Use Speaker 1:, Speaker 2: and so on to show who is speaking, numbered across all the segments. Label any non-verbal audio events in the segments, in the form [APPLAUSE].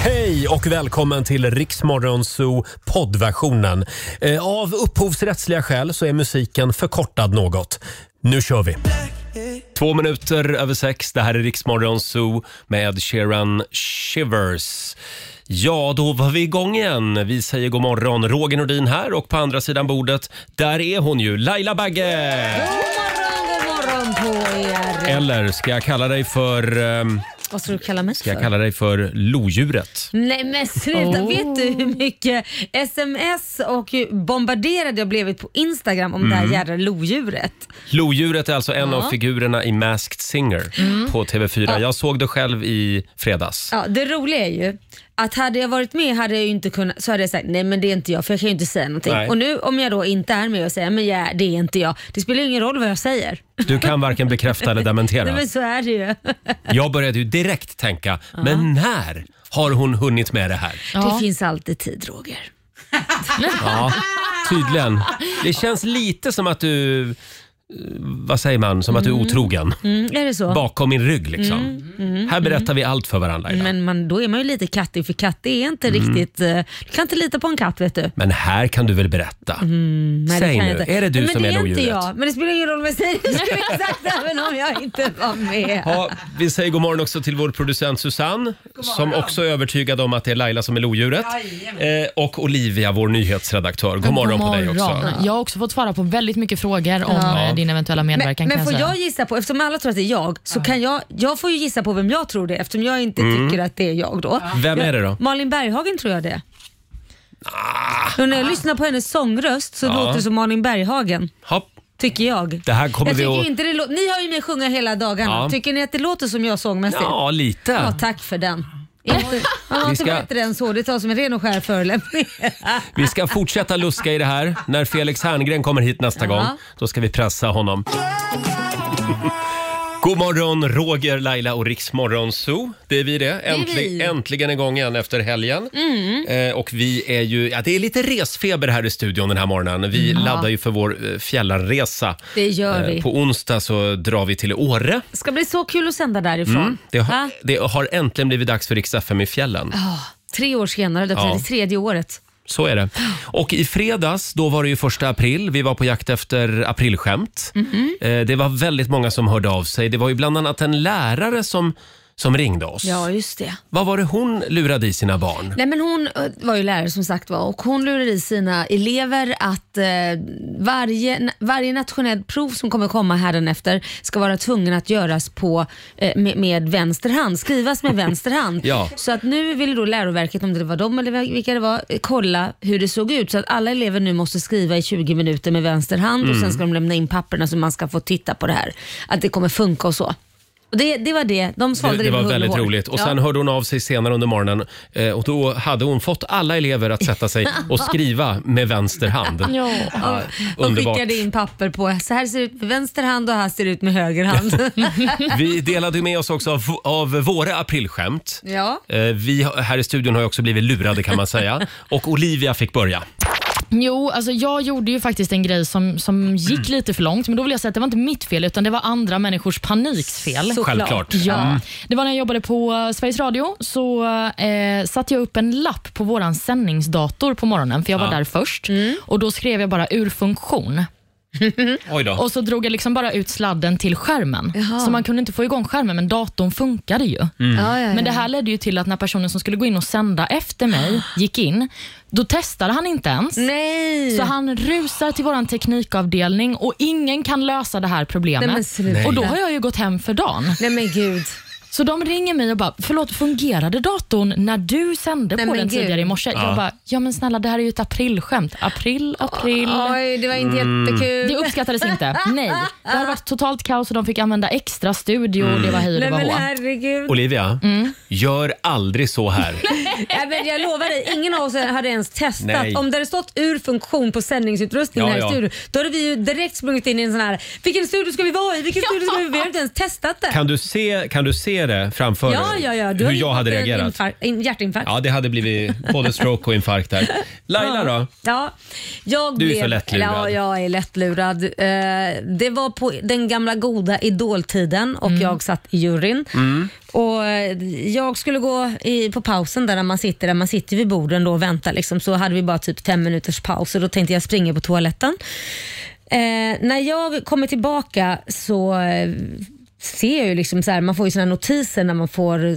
Speaker 1: Hej och välkommen till Riksmorgonzoo poddversionen. Eh, Av upphovsrättsliga skäl så är musiken förkortad något. Nu kör vi! Två minuter över sex. Det här är Riksmorgonzoo med Ed Sheeran Shivers. Ja, då var vi igång igen. Vi säger god morgon. Roger Nordin här och på andra sidan bordet, där är hon ju, Laila Bagge!
Speaker 2: God morgon på er!
Speaker 1: Eller ska jag kalla dig för... ehm,
Speaker 2: Vad ska du kalla mig
Speaker 1: Ska jag Oh.
Speaker 2: för?
Speaker 1: kalla dig för lodjuret?
Speaker 2: Nej men sluta, vet du hur mycket sms och hur bombarderad jag blivit på Instagram om
Speaker 1: Mm.
Speaker 2: det här jädra lodjuret?
Speaker 1: Lodjuret är alltså en
Speaker 2: Ja. Mm.
Speaker 1: av figurerna i Masked Singer på TV4. Jag såg det själv i fredags.
Speaker 2: Ja, det roliga är ju att hade jag varit med hade jag ju inte kunnat, så hade jag sagt nej men det är inte jag för jag kan ju inte säga någonting.
Speaker 1: Nej.
Speaker 2: Och nu om jag då inte är med och säger men ja, det är inte jag, det spelar ju ingen roll vad jag säger.
Speaker 1: Du kan varken bekräfta eller
Speaker 2: [LAUGHS] Nej,
Speaker 1: dementera.
Speaker 2: men så är det ju.
Speaker 1: Jag började ju direkt tänka, men när har hon hunnit med det här?
Speaker 2: Det finns alltid tid Roger. [LAUGHS]
Speaker 1: Ja, tydligen. Det känns lite som att du, eh, vad säger man, som att du är otrogen.
Speaker 2: Mm, är det så?
Speaker 1: Bakom min rygg liksom. Här berättar vi allt för varandra. Laila.
Speaker 2: Mm. Men man, då är man ju lite kattig för katt är inte
Speaker 1: Mm.
Speaker 2: riktigt... eh, Du kan inte lita på en katt vet du.
Speaker 1: Men här kan du väl berätta?
Speaker 2: Mm. Nej,
Speaker 1: Säg
Speaker 2: kan jag
Speaker 1: nu, är det du
Speaker 2: men
Speaker 1: som
Speaker 2: det
Speaker 1: är
Speaker 2: inte
Speaker 1: lodjuret?
Speaker 2: jag. Men det spelar ingen roll vad jag säger. Det skulle jag ha sagt även om jag inte var med.
Speaker 1: Ja, vi säger god morgon också till vår producent Susanne som också är övertygad om att det är Laila som är lodjuret. Eh, och Olivia, vår nyhetsredaktör. God morgon, på dig också.
Speaker 3: Jag har också fått svara på väldigt mycket frågor om eh, din eventuella medverkan.
Speaker 2: Men, men
Speaker 3: kan
Speaker 2: får
Speaker 3: jag säga.
Speaker 2: jag gissa på, eftersom alla tror att det är jag, så kan jag, jag får ju gissa på vem jag tror det är eftersom jag inte
Speaker 1: Mm.
Speaker 2: tycker att det är jag då.
Speaker 1: Vem är det då?
Speaker 2: Malin Berghagen tror jag det är.
Speaker 1: Ah.
Speaker 2: Och när jag lyssnar på hennes sångröst så låter det som Malin Berghagen,
Speaker 1: Hopp.
Speaker 2: tycker jag.
Speaker 1: Det här kommer
Speaker 2: jag
Speaker 1: vi
Speaker 2: tycker
Speaker 1: att-
Speaker 2: inte det lå- Ni har ju mig sjunga hela dagarna.
Speaker 1: Ja.
Speaker 2: Tycker ni att det låter som jag sångmässigt?
Speaker 1: Ja,
Speaker 2: Ja,
Speaker 1: lite.
Speaker 2: tack för den. Inte- Man har
Speaker 1: Vi
Speaker 2: inte
Speaker 1: ska-
Speaker 2: bättre än så. Det tar som en ren och skär förolämpning.
Speaker 1: Vi ska fortsätta luska i det här. När Felix Herngren kommer hit nästa
Speaker 2: Ja.
Speaker 1: gång, då ska vi pressa honom. God morgon, Roger, Laila och Riksmorgon Zoo. Det är vi det. Äntli-
Speaker 2: vi. Mm.
Speaker 1: Äntligen igång igen efter helgen. Eh, och vi är ju, ja, det är lite resfeber här i studion den här morgonen. Vi laddar ju för vår eh, fjällresa.
Speaker 2: Det gör
Speaker 1: Eh,
Speaker 2: vi.
Speaker 1: På onsdag så drar vi till Åre.
Speaker 2: Det ska bli så kul att sända därifrån.
Speaker 1: Det
Speaker 2: Va?
Speaker 1: har, det har äntligen blivit dags för Rix FM i fjällen.
Speaker 2: Ah, tre år senare, det är
Speaker 1: Ja.
Speaker 2: det tredje året.
Speaker 1: Så är det. Och i fredags, då var det ju första april. Vi var på jakt efter aprilskämt.
Speaker 2: Mhm.
Speaker 1: Eh, Det var väldigt många som hörde av sig. Det var ju bland annat en lärare som, som ringde oss.
Speaker 2: Ja, just det.
Speaker 1: Vad var det hon lurade i sina barn?
Speaker 2: Nej, men hon eh, var ju lärare som sagt var och hon lurade i sina elever att eh, varje, na- varje nationellt prov som kommer komma härnäfter ska vara tvungen att göras på, eh, med, med vänster hand, skrivas med vänster hand.
Speaker 1: [LAUGHS] Ja.
Speaker 2: Så att nu ville då läroverket, om det var de eller vilka det var, eh, kolla hur det såg ut. Så att alla elever nu måste skriva i 20 minuter med vänster hand och
Speaker 1: Mm.
Speaker 2: sen ska de lämna in papperna så man ska få titta på det här. Att det kommer funka och så. Och det, det var det. De
Speaker 1: Det,
Speaker 2: svalde det,
Speaker 1: det
Speaker 2: med
Speaker 1: var
Speaker 2: hull och
Speaker 1: väldigt
Speaker 2: hår.
Speaker 1: roligt. Och
Speaker 2: Ja.
Speaker 1: Sen hörde hon av sig senare under morgonen eh, och då hade hon fått alla elever att sätta
Speaker 2: [LAUGHS]
Speaker 1: sig och skriva med vänster hand.
Speaker 3: Ja.
Speaker 1: Ja,
Speaker 2: De
Speaker 1: underbart.
Speaker 2: skickade in papper på så här ser det ut med vänster hand och här ser det ut med höger hand. [LAUGHS]
Speaker 1: Vi delade med oss också av, av våra aprilskämt.
Speaker 2: ja.
Speaker 1: Eh, Vi har- här i studion har ju också blivit lurade kan man
Speaker 2: [LAUGHS]
Speaker 1: säga. Och Olivia fick börja.
Speaker 3: Jo, alltså jag gjorde ju faktiskt en grej som, som gick lite för långt, men då vill jag säga att det var inte mitt fel, utan det var andra människors paniksfel.
Speaker 2: Så- Såklart.
Speaker 1: Självklart.
Speaker 3: Ja, det var när jag jobbade på eh, Sveriges Radio. Så eh, satte jag upp en lapp på vår sändningsdator på morgonen, för jag var där först.
Speaker 2: Mm.
Speaker 3: Och Då skrev jag bara ur funktion.
Speaker 1: Oj då.
Speaker 3: Och så drog jag liksom bara ut sladden till skärmen. Så man kunde inte få igång skärmen, men datorn funkade ju.
Speaker 1: Mm.
Speaker 2: Ja, ja, ja.
Speaker 3: Men det här ledde ju till att när personen som skulle gå in och sända efter mig gick in, då testade han inte ens.
Speaker 2: Nej!
Speaker 3: Så han rusar till vår teknikavdelning och ingen kan lösa det här problemet.
Speaker 2: Nej, men sluta.
Speaker 3: och Då har jag ju gått hem för dagen.
Speaker 2: Nej men gud.
Speaker 3: Så de ringer mig och bara, förlåt, fungerade datorn när du sände
Speaker 2: Nej,
Speaker 3: på
Speaker 2: men
Speaker 3: den
Speaker 2: gud.
Speaker 3: tidigare i morse? Jag bara, ja men snälla det här är ju ett aprilskämt. April, april.
Speaker 2: Oj, det var inte
Speaker 1: Mm.
Speaker 2: jättekul.
Speaker 3: Det uppskattades inte. Nej. Det hade varit totalt kaos och de fick använda extra studio och det var hej och
Speaker 2: Nej
Speaker 3: det var
Speaker 2: men
Speaker 3: hå.
Speaker 2: herregud.
Speaker 1: Olivia, gör aldrig så här.
Speaker 2: Mm. [LAUGHS] Nej, men jag lovar dig, ingen av oss hade ens testat.
Speaker 1: Nej.
Speaker 2: Om det hade stått ur funktion på sändningsutrustningen
Speaker 1: Ja,
Speaker 2: här i
Speaker 1: ja.
Speaker 2: studion, då hade vi ju direkt sprungit in i en sån här, vilken studio ska vi vara i? Vilken studio ska vi Vi har inte ens testat det.
Speaker 1: Kan du se, kan du se det framför
Speaker 2: ja,
Speaker 1: dig?
Speaker 2: ja, ja. Du eh,
Speaker 1: Hur
Speaker 2: hade ju
Speaker 1: jag
Speaker 2: fått
Speaker 1: hade
Speaker 2: en
Speaker 1: reagerat?
Speaker 2: infar- en hjärtinfarkt.
Speaker 1: Ja, det hade blivit både stroke och infarkt där. Laila då?
Speaker 2: Ja, jag
Speaker 1: Du är
Speaker 2: blev,
Speaker 1: så lättlurad.
Speaker 2: Ja, jag är lättlurad. Eh,
Speaker 1: Mm.
Speaker 2: det var på den gamla goda idoltiden och jag satt i juryn. Och eh, jag skulle gå i, på pausen där man sitter, där man sitter vid borden då och väntar liksom, så hade vi bara typ 10 minuters paus och då tänkte jag springa på toaletten. Eh, när jag kommer tillbaka så eh, ser jag ju liksom så här, man får ju såna notiser när man får eh,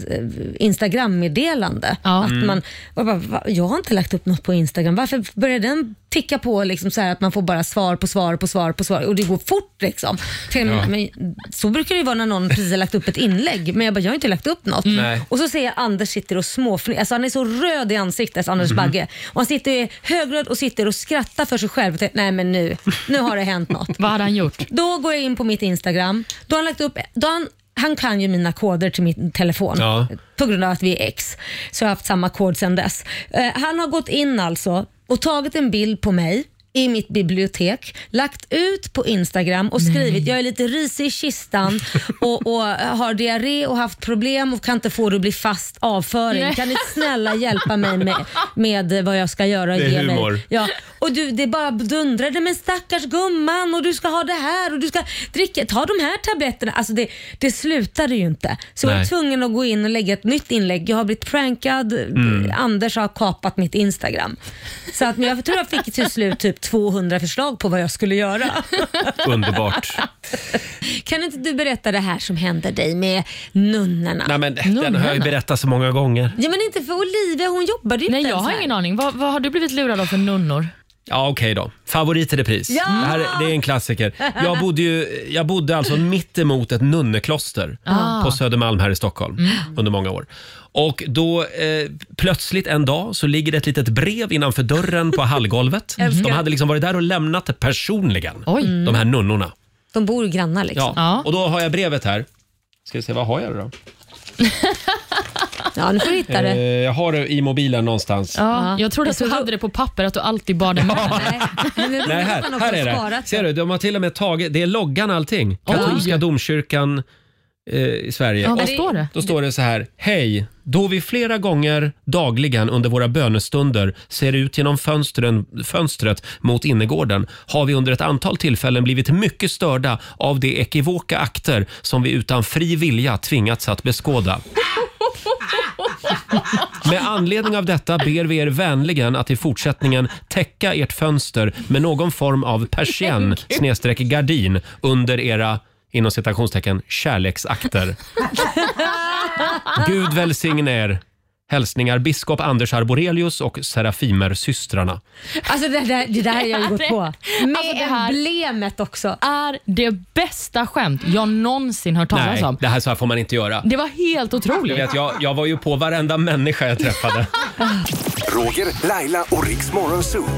Speaker 2: Instagram-meddelande.
Speaker 3: Ja.
Speaker 2: Att man, och jag, bara, "Va? jag har inte lagt upp något på Instagram. Varför börjar den ticka på liksom så här att man får bara svar på svar på svar på svar och det går fort liksom. För jag menar, Men, så brukar det ju vara när någon precis har lagt upp ett inlägg men jag bara, jag har inte lagt upp något.
Speaker 1: Nej.
Speaker 2: Och så ser jag Anders sitter och småfnissar. Alltså han är så röd i ansiktet, alltså Anders Bagge. Och han sitter högröd och sitter och skrattar för sig själv. Och tänker, Nej men nu, nu har det hänt något.
Speaker 3: Vad hade han gjort?
Speaker 2: Då går jag in på mitt Instagram. Då har han lagt upp... Då har han, han kan ju mina koder till min telefon
Speaker 1: Ja.
Speaker 2: på grund av att vi är ex. Så jag har haft samma kod sedan dess. Eh, han har gått in alltså och tagit en bild på mig i mitt bibliotek, lagt ut på Instagram och skrivit jag är lite risig i kistan och, och har diarré och haft problem och kan inte få det att bli fast avföring.
Speaker 3: Nej.
Speaker 2: Kan ni snälla hjälpa mig med, med vad jag ska göra? och
Speaker 1: Det är
Speaker 2: ge
Speaker 1: humor.
Speaker 2: Mig. Ja, och du, det bara dundrade, men stackars gumman och du ska ha det här och du ska dricka, ta de här tabletterna. Alltså det, det slutade ju inte. Så jag var
Speaker 1: Nej.
Speaker 2: tvungen att gå in och lägga ett nytt inlägg. Jag har blivit prankad,
Speaker 1: Mm.
Speaker 2: Anders har kapat mitt Instagram. Så att, men jag tror jag fick till slut typ 200 förslag på vad jag skulle göra.
Speaker 1: [LAUGHS]
Speaker 2: [LAUGHS]
Speaker 1: Underbart.
Speaker 2: Kan inte du berätta det här som hände dig med nunnorna?
Speaker 1: Nej, men, den har jag ju berättat så många gånger.
Speaker 2: Ja men inte för Olivia, hon jobbade ju
Speaker 3: Nej,
Speaker 2: inte
Speaker 3: jag
Speaker 2: ens
Speaker 3: har
Speaker 2: här.
Speaker 3: ingen aning. Vad, vad har du blivit lurad av för nunnor?
Speaker 1: Ja, okej då. Favorit i repris.
Speaker 2: Ja!
Speaker 1: Det, här, är- det är en klassiker. Jag bodde, ju, jag bodde alltså mitt emot ett nunnekloster
Speaker 3: Ah.
Speaker 1: på Södermalm här i Stockholm under många år. Och då eh, plötsligt en dag så ligger det ett litet brev innanför dörren på hallgolvet. De hade liksom varit där och lämnat det personligen,
Speaker 3: Oj.
Speaker 1: de här nunnorna.
Speaker 2: De bor ju grannar liksom.
Speaker 1: Ja.
Speaker 3: Mm. Ja.
Speaker 1: Och då har jag brevet här. Ska vi se, vad har jag det då?
Speaker 2: Ja, nu får du hitta
Speaker 1: Eh,
Speaker 2: det.
Speaker 1: jag har det i mobilen någonstans.
Speaker 3: Ja, jag trodde att
Speaker 2: Jag
Speaker 3: du
Speaker 2: tror-
Speaker 3: hade det på papper, att du alltid bar det med dig.
Speaker 2: Nej, men det
Speaker 1: Nej,
Speaker 2: borde
Speaker 1: här,
Speaker 2: man också
Speaker 1: här är
Speaker 2: ha sparat
Speaker 1: det. Ser du, de har till och med tagit, det är loggan allting.
Speaker 3: Oj.
Speaker 1: Katolska domkyrkan eh, i Sverige.
Speaker 3: [LAUGHS] Ja,
Speaker 1: Och
Speaker 3: vad står det?
Speaker 1: då står det så här. Hej! Då vi flera gånger dagligen under våra bönestunder ser ut genom fönstren, fönstret mot innergården har vi under ett antal tillfällen blivit mycket störda av de ekivoka akter som vi utan fri vilja tvingats att beskåda. Med anledning av detta ber vi er vänligen att i fortsättningen täcka ert fönster med någon form av persienn snedstreck gardin under era inom citationstecken kärleksakter. Gud välsigne er. Hälsningar biskop Anders Arborelius och Serafimer-systrarna.
Speaker 2: Alltså det där, det där har
Speaker 3: [LAUGHS]
Speaker 2: jag ju gått på. Med
Speaker 3: Alltså, det här-
Speaker 2: emblemet också.
Speaker 3: är det bästa skämt jag någonsin hört talas
Speaker 1: Nej,
Speaker 3: om.
Speaker 1: det här så här får man inte göra.
Speaker 3: Det var helt
Speaker 1: Du
Speaker 3: otroligt.
Speaker 1: vet, jag, jag var ju på varenda människa jag träffade.
Speaker 4: Roger, Laila och Riks Morgonzoo.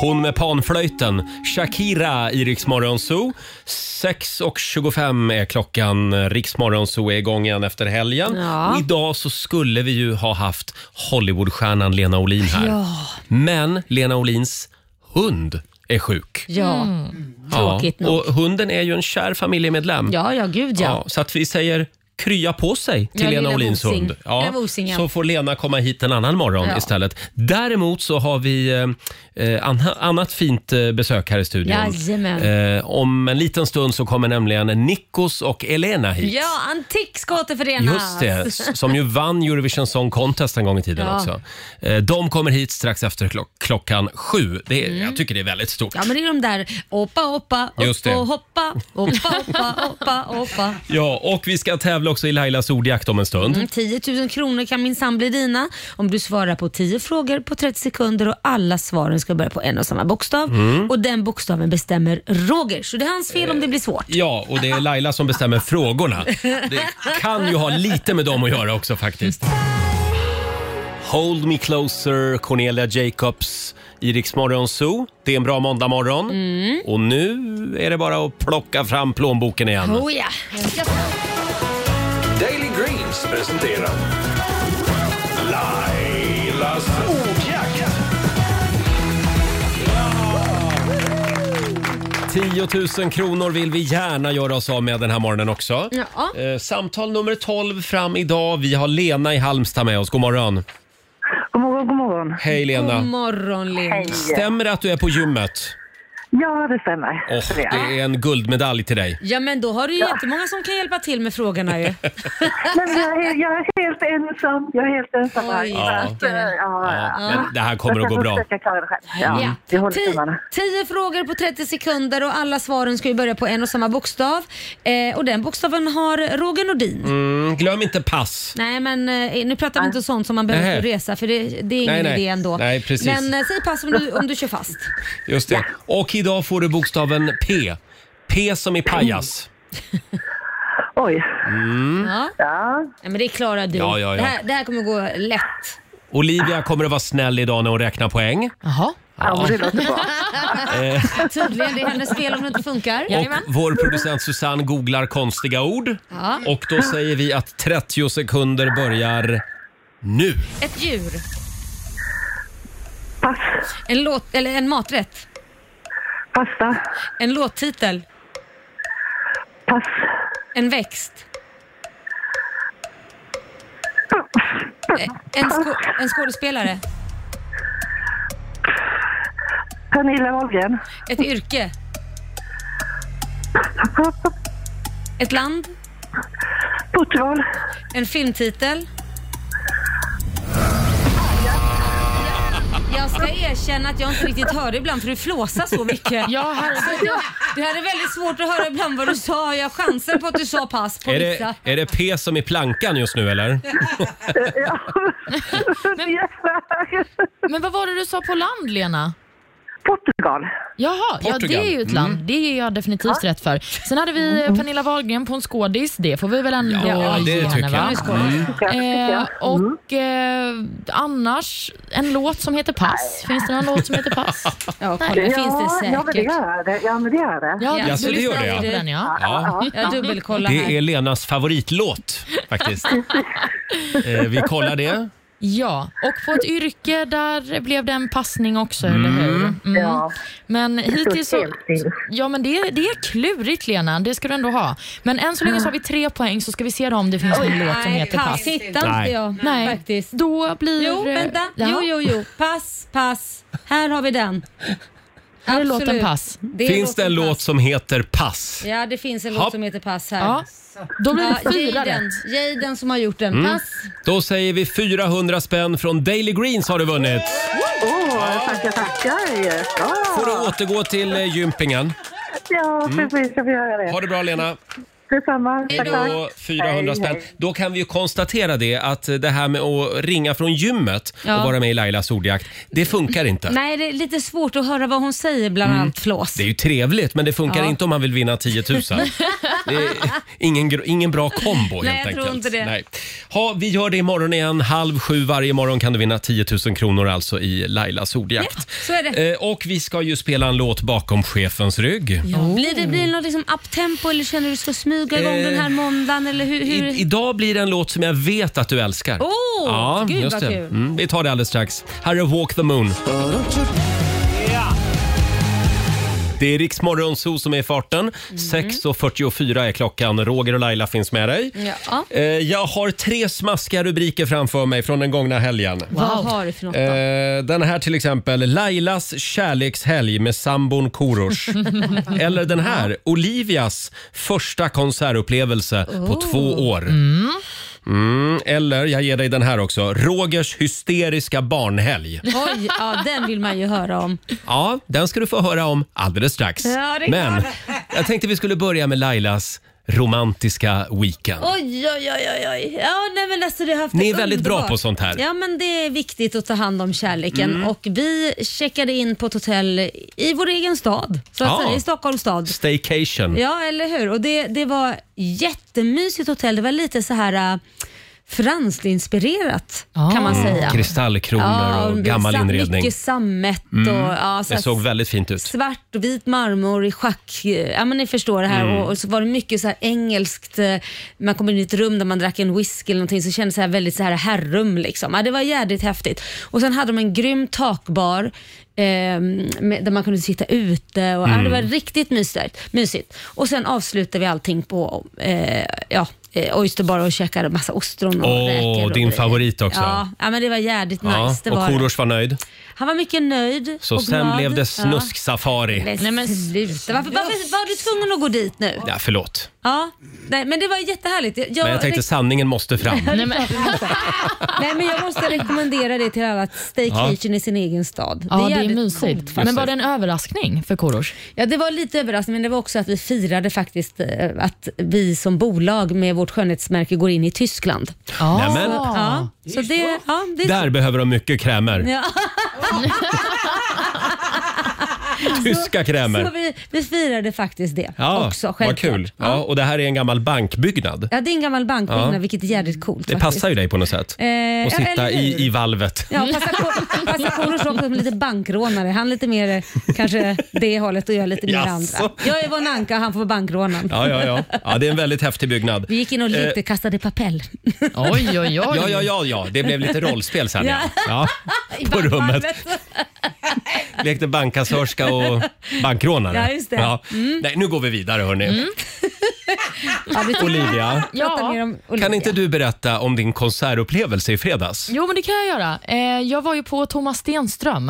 Speaker 1: Hon med panflöjten, Shakira i Rix Morgon Zoo. 6.25 är klockan. Rix Morgon Zoo är igång igen efter helgen.
Speaker 2: Ja.
Speaker 1: Och idag så skulle vi ju ha haft Hollywoodstjärnan Lena Olin här.
Speaker 2: Ja.
Speaker 1: Men Lena Olins hund är sjuk.
Speaker 2: Ja,
Speaker 3: Mm.
Speaker 2: Mm. Tråkigt nog.
Speaker 1: Och hunden är ju en kär familjemedlem.
Speaker 2: ja, ja gud ja.
Speaker 1: Ja, så att vi säger krya på sig till
Speaker 2: Ja,
Speaker 1: Lena
Speaker 2: lilla
Speaker 1: Olins
Speaker 2: vosing.
Speaker 1: hund.
Speaker 2: Lilla vosingen.
Speaker 1: så får Lena komma hit en annan morgon
Speaker 2: Ja.
Speaker 1: istället. Däremot så har vi eh, eh, anna- annat fint eh, besök här i studion.
Speaker 2: Jajamän.
Speaker 1: Eh, om en liten stund så kommer nämligen Nikos och Elena hit.
Speaker 2: Ja, antik ska återförenas.
Speaker 1: Just det, s- som ju vann Eurovision Song Contest en gång i tiden
Speaker 2: Ja.
Speaker 1: också. Eh, De kommer hit strax efter klock- klockan sju. Det är, Jag tycker det är väldigt stort.
Speaker 2: Mm. Ja, men det är de där oppa, oppa,
Speaker 1: Just det.
Speaker 2: oppa, hoppa, oppa, oppa, oppa, oppa.
Speaker 1: Ja, och vi ska tävla också i Lailas ordjakt om en stund.
Speaker 2: Mm, 10 000 kronor kan minsann bli dina om du svarar på 10 frågor på 30 sekunder och alla svaren ska börja på en och samma bokstav.
Speaker 1: Mm.
Speaker 2: Och den bokstaven bestämmer Roger, så det är hans fel om det blir svårt.
Speaker 1: Ja, och det är Laila som bestämmer frågorna. Det kan ju ha lite med dem att göra också faktiskt. Hold me closer, Cornelia Jacobs i Rix Morgon Zoo. Det är en bra måndagmorgon. Och nu är det bara att plocka fram plånboken igen.
Speaker 2: Oh ja.
Speaker 4: Daily Greens presenterar Lailas ordjakt.
Speaker 1: 10 000 kronor vill vi gärna göra oss av med den här morgonen också.
Speaker 2: Ja.
Speaker 1: Eh, samtal nummer 12 fram idag. Vi har Lena i Halmstad med oss. God morgon.
Speaker 5: God morgon, god morgon.
Speaker 1: Hej Lena.
Speaker 2: God morgon Lena.
Speaker 5: Hej.
Speaker 1: Stämmer det att du är på gymmet?
Speaker 5: Ja, det stämmer.
Speaker 1: Och det är en guldmedalj till dig.
Speaker 2: Ja, men då har du ju jättemånga som kan hjälpa till med frågorna ju.
Speaker 5: Nej, men jag, är, jag är helt ensam. Jag är helt ensam här.
Speaker 2: Oj,
Speaker 5: Så att,
Speaker 2: stackare.
Speaker 5: eh, ja,
Speaker 1: Ja,
Speaker 5: ja.
Speaker 1: men det här kommer
Speaker 5: jag
Speaker 1: att
Speaker 5: ska
Speaker 1: gå
Speaker 5: nog
Speaker 1: bra.
Speaker 5: försöka klara det själv. Ja,
Speaker 2: [LAUGHS] Ja.
Speaker 5: Vi håller
Speaker 2: Ti-
Speaker 5: tummarna.
Speaker 2: Tio frågor på 30 sekunder och alla svaren ska ju börja på en och samma bokstav. Eh, och den bokstaven har Roger Nordin.
Speaker 1: Mm, glöm inte pass.
Speaker 2: Nej, men eh, nu pratar vi inte sånt som man behöver
Speaker 1: Nähä.
Speaker 2: resa för det, det är ingen
Speaker 1: Nej, nej.
Speaker 2: idé ändå.
Speaker 1: Nej, precis.
Speaker 2: Men eh, säg pass om du, om du
Speaker 1: [LAUGHS]
Speaker 2: kör fast.
Speaker 1: Just det. Och idag får du bokstaven P. P som i pajas.
Speaker 5: Oj.
Speaker 2: Ja.
Speaker 5: Ja.
Speaker 2: Nej, men det klarar
Speaker 1: Mm.
Speaker 2: du.
Speaker 1: Ja, ja, ja.
Speaker 2: Det, här, det här kommer gå lätt.
Speaker 1: Olivia kommer att vara snäll idag när hon räknar poäng.
Speaker 3: Jaha.
Speaker 5: ja, men det låter bra.
Speaker 2: Tydligen, det är hennes fel om det inte funkar.
Speaker 1: Och vår producent Susanne googlar konstiga ord.
Speaker 2: Ja.
Speaker 1: Och då säger vi att 30 sekunder börjar nu.
Speaker 2: Ett djur,
Speaker 5: Pass.
Speaker 2: en, låt, eller en maträtt,
Speaker 5: Pasta.
Speaker 2: en låttitel,
Speaker 5: Pass.
Speaker 2: en växt. Eh, En, skå, en skådespelare,
Speaker 5: Pernilla Wahlgren.
Speaker 2: ett yrke. Ett land,
Speaker 5: Portugal.
Speaker 2: en filmtitel. Jag ska erkänna att jag inte riktigt hörde ibland för du flåsar så mycket.
Speaker 3: Ja, herregud.
Speaker 2: Jag jag hade väldigt svårt att höra ibland vad du sa. Jag chansar på att du sa pass på
Speaker 1: Är
Speaker 2: vissa.
Speaker 1: det, är det P som i plankan just nu eller?
Speaker 5: Ja. Jävlar.
Speaker 3: [LAUGHS] Men vad var det du sa på land, Lena?
Speaker 5: Portugal.
Speaker 3: Jaha, ja, det
Speaker 1: Portugal. Mm.
Speaker 3: är ju ett land. Det är jag definitivt rätt för. Sen hade vi eh, Pernilla Wahlgren på en skådis. Det får vi väl ändå
Speaker 1: Ja, det
Speaker 3: ge
Speaker 1: tycker
Speaker 3: henne,
Speaker 1: jag. Mm.
Speaker 3: va?
Speaker 2: Nu skojar jag.
Speaker 3: Eh, och eh, annars, en låt som heter Pass. Finns det någon låt som heter Pass?
Speaker 2: Ja, kolla, det finns det
Speaker 5: Ja, men det
Speaker 2: säkert.
Speaker 5: gör det. Ja, men det gör det.
Speaker 2: Ja,
Speaker 1: Jaså,
Speaker 3: du
Speaker 1: det gör
Speaker 3: lyssnar
Speaker 1: det,
Speaker 3: aldrig
Speaker 2: ja.
Speaker 3: på Den, ja.
Speaker 1: Ja.
Speaker 2: Jag dubbelkollar
Speaker 1: Det är
Speaker 2: här.
Speaker 1: Lenas favoritlåt faktiskt. Eh, vi kollar det.
Speaker 3: ja, och på ett yrke där blev det en passning också, eller hur? Mm.
Speaker 5: Ja.
Speaker 3: Men hittills så...
Speaker 5: helt still.
Speaker 3: Ja, men det, är- det är klurigt, Lena. Det ska du ändå ha. Men än så länge så har vi tre poäng, så ska vi se då om det finns någon låt som heter Pass.
Speaker 2: Hittar inte
Speaker 1: Nej.
Speaker 2: jag
Speaker 3: Nej.
Speaker 2: faktiskt.
Speaker 3: Då blir...
Speaker 2: Jo, vänta.
Speaker 3: Ja.
Speaker 2: Jo, jo, jo. Pass, pass. Här har vi den. Här
Speaker 3: är låten Pass.
Speaker 2: Det är
Speaker 1: Finns det en
Speaker 2: låten
Speaker 1: låt
Speaker 2: Pass.
Speaker 1: som heter Pass?
Speaker 2: Ja, det finns en
Speaker 1: Hopp.
Speaker 2: låt som heter Pass här.
Speaker 3: Ja. Då blir det
Speaker 2: Ja,
Speaker 3: fyra
Speaker 2: Jaden.
Speaker 3: rätt.
Speaker 2: Jaden som har gjort den.
Speaker 1: Mm.
Speaker 2: Pass.
Speaker 1: Då säger vi 400 spänn från Daily Greens har du vunnit.
Speaker 5: Åh, tackar, tackar.
Speaker 1: Får
Speaker 5: Ja,
Speaker 1: du återgå till eh, gympingen.
Speaker 5: ja precis. Jag får göra det.
Speaker 1: Ha det bra Lena.
Speaker 5: Detsamma. Tack, tack.
Speaker 1: Då 400
Speaker 5: Hej,
Speaker 1: spänn.
Speaker 5: hej.
Speaker 1: Då kan vi ju konstatera det att eh, det här med att ringa från gymmet och
Speaker 2: Ja.
Speaker 1: vara med i Lailas ordjakt, det funkar inte.
Speaker 2: Nej, det är lite svårt att höra vad hon säger bland allt flås.
Speaker 1: Mm. Det är ju trevligt men det funkar
Speaker 2: Ja.
Speaker 1: inte om man vill vinna 10 000.
Speaker 2: [LAUGHS]
Speaker 1: Det är ingen, gr- ingen bra kombo helt
Speaker 2: Nej, jag
Speaker 1: enkelt.
Speaker 2: tror inte det.
Speaker 1: Nej. Ha, vi gör det imorgon igen. Halv sju varje morgon kan du vinna 10 000 kronor alltså i Lailas ordjakt.
Speaker 2: så är det.
Speaker 1: Eh, och vi ska ju spela en låt bakom chefens rygg.
Speaker 3: Oh.
Speaker 2: Blir det, blir det något liksom uptempo eller känner du att du ska smyga igång
Speaker 1: Eh,
Speaker 2: den här måndagen? Eller hur, hur?
Speaker 1: I, idag blir det en låt som jag vet att du älskar.
Speaker 2: Åh, gud vad
Speaker 1: det.
Speaker 2: kul.
Speaker 1: Mm, vi tar det alldeles strax. Här är Walk the Moon. Det är Rix Morgonzoo som är i farten.
Speaker 2: Mm.
Speaker 1: 6.44 är klockan. Roger och Laila finns med dig.
Speaker 2: Ja.
Speaker 1: Eh, jag har tre smaskiga rubriker framför mig från den gångna helgen.
Speaker 2: Vad har du för något då?
Speaker 1: Eh, den här till exempel. Lailas kärlekshelg med sambon
Speaker 2: [LAUGHS]
Speaker 1: Korosh. Eller den här. Olivias första konsertupplevelse på
Speaker 2: Oh.
Speaker 1: två år. Mm, eller, jag ger dig den här också. Rogers hysteriska barnhelg.
Speaker 2: Oj, ja den vill man ju höra om.
Speaker 1: Ja, den ska du få höra om alldeles strax.
Speaker 2: Ja, det är
Speaker 1: Men jag tänkte vi skulle börja med Lailas romantiska weekend.
Speaker 2: Oj, oj, oj, oj. oj. Ja, nej, men alltså, du har haft
Speaker 1: Ni
Speaker 2: det
Speaker 1: är väldigt
Speaker 2: underbart.
Speaker 1: bra på sånt här. Mm.
Speaker 2: Ja, men det är viktigt att ta hand om kärleken och vi checkade in på ett hotell i vår egen stad, så att
Speaker 1: Ja.
Speaker 2: säga, i Stockholms stad.
Speaker 1: Staycation.
Speaker 2: Ja, eller hur? Och det, det var jättemysigt hotell. Det var lite så här äh, franskt inspirerat kan man säga.
Speaker 1: Kristallkronor Mm, och
Speaker 2: det
Speaker 1: gammal
Speaker 2: sa-
Speaker 1: inredning.
Speaker 2: Mycket sammet och ja, så
Speaker 1: Det
Speaker 2: här
Speaker 1: såg väldigt fint ut.
Speaker 2: svart och vit marmor i schack. Eh, Ja, men ni förstår det
Speaker 1: Mm.
Speaker 2: här. Och, och så var det mycket så här engelskt. eh, Man kom in i ett rum där man drack en whisky eller någonting så kändes det här väldigt så här herrum. Liksom. Ja, det var jädrigt häftigt. Och sen hade de en grym takbar. eh, med, där man kunde sitta ute. Och, ja, det var
Speaker 1: Mm.
Speaker 2: riktigt mysigt, mysigt. Och sen avslutade vi allting på eh, ja, eh, Oysterbar och käkade massa ostron och
Speaker 1: Åh,
Speaker 2: räkor. och
Speaker 1: din
Speaker 2: grejer.
Speaker 1: favorit också.
Speaker 2: Ja, ja, men det var jädrigt
Speaker 1: Ja,
Speaker 2: nice. Det
Speaker 1: och
Speaker 2: var det.
Speaker 1: Korosh var nöjd.
Speaker 2: Han var mycket nöjd
Speaker 1: Så
Speaker 2: och
Speaker 1: sen
Speaker 2: glad.
Speaker 1: blev det
Speaker 2: Ja.
Speaker 1: snusk-safari.
Speaker 2: Nej men sluta, varför, varför var du tvungen att gå dit nu?
Speaker 1: Ja, förlåt.
Speaker 2: Ja, nej, men det var jättehärligt. Jag,
Speaker 1: Men jag tänkte sanningen måste fram.
Speaker 3: Nej, men,
Speaker 2: nej, men jag måste rekommendera det till alla att staycation i sin egen stad.
Speaker 3: ja, det är
Speaker 2: jävligt
Speaker 3: mysigt.
Speaker 2: coolt.
Speaker 3: men var det en överraskning för Korosh?
Speaker 2: Ja, det var lite överraskande men det var också att vi firade faktiskt eh, att vi som bolag med vårt skönhetsmärke går in i Tyskland.
Speaker 1: Nej, men-
Speaker 2: Ja, så det, ja, det
Speaker 1: Där behöver de mycket krämer.
Speaker 2: Ja.
Speaker 1: [LAUGHS] Tyska
Speaker 2: Så
Speaker 1: krämer.
Speaker 2: vi, vi firade faktiskt det
Speaker 1: Ja,
Speaker 2: också.
Speaker 1: vad
Speaker 2: självklart.
Speaker 1: kul. Ja, och det här är en gammal bankbyggnad.
Speaker 2: Ja, det är en gammal bankbyggnad
Speaker 1: Ja.
Speaker 2: vilket är jävligt coolt
Speaker 1: Det
Speaker 2: faktiskt.
Speaker 1: passar ju dig på något sätt.
Speaker 2: Eh,
Speaker 1: Att
Speaker 2: ja, eller
Speaker 1: sitta
Speaker 2: hur?
Speaker 1: i, i valvet.
Speaker 2: Ja, passa på, passa på att slå upp som lite bankrånare. Han lite mer eh, kanske det hållet och jag lite mer
Speaker 1: Jaså?
Speaker 2: andra. Jag är Yvonne Anka och han får vara bankrånaren.
Speaker 1: Ja, ja, ja. ja, det är en väldigt häftig byggnad.
Speaker 2: Vi gick in och lekte
Speaker 1: Eh,
Speaker 2: kastade papell.
Speaker 3: Oj, oj, oj.
Speaker 1: Ja, ja, ja, ja, det blev lite rollspel sen. Ja. Ja.
Speaker 2: I
Speaker 1: På rummet.
Speaker 2: bankvalvet.
Speaker 1: Lekte bankkassörska och bankrånare.
Speaker 2: Ja, just det. Mm.
Speaker 1: Nej, nu går vi vidare hörni.
Speaker 2: Ja, vi tyckte-
Speaker 1: Olivia,
Speaker 2: Prata mer om Olivia.
Speaker 1: kan inte du berätta om din konsertupplevelse i fredags?
Speaker 3: Jo, men det kan jag göra. Eh, jag var ju på Thomas Stenström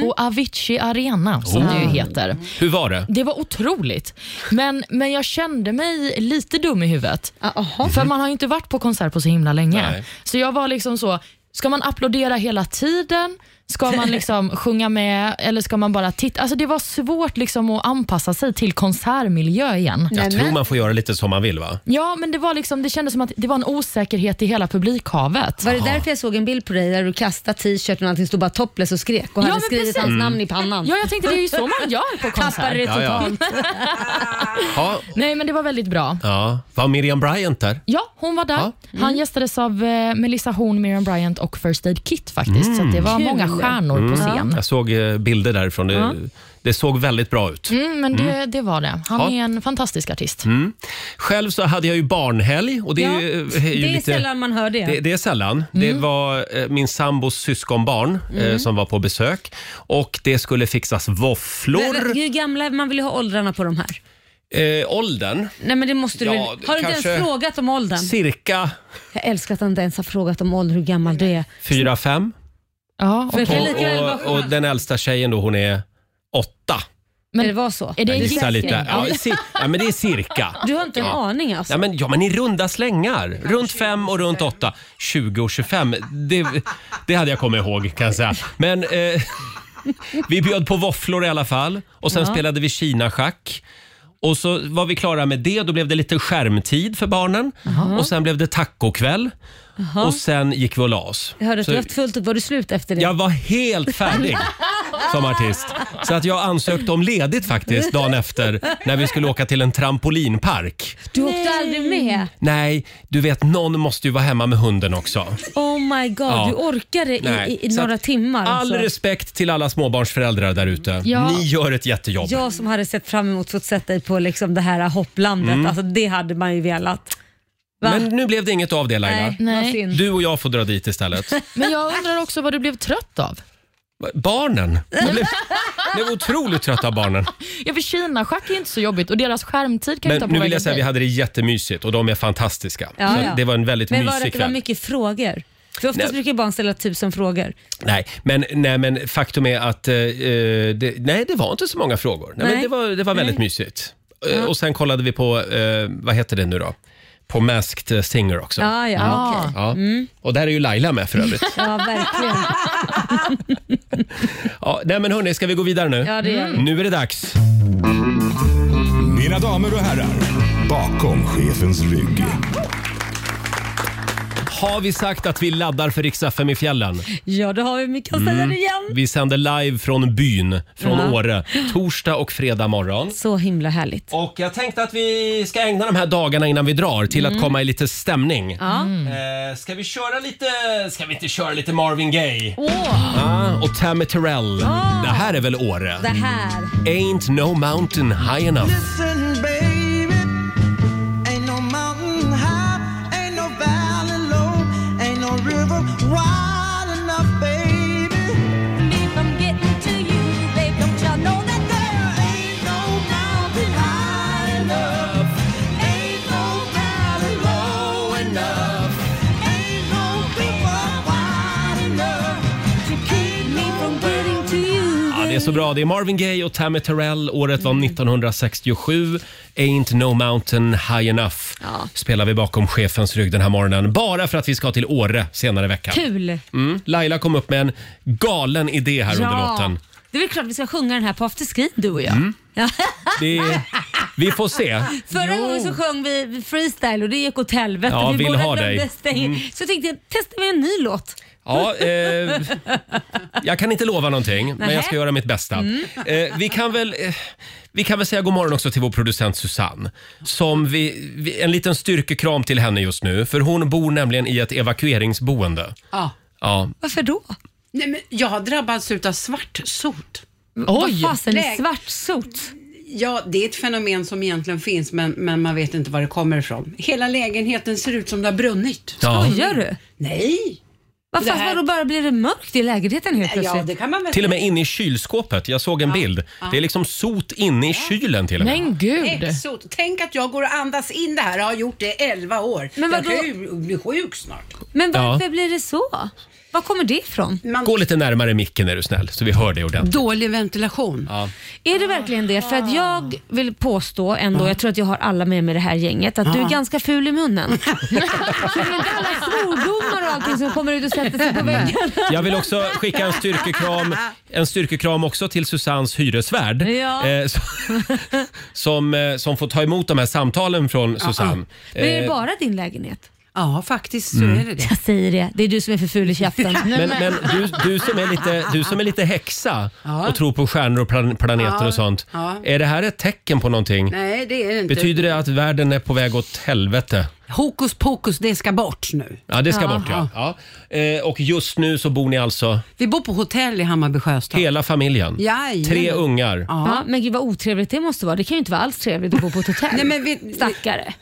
Speaker 3: på Avicii Arena, som det ju heter.
Speaker 1: Hur var det?
Speaker 3: Det var otroligt, men, men jag kände mig lite dum i huvudet.
Speaker 2: Ja, Ah, aha.
Speaker 3: För man har ju inte varit på konsert på så himla länge.
Speaker 1: Nej.
Speaker 3: Så jag var liksom så, ska man applådera hela tiden? Ska man liksom sjunga med eller ska man bara titta? Alltså det var svårt liksom att anpassa sig till konsertmiljö igen.
Speaker 1: Jag
Speaker 2: Nej,
Speaker 1: tror
Speaker 2: men-
Speaker 1: man får göra lite som man vill va?
Speaker 3: Ja, men det, var liksom, det kändes som att det var en osäkerhet i hela publikhavet.
Speaker 2: Var det därför jag såg en bild på dig där du kastade t-shirten och allting stod bara topless och skrek och
Speaker 3: Ja,
Speaker 2: hade
Speaker 3: men
Speaker 2: skrivit
Speaker 3: precis.
Speaker 2: hans
Speaker 1: Mm.
Speaker 2: namn i pannan?
Speaker 3: Ja, jag tänkte det är ju så man gör på
Speaker 2: Tappade det
Speaker 3: konsert.
Speaker 1: Ja, ja.
Speaker 2: totalt.
Speaker 1: [LAUGHS] Ja,
Speaker 3: Nej, men det var väldigt bra.
Speaker 1: ja. var Miriam Bryant där?
Speaker 3: Ja, hon var där.
Speaker 1: Ja. Mm.
Speaker 3: Han gästades av eh, Melissa Horn, Miriam Bryant och First Aid Kit faktiskt. Så att det
Speaker 1: Mm.
Speaker 3: var många stjärnor på scen.
Speaker 1: Jag såg eh, bilder därifrån. Det, det såg väldigt bra ut.
Speaker 3: Mm, men det, det var det. Han
Speaker 1: Ja. Mm.
Speaker 3: är en fantastisk artist.
Speaker 1: Själv så hade jag ju barnhelg och det är ju, eh,
Speaker 2: Ja,
Speaker 1: är ju
Speaker 2: det är
Speaker 1: lite...
Speaker 2: sällan Mm. man hör det.
Speaker 1: Det, det är sällan. Det var eh, min sambos syskonbarn
Speaker 2: Mm.
Speaker 1: eh, som var på besök och det skulle fixas
Speaker 2: Men, men,
Speaker 1: våfflor.
Speaker 2: hur gamla, man vill ju ha åldrarna på de här.
Speaker 1: Eh, åldern?
Speaker 2: Nej men det måste du
Speaker 1: Ja,
Speaker 2: väl- Har du inte
Speaker 1: kanske-
Speaker 2: ens frågat om åldern?
Speaker 1: Cirka
Speaker 2: Jag älskar att han inte ens har frågat om ålder, hur gammal du är.
Speaker 1: 4-5.
Speaker 3: Ja, och,
Speaker 2: För det kan lika väl vara
Speaker 1: Och, och, och den äldsta tjejen då, hon är åtta.
Speaker 2: men det var så.
Speaker 3: är det en
Speaker 1: Gissa
Speaker 3: gissning?
Speaker 1: lite. Ja, cir- ja, men det är cirka.
Speaker 2: Du har inte en aning alltså?
Speaker 1: Ja men, ja, men i runda slängar. Runt fem och runt åtta. 20 och 25. Det, det hade jag kommit ihåg kan jag säga. Men eh, vi bjöd på våfflor i alla fall. Och sen spelade vi kinaschack. Och så var vi klara med det. Då blev det lite skärmtid för barnen. Och sen blev det tacokväll. Och sen gick vi och la oss.
Speaker 2: Jag hörde att
Speaker 1: Så-
Speaker 2: du var fullt upp. Var du slut efter det?
Speaker 1: jag var helt färdig som artist. Så att jag ansökte om ledigt faktiskt dagen efter när vi skulle åka till en trampolinpark.
Speaker 2: Du åkte aldrig med?
Speaker 1: Nej, du vet någon måste ju vara hemma med hunden också.
Speaker 2: Oh my god,
Speaker 1: Ja.
Speaker 2: du orkade i,
Speaker 1: Nej.
Speaker 2: i, i
Speaker 1: Så
Speaker 2: några
Speaker 1: att
Speaker 2: timmar.
Speaker 1: All
Speaker 2: Alltså.
Speaker 1: respekt till alla småbarnsföräldrar där ute.
Speaker 3: Ja.
Speaker 1: Ni gör ett jättejobb.
Speaker 2: Jag som hade sett fram emot att få sett dig på liksom det här hopplandet, alltså, det hade man ju velat. Va?
Speaker 1: Mm. Men nu blev det inget av det Laila.
Speaker 2: nej, nej.
Speaker 3: Nej.
Speaker 2: vad synd.
Speaker 1: Du och jag får dra dit istället.
Speaker 3: Men jag undrar också vad du blev trött av.
Speaker 1: Barnen. Jag
Speaker 2: [LAUGHS]
Speaker 1: blev, jag blev otroligt trött av barnen.
Speaker 3: Ja, för Kina-schack är inte så jobbigt och deras skärmtid kan ju ta
Speaker 1: Men nu
Speaker 3: på
Speaker 1: vill
Speaker 3: vägen
Speaker 1: jag säga att vi
Speaker 3: dit.
Speaker 1: hade det jättemysigt och de är fantastiska.
Speaker 2: Ja,
Speaker 1: Så
Speaker 2: ja.
Speaker 1: Det var en väldigt
Speaker 2: Men var det
Speaker 1: mysig
Speaker 2: att det var
Speaker 1: kväll.
Speaker 2: mycket frågor? För oftast
Speaker 1: Nej.
Speaker 2: brukar barn ställa tusen frågor.
Speaker 1: Nej men, nej, men faktum är att eh, eh, det, nej, det var inte så många frågor. Nej, Men
Speaker 2: Nej.
Speaker 1: det, var, det var väldigt mysigt. Eh, Och sen kollade vi på, eh, vad heter det nu då? På Masked Singer också.
Speaker 2: Ah, Ja, ja, Mm.
Speaker 3: Ja.
Speaker 2: okej.
Speaker 1: Ja. Och där är ju Laila med för
Speaker 2: [LAUGHS]
Speaker 1: övrigt.
Speaker 2: Ja, verkligen.
Speaker 1: ja, nej men hörni, ska vi gå vidare nu?
Speaker 2: Ja, det gör vi.
Speaker 1: Nu är det dags.
Speaker 6: Mina damer och herrar, bakom chefens rygg.
Speaker 1: Har vi sagt att vi laddar för riks i fjällen?
Speaker 2: Ja, det har vi. Vi kan
Speaker 1: Mm.
Speaker 2: säga det igen.
Speaker 1: Vi sänder live från byn, från
Speaker 2: Ja.
Speaker 1: Åre, torsdag och fredag morgon.
Speaker 2: Så himla härligt.
Speaker 1: Och jag tänkte att vi ska ägna de här dagarna innan vi drar till
Speaker 2: Mm.
Speaker 1: att komma i lite stämning.
Speaker 2: Ja.
Speaker 1: Eh, ska vi köra lite, ska vi inte köra lite Marvin Gaye?
Speaker 2: Åh, Ah.
Speaker 1: Ah, och Tammy Terrell. Det här är väl Åre?
Speaker 2: det här.
Speaker 1: Ain't no mountain high enough.
Speaker 7: Listen, baby. Ain't no mountain high, ain't no valley low, ain't no river wide enough, baby.
Speaker 8: me from getting to you, babe. Don't y'all know that
Speaker 7: There
Speaker 8: there
Speaker 7: ain't no mountain high enough, ain't no valley low enough, ain't no river wide enough to keep me from getting
Speaker 1: är så bra. Det är Marvin Gaye och Tammy Terrell. Året
Speaker 2: Mm.
Speaker 1: var 1967. Ain't no mountain high enough
Speaker 2: Ja.
Speaker 1: spelar vi bakom chefens rygg den här morgonen. Bara för att vi ska till Åre senare i veckan.
Speaker 2: Kul!
Speaker 1: Mm. Laila kom upp med en galen idé här under låten. Mm.
Speaker 2: Det är väl klart vi ska sjunga den här på afterscreen du och jag. Ja. [LAUGHS]
Speaker 1: Det är, vi får se.
Speaker 2: Förra gången så sjöng vi freestyle och det gick åt helvete.
Speaker 1: Ja,
Speaker 2: vi
Speaker 1: vill
Speaker 2: båda
Speaker 1: ha
Speaker 2: glömde
Speaker 1: dig. Mm.
Speaker 2: stänga. Så jag tänkte testar vi en ny låt.
Speaker 1: Ja, eh, jag kan inte lova någonting, men
Speaker 2: Nähä. Mm.
Speaker 1: jag ska göra mitt bästa. Eh, vi, kan väl, eh, vi kan väl säga god morgon också till vår producent Susanne. Som vi, vi, en liten styrkekram till henne just nu, för hon bor nämligen i ett evakueringsboende.
Speaker 9: Ja.
Speaker 1: Ja,
Speaker 2: Varför då?
Speaker 9: Nej, men jag har drabbats utav svartsot.
Speaker 2: Oj! Vad fasen är
Speaker 9: Lägg.
Speaker 2: svartsot?
Speaker 9: Ja, det är ett fenomen som egentligen finns, men, men man vet inte var det kommer ifrån. Hela lägenheten ser ut som det har brunnit.
Speaker 1: ja.
Speaker 2: Skojar du?
Speaker 9: Nej!
Speaker 2: Vad
Speaker 9: Det
Speaker 2: fan,
Speaker 9: här-
Speaker 2: vadå bara blir det mörkt i lägenheten helt
Speaker 9: Ja,
Speaker 2: plötsligt?
Speaker 9: det kan man väl
Speaker 1: Till och med inne i kylskåpet. Jag såg en bild. Det är liksom sot inne i kylen till och med.
Speaker 3: Men gud.
Speaker 9: Exot. Tänk att jag går och andas in det här. Jag har gjort det i 11 år.
Speaker 2: Men
Speaker 9: jag
Speaker 2: vadå?
Speaker 9: kan ju bli sjuk snart.
Speaker 2: Men varför
Speaker 1: Ja.
Speaker 2: blir det så? Var kommer det ifrån?
Speaker 9: Man...
Speaker 1: Gå lite närmare micken är du snäll, så vi hör dig ordentligt.
Speaker 9: Dålig ventilation.
Speaker 2: Är det verkligen det? För att jag vill påstå ändå, jag tror att jag har alla med mig i det här gänget, att du är ganska ful i munnen.
Speaker 9: [LAUGHS]
Speaker 2: Så det är inte alla svordomar och allting som kommer ut och sätter sig på väggen.
Speaker 1: Jag vill också skicka en styrkekram, en styrkekram också till Susannes hyresvärd.
Speaker 2: Ja.
Speaker 1: eh, som, som, eh, som får ta emot de här samtalen från Susanne.
Speaker 2: Men är det
Speaker 1: Eh,
Speaker 2: bara din lägenhet?
Speaker 9: Ja, faktiskt så
Speaker 1: Mm.
Speaker 9: är det det.
Speaker 2: Jag säger det, det är du som är för ful i käften.
Speaker 1: [LAUGHS] Men, men du, du, som är lite, du som är lite häxa och tror på stjärnor och plan, planeter och sånt.
Speaker 9: Ja.
Speaker 1: Är det här ett tecken på någonting?
Speaker 9: Nej, det är det inte.
Speaker 1: Betyder det att världen är på väg åt helvete?
Speaker 9: Hokus pokus, det ska bort nu.
Speaker 1: Ja, det ska bort ja. ja. Eh, och just nu så bor ni alltså,
Speaker 9: Vi bor på hotell i Hammarby Sjöstad.
Speaker 1: hela familjen?
Speaker 9: Jajamän.
Speaker 1: Tre ungar?
Speaker 2: Ja, men gud vad otrevligt det måste vara. Det kan ju inte vara alls trevligt att bo på ett hotell.
Speaker 9: Nej, men vi-
Speaker 2: Stackare.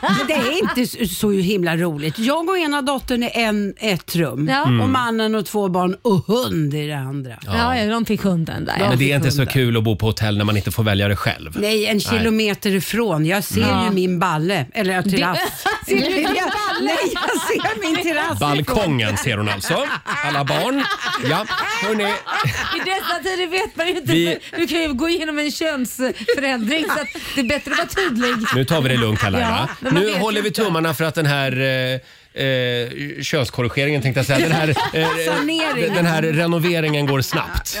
Speaker 9: Men det är inte så- så himla roligt. Jag och ena dottern i en, ett rum
Speaker 2: Ja. Mm.
Speaker 9: och mannen och två barn och hund i det andra.
Speaker 2: Ja, ja, de fick hunden där.
Speaker 1: Men
Speaker 2: Ja.
Speaker 1: det är inte så kul att bo på hotell när man inte får välja det själv.
Speaker 9: Nej, en kilometer ifrån. Jag ser ju min balle, eller jag terrass. Ser du min balle? Nej, jag ser min terrass.
Speaker 1: Balkongen ser hon alltså. Alla barn. Ja, hörni.
Speaker 2: I dessa tider vet man ju inte.
Speaker 1: Vi-
Speaker 2: Du kan ju gå igenom en könsförändring så att det är bättre att vara tydlig.
Speaker 1: Nu tar vi det lugnt här Laila.
Speaker 2: Ja, men man
Speaker 1: Nu
Speaker 2: vet
Speaker 1: håller
Speaker 2: ju
Speaker 1: vi tummarna för att den här eh, eh, könskorrigeringen tänkte jag säga. Den här, eh,
Speaker 9: Sanering.
Speaker 1: den här renoveringen går snabbt.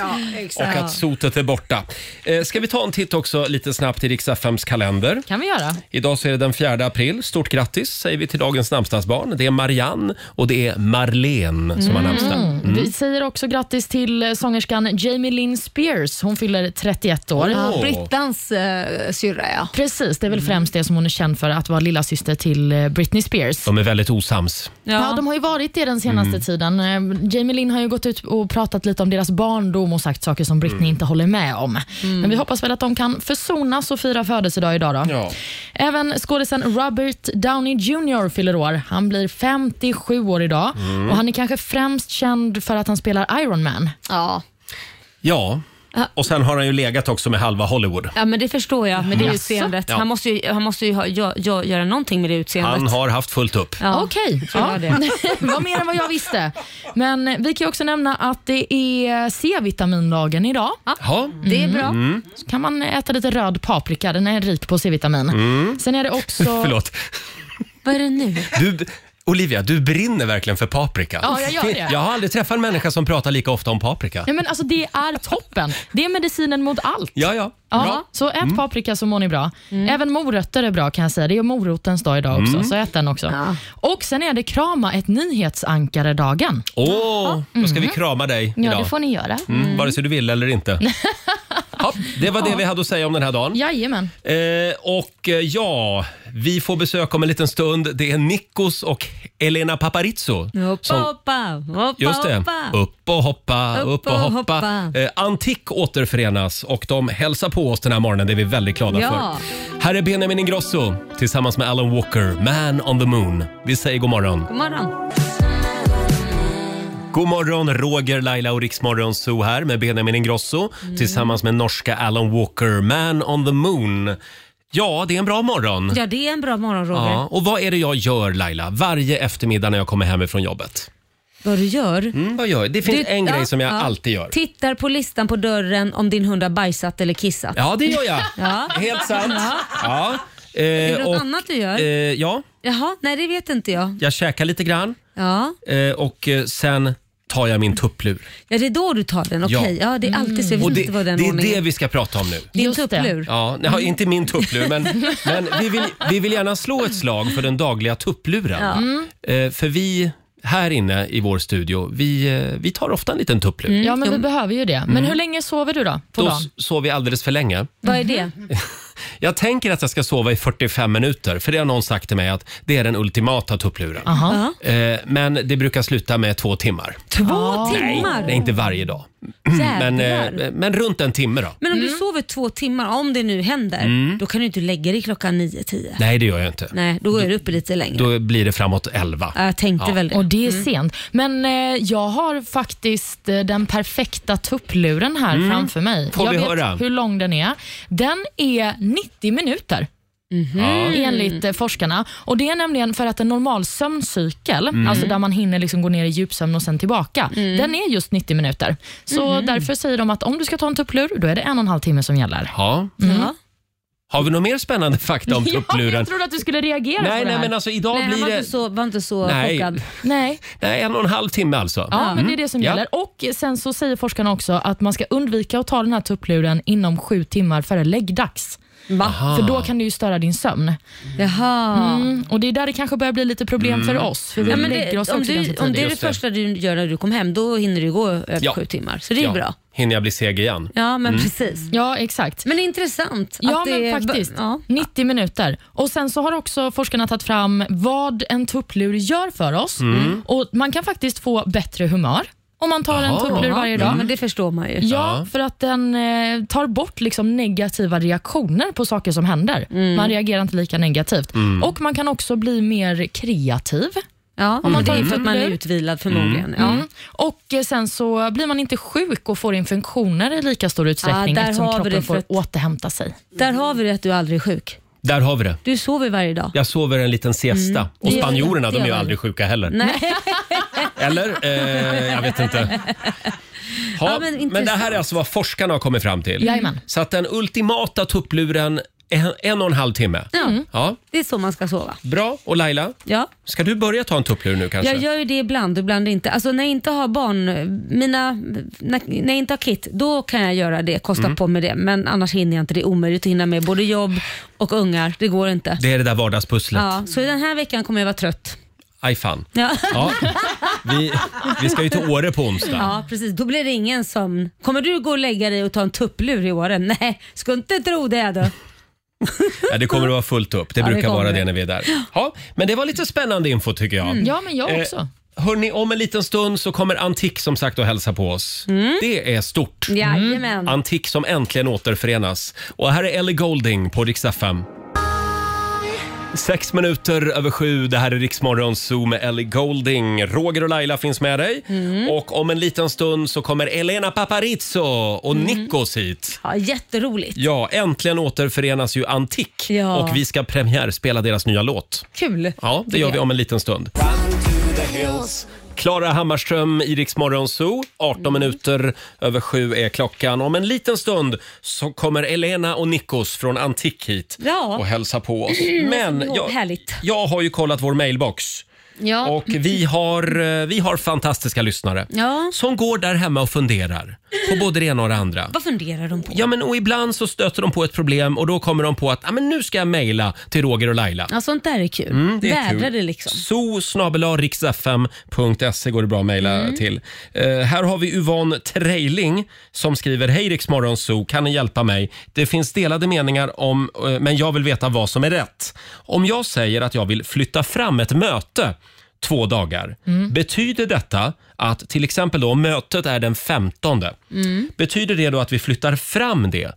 Speaker 1: Och att sotet är borta. Eh, ska vi ta en titt också lite snabbt i Rix FMs kalender?
Speaker 3: Kan vi göra?
Speaker 1: Idag så är det den 4 april. Stort grattis säger vi till dagens namnsdagsbarn. Det är Marianne och det är Marlene som har namnsdag.
Speaker 2: Mm.
Speaker 3: Vi säger också grattis till eh, sångerskan Jamie Lynn Spears. Hon fyller 31 år.
Speaker 1: Åh.
Speaker 2: Brittans uh, syrra ja.
Speaker 3: Precis, det är väl främst det som hon är känd för, att vara lilla syster till eh, Britney Spears.
Speaker 1: De är väldigt osams.
Speaker 3: Ja. de har ju varit det den senaste tiden. Eh, Jamie Lynn har ju gått ut och pratat lite om deras barndom och sagt saker som Britney inte håller med om. Men vi hoppas väl att de kan försonas och fira födelsedag idag. Då.
Speaker 1: Ja.
Speaker 3: Även skådisen Robert Downey Jr fyller år. Han blir 57 år idag och han är kanske främst känd för att han spelar Iron Man.
Speaker 2: ja.
Speaker 1: Ja, och sen har han ju legat också med halva Hollywood.
Speaker 2: Ja men det förstår jag med det utseendet.
Speaker 1: Ja.
Speaker 2: Han måste ju, han måste ju ha, gö, gö, göra någonting med det utseendet.
Speaker 1: Han har haft fullt upp.
Speaker 2: Ja.
Speaker 3: Okej,
Speaker 2: så
Speaker 3: ja.
Speaker 2: var det.
Speaker 3: [LAUGHS] var mer än vad jag visste. Men eh, vi kan ju också nämna att det är C-vitamindagen idag.
Speaker 1: Ja.
Speaker 2: Det är bra.
Speaker 9: Mm.
Speaker 3: Så kan man äta lite röd paprika, den är rik på C-vitamin. Sen är det också...
Speaker 1: Mm. [LAUGHS] Förlåt.
Speaker 2: Vad är det nu?
Speaker 1: Du, Olivia, du brinner verkligen för paprika.
Speaker 3: Ja, jag gör det.
Speaker 1: Jag har aldrig träffat en människa som pratar lika ofta om paprika.
Speaker 3: Nej, men alltså, det är toppen. Det är medicinen mot allt.
Speaker 1: Ja, Mm. ja.
Speaker 3: Ja, så ät paprika så mår ni bra. Även morötter är bra kan jag säga. Det är morotens dag idag
Speaker 1: Mm.
Speaker 3: också, så ät den också. Och sen är det krama ett nyhetsankare-dagen.
Speaker 1: Åh, då ska vi krama dig
Speaker 3: Ja,
Speaker 1: idag.
Speaker 3: det får ni göra.
Speaker 1: Mm, vare sig du vill eller inte. Ja, det var det vi hade att säga om den här dagen.
Speaker 3: Jajamän.
Speaker 1: Eh, och eh, ja, vi får besök om en liten stund. Det är Nikos och Elena Paparizou.
Speaker 2: Hoppa,
Speaker 1: som-
Speaker 2: hoppa, hoppa,
Speaker 1: Just det.
Speaker 2: hoppa.
Speaker 1: Upp och hoppa, upp och hoppa.
Speaker 2: hoppa.
Speaker 1: Eh, Antik återförenas och de hälsar på oss den här morgonen. Det är vi väldigt glada
Speaker 2: Ja.
Speaker 1: för. Här är Benjamin Ingrosso tillsammans med Alan Walker, Man on the Moon. Vi säger god morgon.
Speaker 2: God morgon.
Speaker 1: God morgon, Roger, Laila och Riksmorgon Zoo här med Benjamin Ingrosso
Speaker 2: Mm.
Speaker 1: tillsammans med norska Alan Walker, Man on the Moon. Ja, det är en bra morgon.
Speaker 2: Ja det är en bra morgon Roger.
Speaker 1: Ja, och vad är det jag gör Laila varje eftermiddag när jag kommer hem ifrån jobbet?
Speaker 2: vad du gör.
Speaker 1: Mm, vad gör jag? Det finns
Speaker 2: Du-
Speaker 1: en
Speaker 2: ja,
Speaker 1: grej som jag
Speaker 2: ja.
Speaker 1: alltid gör.
Speaker 2: Tittar på listan på dörren om din hund har bajsat eller kissat.
Speaker 1: Ja, det gör jag.
Speaker 2: Ja.
Speaker 1: Helt sant. Ja. Eh,
Speaker 2: Är det något
Speaker 1: och,
Speaker 2: annat du gör?
Speaker 1: eh, ja,
Speaker 2: Jaha, nej det vet inte jag.
Speaker 1: jag käkar lite grann
Speaker 2: Ja,
Speaker 1: eh, och eh, sen tar jag min tupplur.
Speaker 2: ja det är då du tar den. Okej,
Speaker 1: Ja.
Speaker 2: ja. det är alltid så. Jag
Speaker 1: Och
Speaker 2: visste
Speaker 1: det,
Speaker 2: inte vad
Speaker 1: det
Speaker 2: den Mm.
Speaker 1: är
Speaker 2: ordningen
Speaker 1: det vi ska prata om nu.
Speaker 2: Din
Speaker 3: Just det.
Speaker 2: tupplur.
Speaker 1: Ja, nej, inte min tupplur, men, men vi, vill, vi vill gärna slå ett slag för den dagliga tuppluren.
Speaker 2: Ja.
Speaker 1: Eh, för vi här inne i vår studio, vi, eh, vi tar ofta en liten tupplur.
Speaker 2: Mm,
Speaker 3: Ja, men vi behöver ju det. Men hur länge sover du då på
Speaker 1: Mm. Då
Speaker 3: dagen?
Speaker 1: s- sov vi alldeles för länge.
Speaker 2: Vad är det?
Speaker 1: Jag tänker att jag ska sova i 45 minuter, för det har någon sagt till mig att det är den ultimata tuppluren.
Speaker 3: Aha.
Speaker 1: Eh, men det brukar sluta med två timmar.
Speaker 2: Två
Speaker 1: Nej,
Speaker 2: timmar?
Speaker 1: det är inte varje dag. [CLEARS THROAT]
Speaker 2: Jävlar.
Speaker 1: Men, eh, men runt en timme då.
Speaker 2: Men om du sover två timmar, om det nu händer, då kan du inte lägga dig klockan 9-10.
Speaker 1: Nej, det gör jag inte.
Speaker 2: Nej, då är du uppe lite längre.
Speaker 1: Då blir det framåt 11.
Speaker 2: Ja, jag tänkte
Speaker 1: Ja.
Speaker 2: väl det.
Speaker 3: Och det
Speaker 1: Mm.
Speaker 3: är sent. Men eh, jag har faktiskt eh, den perfekta tuppluren här framför mig.
Speaker 1: Mm. Får
Speaker 3: jag
Speaker 1: vi
Speaker 3: vet
Speaker 1: höra?
Speaker 3: hur lång den är. Den är 90 minuter.
Speaker 1: Ja. Mm.
Speaker 3: enligt eh, forskarna. Och Det är nämligen för att en normal sömncykel,
Speaker 1: Mm.
Speaker 3: alltså där man hinner liksom gå ner i djupsömn och sen tillbaka, den är just 90 minuter. Så
Speaker 1: Mm.
Speaker 3: Därför säger de att om du ska ta en tupplur, då är det en och en halv timme som gäller.
Speaker 1: Ja.
Speaker 2: Ja.
Speaker 1: Har vi något mer spännande fakta
Speaker 2: [LAUGHS]
Speaker 1: om
Speaker 3: [LAUGHS] Ja,
Speaker 1: tuppluren?
Speaker 3: jag trodde att du skulle reagera
Speaker 1: Nej,
Speaker 3: på det
Speaker 1: nej,
Speaker 3: här.
Speaker 1: men alltså idag
Speaker 2: Nej, han
Speaker 1: blir
Speaker 2: var,
Speaker 1: det...
Speaker 2: inte så, var inte så
Speaker 1: Nej.
Speaker 2: chockad.
Speaker 3: Nej.
Speaker 1: Nej, en och en halv timme alltså.
Speaker 3: Ja, men det är det som
Speaker 1: Ja.
Speaker 3: gäller. Och Sen så säger forskarna också att man ska undvika att ta den här tuppluren inom sju timmar före läggdags.
Speaker 1: Aha.
Speaker 3: För då kan det ju störa din sömn.
Speaker 2: Jaha.
Speaker 3: Mm. Och Det är där det kanske börjar bli lite problem
Speaker 1: Mm.
Speaker 3: för oss. För vi
Speaker 2: Ja, men
Speaker 3: lägger oss
Speaker 2: det, om,
Speaker 3: också
Speaker 2: du,
Speaker 3: ganska
Speaker 2: om
Speaker 3: tidigt.
Speaker 2: det är det
Speaker 1: Just det.
Speaker 2: första du gör när du kom hem, då hinner du gå över
Speaker 1: Ja.
Speaker 2: sju timmar. Så det är
Speaker 1: Ja.
Speaker 2: bra.
Speaker 1: Hinner jag bli seg igen?
Speaker 2: Ja, men precis.
Speaker 3: Ja, exakt.
Speaker 2: Men intressant.
Speaker 3: Ja,
Speaker 2: Mm. att det är-
Speaker 3: men faktiskt.
Speaker 2: Ja.
Speaker 3: 90 minuter. Och Sen så har också forskarna tagit fram vad en tupplur gör för oss. Och Man kan faktiskt få bättre humör om man tar
Speaker 1: Mm. Jaha.
Speaker 3: en tupplur varje dag.
Speaker 2: Ja, men det förstår man ju.
Speaker 3: Ja, för att den eh, tar bort liksom negativa reaktioner på saker som händer.
Speaker 2: Mm.
Speaker 3: Man reagerar inte lika negativt. Och Man kan också bli mer kreativ.
Speaker 2: Ja, om man det är
Speaker 3: tar
Speaker 2: för att man är
Speaker 3: tupplurar.
Speaker 2: utvilad förmodligen. Ja.
Speaker 3: Mm. Och eh, Sen så blir man inte sjuk och får infektioner i lika stor utsträckning
Speaker 2: där
Speaker 3: eftersom
Speaker 2: har vi det
Speaker 3: kroppen
Speaker 2: för
Speaker 3: får
Speaker 2: att- Mm.
Speaker 3: återhämta sig.
Speaker 2: Där har vi det att du aldrig är sjuk.
Speaker 1: Där har vi det.
Speaker 2: Du sover varje dag.
Speaker 1: Jag sover en liten siesta. Och
Speaker 2: Mm. Det gör-
Speaker 1: spanjorerna,
Speaker 2: det
Speaker 1: de är ju
Speaker 2: gör
Speaker 1: aldrig sjuka heller.
Speaker 2: Nej.
Speaker 1: [LAUGHS] Eller? Eh, jag vet inte. Ha,
Speaker 2: Ja, men
Speaker 1: men, det här
Speaker 2: intressant.
Speaker 1: är alltså vad forskarna har kommit fram till.
Speaker 3: Jajamän.
Speaker 1: Så att den ultimata tuppluren är en, en och en halv timme.
Speaker 2: Ja, Mm.
Speaker 1: Ja,
Speaker 2: det är så man ska sova.
Speaker 1: bra. Och Laila,
Speaker 2: Ja.
Speaker 1: ska du börja ta en tupplur nu kanske?
Speaker 2: Jag gör ju det ibland, ibland inte. Alltså när jag inte har barn, mina, när, när jag inte har kit, då kan jag göra det, kosta på mig det. Men annars hinner jag inte, det är omöjligt att hinna med både jobb och ungar. Det går inte.
Speaker 1: Det är det där vardagspusslet.
Speaker 2: Ja, så den här veckan kommer jag vara trött.
Speaker 1: Aj fan.
Speaker 2: Ja.
Speaker 1: Ja. Vi, vi ska ju till Åre på onsdag.
Speaker 2: Ja, precis. Då blir det ingen sömn. Kommer du gå och lägga dig och ta en tupplur i åren? [LAUGHS] Nej, skulle inte tro det då.
Speaker 1: Ja, det kommer att vara fullt upp. Det
Speaker 2: Ja, det
Speaker 1: brukar vara
Speaker 2: kommer. Mm.
Speaker 1: det när vi är där. Ja, men det var lite spännande info tycker jag.
Speaker 3: Ja, men jag också.
Speaker 1: Hörni, om en liten stund så kommer Antik som sagt att hälsa på oss. Det är stort. Mm.
Speaker 2: Jajamän.
Speaker 1: Antik som äntligen återförenas. Och här är Ellie Golding på riksdag 5. Sex minuter över sju, det här är Riksmorgon Zoo med Ellie Golding. Roger och Laila finns med dig. Och om en liten stund så kommer Elena Paparizou och Nikos hit.
Speaker 2: Ja, jätteroligt.
Speaker 1: Ja, äntligen återförenas ju Antik
Speaker 2: Ja.
Speaker 1: och vi ska premiärspela deras nya låt.
Speaker 2: Kul.
Speaker 1: Ja, det gör vi om en liten stund. Klara Hammarström i Rix Morgon Zoo. 18
Speaker 2: Mm.
Speaker 1: minuter över sju är klockan. Om en liten stund så kommer Elena och Nikos från Antik hit
Speaker 2: Ja. Mm,
Speaker 1: och hälsa på oss. Men
Speaker 2: Åh,
Speaker 1: jag,
Speaker 2: härligt.
Speaker 1: jag har ju kollat vår mailbox.
Speaker 2: Ja.
Speaker 1: Och vi har, eh, vi har fantastiska lyssnare
Speaker 2: Ja.
Speaker 1: som går där hemma och funderar på både det ena och det andra.
Speaker 2: Vad funderar de på?
Speaker 1: Ja, men och ibland så stöter de på ett problem och då kommer de på att ah, men nu ska jag mejla till Roger och Laila. Mm,
Speaker 2: Ja, sånt där är kul.
Speaker 1: det är
Speaker 2: Vädrar
Speaker 1: kul.
Speaker 2: det liksom.
Speaker 1: zoo.riksfm.se E går det bra att mejla
Speaker 2: Mm.
Speaker 1: till. Eh, här har vi Yvonne Trejling som skriver Hej Rix Morgon Zoo, kan ni hjälpa mig? Det finns delade meningar om, eh, men jag vill veta vad som är rätt. Om jag säger att jag vill flytta fram ett möte två dagar.
Speaker 2: Mm.
Speaker 1: Betyder detta att till exempel då om mötet är den 15
Speaker 2: Mm.
Speaker 1: betyder det då att vi flyttar fram det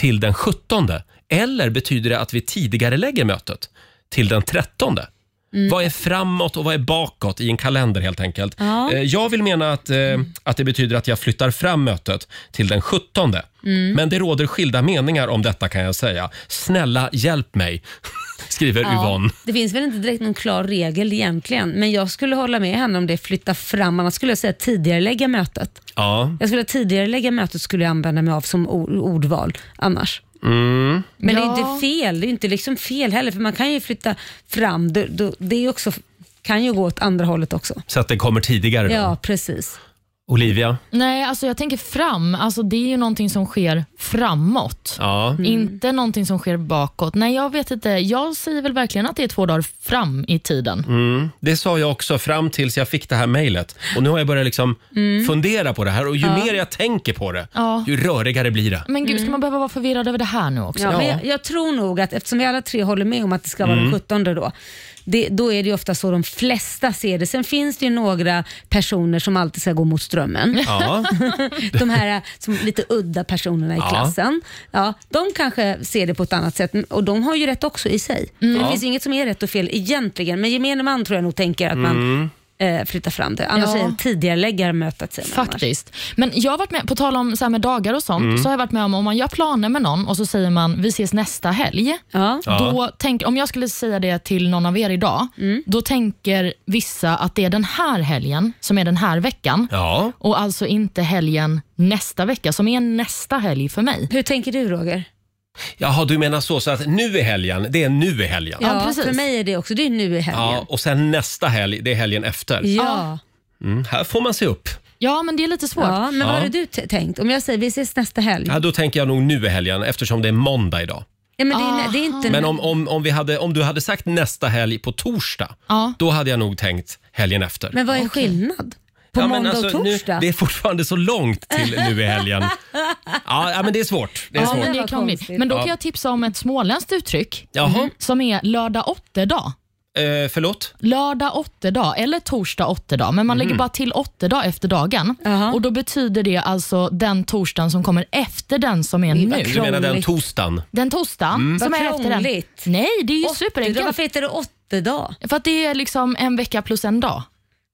Speaker 1: till den 17? Eller betyder det att vi tidigare lägger mötet till den 13?
Speaker 2: Mm.
Speaker 1: Vad är framåt och vad är bakåt i en kalender helt enkelt?
Speaker 2: Ja. Mm.
Speaker 1: Eh, Jag vill mena att, eh, att det betyder att jag flyttar fram mötet till den
Speaker 2: Mm.
Speaker 1: 17. Men det råder skilda meningar om detta kan jag säga. Snälla hjälp mig. [LAUGHS] skriver Yvonne.
Speaker 2: Det finns väl inte direkt någon klar regel egentligen, men jag skulle hålla med henne om det flytta fram. Annars skulle jag säga tidigare lägga mötet.
Speaker 1: Ja.
Speaker 2: Jag skulle tidigare lägga mötet skulle jag använda mig av som o- ordval annars. Men det är
Speaker 3: Ja.
Speaker 2: inte fel, det är inte liksom fel heller för man kan ju flytta fram. Det, det- det är ju också, kan ju gå åt andra hållet också.
Speaker 1: Så att den kommer tidigare då.
Speaker 2: Ja, precis.
Speaker 1: Olivia?
Speaker 3: Nej, alltså jag tänker fram. Alltså det är ju någonting som sker framåt.
Speaker 1: Ja.
Speaker 2: Mm.
Speaker 3: Inte någonting som sker bakåt. Nej, jag vet inte. Jag säger väl verkligen att det är två dagar fram i tiden.
Speaker 1: Det sa jag också fram tills jag fick det här mejlet. Och nu har jag börjat liksom fundera på det här och ju mer jag tänker på det,
Speaker 3: Ja.
Speaker 1: ju rörigare blir det.
Speaker 3: Men gud, ska man behöva vara förvirrad över det här nu också?
Speaker 2: Mm. Ja, Men
Speaker 1: Ja.
Speaker 2: jag, jag tror nog att eftersom vi alla tre håller med om att det ska vara den 17 då, det, då är det ju ofta så de flesta ser det. Sen finns det ju några personer som alltid ska gå mot strömmen.
Speaker 1: Ja. [LAUGHS]
Speaker 2: De här eh, som lite udda personerna i
Speaker 1: Ja.
Speaker 2: klassen. Ja, de kanske ser det på ett annat sätt och de har ju rätt också i sig.
Speaker 1: Mm.
Speaker 2: För det finns ju inget som är rätt och fel egentligen, men gemene man tror jag nog tänker att man
Speaker 1: Mm.
Speaker 2: eh, flyttar fram det. Annars
Speaker 3: Ja.
Speaker 2: är en tidigareläggare mötet sen. annars.
Speaker 3: Faktiskt. Men jag har varit med, på tal om, så här med dagar och
Speaker 1: Mm.
Speaker 3: sånt, så har jag varit med om om man gör planer med någon och så säger man vi ses nästa helg.
Speaker 2: Ja.
Speaker 3: Då tänk, om jag skulle säga det till någon av er idag,
Speaker 2: Mm.
Speaker 3: då tänker vissa att det är den här helgen som är den här veckan
Speaker 1: ja.
Speaker 3: och alltså inte helgen nästa vecka som är nästa helg för mig.
Speaker 2: Hur tänker du Roger?
Speaker 1: Jaha, du menar så, så att nu är helgen, det är nu i helgen.
Speaker 2: Ja,
Speaker 3: precis.
Speaker 2: För mig är det också, det är nu i helgen.
Speaker 1: Ja, och sen nästa helg, det är helgen efter.
Speaker 2: ja.
Speaker 1: Mm, här får man se upp.
Speaker 3: Ja, men det är lite svårt.
Speaker 2: Ja, men
Speaker 1: Ja.
Speaker 2: vad hade du t- tänkt? Om jag säger vi ses nästa helg.
Speaker 1: Ja, då tänker jag nog nu i helgen eftersom det är måndag idag.
Speaker 2: Ja, men det, är, det är inte...
Speaker 1: Ah. Men om, om, om, vi hade, om du hade sagt nästa helg på torsdag,
Speaker 3: Ja.
Speaker 1: då hade jag nog tänkt helgen efter.
Speaker 2: men vad är skillnad? På
Speaker 1: Ja, men
Speaker 2: måndag
Speaker 1: alltså,
Speaker 2: och torsdag?
Speaker 1: Nu, det är fortfarande så långt till nu i helgen. Ja, ja men det är svårt. Det är
Speaker 3: Ja,
Speaker 1: svårt.
Speaker 3: men, det
Speaker 2: Det
Speaker 3: är
Speaker 2: var
Speaker 3: krångligt.
Speaker 2: konstigt.
Speaker 3: men då
Speaker 1: Ja.
Speaker 3: kan jag tipsa om ett småländskt uttryck
Speaker 1: Jaha,
Speaker 3: som är lördag åttedag.
Speaker 1: eh, förlåt?
Speaker 3: Lördag åttedag eller torsdag åttedag, men man
Speaker 2: Mhm.
Speaker 3: lägger bara till åttedag efter dagen.
Speaker 2: Jaha.
Speaker 3: Och Då betyder det alltså den torsdagen som kommer efter den som är
Speaker 2: vad
Speaker 3: nu.
Speaker 1: Du menar den
Speaker 2: Krångligt. Mm.
Speaker 1: torsdagen?
Speaker 3: Den torsdagen som
Speaker 2: Vad
Speaker 3: är efter den.
Speaker 2: krångligt.
Speaker 3: Nej, det är ju
Speaker 2: Åttedag,
Speaker 3: superenkelt.
Speaker 2: Varför heter det
Speaker 1: Mm.
Speaker 2: åttedag?
Speaker 3: För att det är liksom en vecka plus en dag.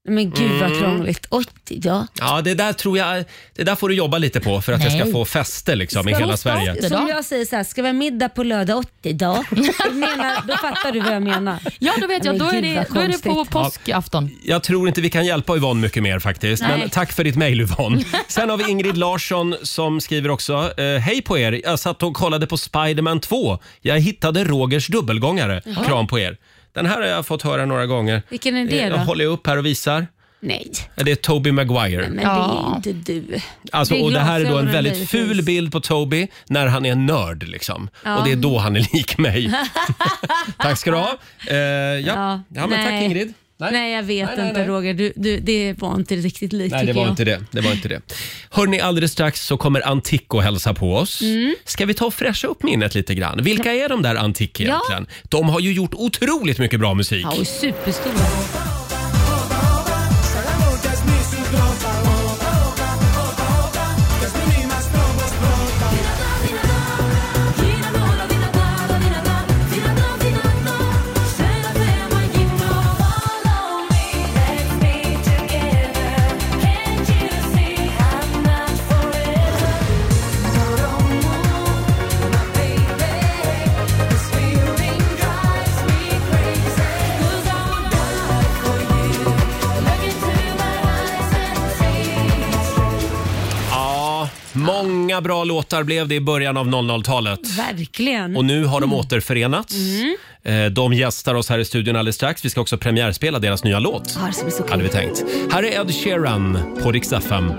Speaker 2: Men gud
Speaker 10: Mm.
Speaker 2: vad krångligt. Åttedag.
Speaker 1: Ja, det där tror jag... Det där får du jobba lite på för att jag ska
Speaker 3: Nej.
Speaker 1: få fäste liksom i
Speaker 2: Ska-
Speaker 1: hela
Speaker 2: Åtta-
Speaker 1: Sverige.
Speaker 2: Som
Speaker 3: Åttedag.
Speaker 2: jag säger så här, ska vi ha middag på lördag [LAUGHS] åttedag? Jag menar, då fattar du vad jag menar.
Speaker 3: Ja, då vet jag.
Speaker 2: Men
Speaker 3: Då är
Speaker 2: gud,
Speaker 3: det,
Speaker 2: vad
Speaker 3: då är det på
Speaker 2: konstigt.
Speaker 3: påskafton.
Speaker 1: Jag tror inte vi kan hjälpa Yvonne mycket mer faktiskt. Men
Speaker 2: Nej.
Speaker 1: tack för ditt mejl
Speaker 2: [LAUGHS]
Speaker 1: Yvonne. Sen har vi Ingrid Larsson som skriver också. Eh, Hej på er! Jag satt och kollade på Spiderman 2. Jag hittade Rogers dubbelgångare. Kram på er. Den här har jag fått höra några gånger.
Speaker 2: Vilken är det
Speaker 1: Eh,
Speaker 2: då?
Speaker 1: Jag håller upp här och visar.
Speaker 2: Nej,
Speaker 1: Det är Toby Maguire.
Speaker 2: men
Speaker 3: Ja.
Speaker 2: det är inte du.
Speaker 1: Alltså,
Speaker 2: Det är
Speaker 1: och det här är då en
Speaker 2: glasögonen
Speaker 1: väldigt
Speaker 2: möjligtvis.
Speaker 1: ful bild på Toby när han är nörd. Liksom. Och det är då han är lik
Speaker 2: [LAUGHS]
Speaker 1: mig. tack ska du ha. Eh, ja. Ja. men tack
Speaker 2: nej.
Speaker 1: Ingrid.
Speaker 2: Nej, jag vet
Speaker 1: Nej, nej,
Speaker 2: inte
Speaker 1: nej.
Speaker 2: Roger. Du, du, det var inte riktigt likt
Speaker 1: Nej, det
Speaker 2: tycker
Speaker 1: var
Speaker 2: jag.
Speaker 1: inte det. det, var inte det. Hörni, alldeles strax så kommer Antico hälsa på oss.
Speaker 2: Mm.
Speaker 1: Ska vi ta och fräscha upp minnet lite grann? Vilka är de där Antico egentligen? De har ju gjort otroligt mycket bra musik.
Speaker 2: Ja, och superstora.
Speaker 1: Ja, många bra låtar blev det i början av 00-talet.
Speaker 2: Verkligen.
Speaker 1: Och nu har de
Speaker 2: Mm.
Speaker 1: återförenats. Eh, De gästar oss här i studion alldeles strax. Vi ska också premiärspela deras nya låt.
Speaker 2: Ja, det ska bli så kul.
Speaker 1: Hade vi tänkt. Här är Ed Sheeran på Rix FM.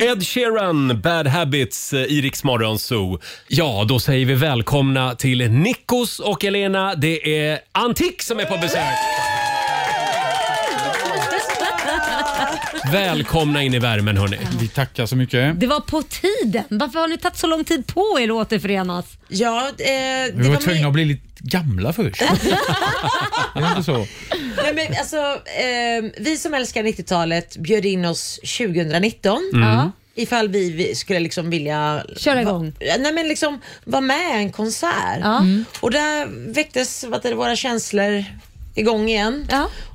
Speaker 1: Ed Sheeran, Bad Habits eh, i Rix Morgon Zoo. Ja, då säger vi välkomna till Nikos och Elena. Det är Antik som är på besök.
Speaker 2: [LAUGHS]
Speaker 1: Välkomna in i värmen hörni.
Speaker 10: Vi tackar så mycket.
Speaker 2: Det var på tiden. Varför har ni tagit så lång tid på er att återförenas?
Speaker 11: Ja, eh, det
Speaker 10: Vi var
Speaker 11: var
Speaker 10: tvungna
Speaker 11: mer,
Speaker 10: att bli lite
Speaker 11: [LAUGHS]
Speaker 10: gamla först. Är det inte så?
Speaker 11: nej, men alltså, eh, vi som älskar 90-talet bjöd in oss 2019.
Speaker 10: Mm.
Speaker 1: Mm.
Speaker 2: Ja.
Speaker 11: Ifall vi vi skulle liksom vilja
Speaker 2: Köra igång. Mm,
Speaker 11: Va, nej men liksom vara med i en konsert.
Speaker 2: Ja.
Speaker 11: Och där väcktes vad heter det, våra känslor igång igen.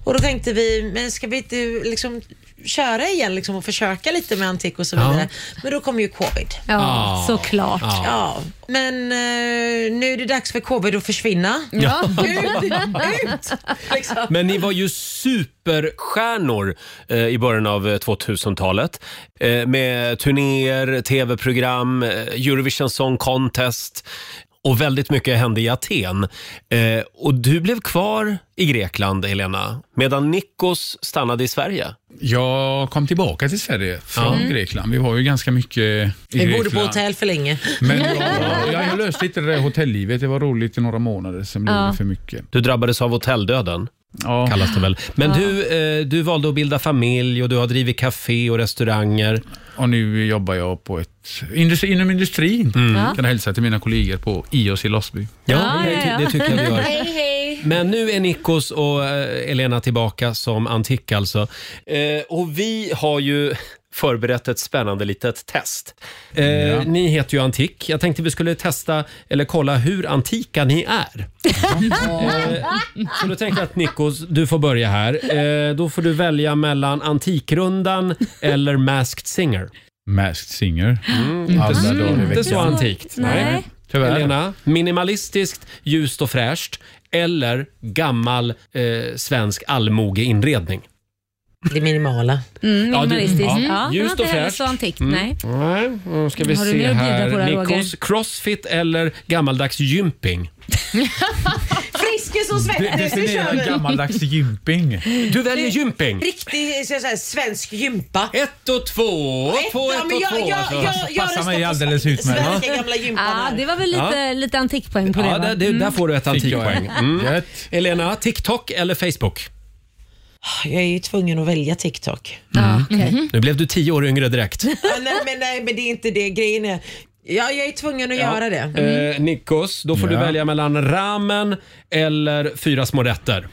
Speaker 11: Och då tänkte vi, men ska vi inte liksom köra igen liksom och försöka lite med antik och så
Speaker 2: Ja.
Speaker 11: vidare. Men då kom ju covid.
Speaker 2: Ja, Ah. såklart.
Speaker 11: Ja. Men eh, nu är det dags för covid att försvinna.
Speaker 1: Ja.
Speaker 11: Ut, ut! Liksom.
Speaker 1: Men ni var ju superstjärnor eh, i början av eh, 2000-talet. Eh, med turnéer, tv-program, eh, Eurovision Song Contest och väldigt mycket hände i Aten. Eh, och du blev kvar i Grekland, Helena, medan Nikos stannade i Sverige.
Speaker 10: Jag kom tillbaka till Sverige från
Speaker 11: Mm.
Speaker 10: Grekland. Vi var ju ganska mycket i
Speaker 11: Vi bodde på
Speaker 10: Grekland.
Speaker 11: hotell för länge. [LAUGHS]
Speaker 10: Men jag, jag, jag löste inte det där hotelllivet. Det var roligt i några månader, sen blev
Speaker 11: Ja.
Speaker 10: det för mycket.
Speaker 1: Du drabbades av hotelldöden. Kallas det väl. Men
Speaker 10: Ja.
Speaker 1: du, eh, du valde att bilda familj och du har drivit café och restauranger.
Speaker 10: Och nu jobbar jag på ett... Industri, inom industrin
Speaker 1: Ja.
Speaker 10: kan jag hälsa till mina kollegor på IOC i Lossby.
Speaker 1: Ja, Ja, det- ja, ja. det tycker jag vi gör. Hej,
Speaker 2: hej.
Speaker 1: Men nu är Nikos och eh, Elena tillbaka som antik alltså. Eh, och vi har ju [LAUGHS] förberett ett spännande litet test. Eh, Ni heter ju Antik. Jag tänkte vi skulle testa eller kolla hur antika ni är. Eh, Så då tänker jag att Nikos, du får börja här. Eh, Då får du välja mellan Antikrundan eller Masked Singer.
Speaker 10: Masked Singer.
Speaker 1: Mm,
Speaker 10: Alla
Speaker 1: inte, så-
Speaker 10: dagar i
Speaker 1: inte
Speaker 10: veckan.
Speaker 1: så antikt.
Speaker 10: Mm. Nej. Tyvärr.
Speaker 1: Helena, minimalistiskt, ljust och fräscht eller gammal eh, svensk allmogeinredning?
Speaker 11: Det minimala.
Speaker 2: Mm, minimalistiskt. Ja,
Speaker 1: Ja,
Speaker 2: du,
Speaker 1: du-
Speaker 2: ja. det
Speaker 1: Ljust och
Speaker 2: var inte heller
Speaker 1: fräscht.
Speaker 2: så antikt.
Speaker 1: Mm.
Speaker 2: Nej.
Speaker 1: Nej, nu ska vi
Speaker 2: Har du
Speaker 1: se
Speaker 2: mer att bjuda på då,
Speaker 1: här.
Speaker 2: Roger?
Speaker 1: Nikos, crossfit eller gammaldags gymping?
Speaker 11: Friskis och svettig, så kör vi.
Speaker 10: Deciderat gammaldags gymping.
Speaker 1: Du väljer gymping.
Speaker 11: Riktig så jag säger, svensk gympa.
Speaker 1: Ett och två. Två, ett och
Speaker 11: jag,
Speaker 1: två,
Speaker 11: Jag,
Speaker 1: alltså.
Speaker 11: jag, jag,
Speaker 1: Passar
Speaker 11: röstar
Speaker 1: mig
Speaker 11: på
Speaker 1: alldeles
Speaker 11: sven-
Speaker 1: utmärkt.
Speaker 11: Svenska
Speaker 1: Ja.
Speaker 11: gamla gympan
Speaker 2: Ja,
Speaker 11: här.
Speaker 2: det var väl lite, lite antikpoäng på det.
Speaker 1: Ja,
Speaker 2: va?
Speaker 1: där, det, där
Speaker 2: Mm.
Speaker 1: får du ett antikpoäng.
Speaker 10: Fick jag en.
Speaker 1: Mm. Elena, TikTok eller Facebook?
Speaker 11: Jag är ju tvungen att välja TikTok.
Speaker 1: Nu blev du tio år yngre direkt.
Speaker 11: Ja, nej, men, nej, men det är inte det. Grejen är, ja, jag är tvungen att göra det.
Speaker 1: Eh,
Speaker 2: Mm.
Speaker 1: Nikos, då får du
Speaker 10: Ja.
Speaker 1: välja mellan ramen eller fyra små rätter.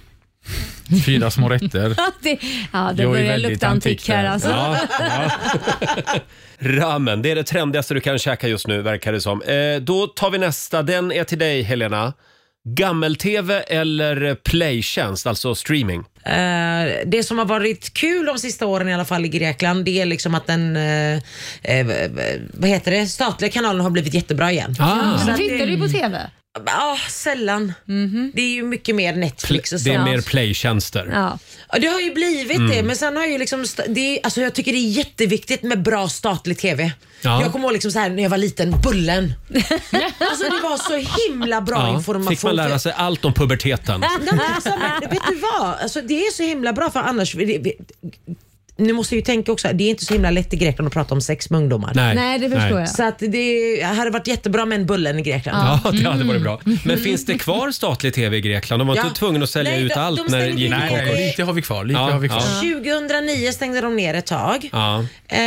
Speaker 10: Fyra små rätter.
Speaker 2: det, [LAUGHS] ja, det
Speaker 1: Jag är
Speaker 2: börjar
Speaker 1: väldigt
Speaker 2: lukta antik
Speaker 1: antik
Speaker 2: här
Speaker 1: där.
Speaker 2: alltså.
Speaker 1: Ja, [LAUGHS] Ramen, det är det trendigaste du kan käka just nu verkar det som. Eh, då tar vi nästa, den är till dig Helena. Gammel-tv eller playtjänst, alltså streaming?
Speaker 11: Eh, det som har varit kul de sista åren i alla fall i Grekland det är liksom att den eh, eh, vad heter det? statliga kanalen har blivit jättebra igen.
Speaker 1: Ah.
Speaker 11: Så att
Speaker 2: Tittar
Speaker 11: det-
Speaker 2: du på TV?
Speaker 11: Ja, sällan.
Speaker 1: Mhm.
Speaker 11: Det är ju mycket mer Netflix och
Speaker 1: Det är
Speaker 11: sånt.
Speaker 1: mer playtjänster.
Speaker 2: Ja.
Speaker 11: Ja, det har ju blivit
Speaker 1: Mm.
Speaker 11: det, men sen har ju liksom, sta- det är, alltså jag tycker det är jätteviktigt med bra statlig TV.
Speaker 1: Ja.
Speaker 11: Jag kommer ihåg liksom så här, när jag var liten, Bullen. alltså det var så himla bra
Speaker 1: Ja,
Speaker 11: information.
Speaker 1: Fick man lära sig allt om
Speaker 11: [LAUGHS]
Speaker 1: puberteten?
Speaker 11: Nej, men alltså, men vet du vad? Alltså, det är så himla bra för annars... det- det- Nu måste jag ju tänka också, det är inte så himla lätt i Grekland att prata om sex med ungdomar.
Speaker 1: Nej. Nej, det förstår Nej. jag.
Speaker 11: Så att det hade varit jättebra med en bullen i Grekland.
Speaker 1: Ja, Mm. det hade varit bra. Men finns det kvar statlig tv i Grekland? De var
Speaker 11: Ja.
Speaker 1: inte tvungna att sälja
Speaker 11: Nej,
Speaker 1: ut
Speaker 11: de-
Speaker 1: allt
Speaker 11: de
Speaker 1: när det
Speaker 11: stängde
Speaker 1: gick i
Speaker 11: ner det.
Speaker 1: konkurs.
Speaker 11: Lite
Speaker 1: har vi kvar. Lite
Speaker 10: har vi kvar.
Speaker 11: 2009 stängde de ner ett tag.
Speaker 1: Ja.
Speaker 11: Eh,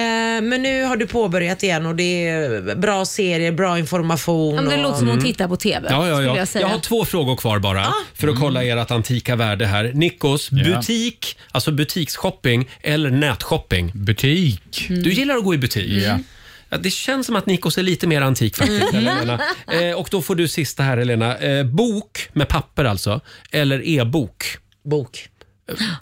Speaker 11: men nu har du påbörjat igen och det är bra serier, bra information.
Speaker 2: Ja, men det
Speaker 11: och...
Speaker 2: låter som hon tittar på TV.
Speaker 1: Mm. Ja, ja,
Speaker 2: skulle
Speaker 1: ja.
Speaker 2: Jag,
Speaker 1: Jag,
Speaker 2: säga.
Speaker 1: har två frågor kvar bara för att kolla ert antika värde här. Nikos, butik, alltså butiksshopping eller nätshopping?
Speaker 10: Mm. Butik.
Speaker 1: Du gillar att gå i butik? Ja, det känns som att Nikos är lite mer antik faktiskt.
Speaker 10: Mm.
Speaker 1: Helena. Eh, och då får du sista här Helena. Eh, bok med papper alltså, eller e-bok?
Speaker 11: Bok.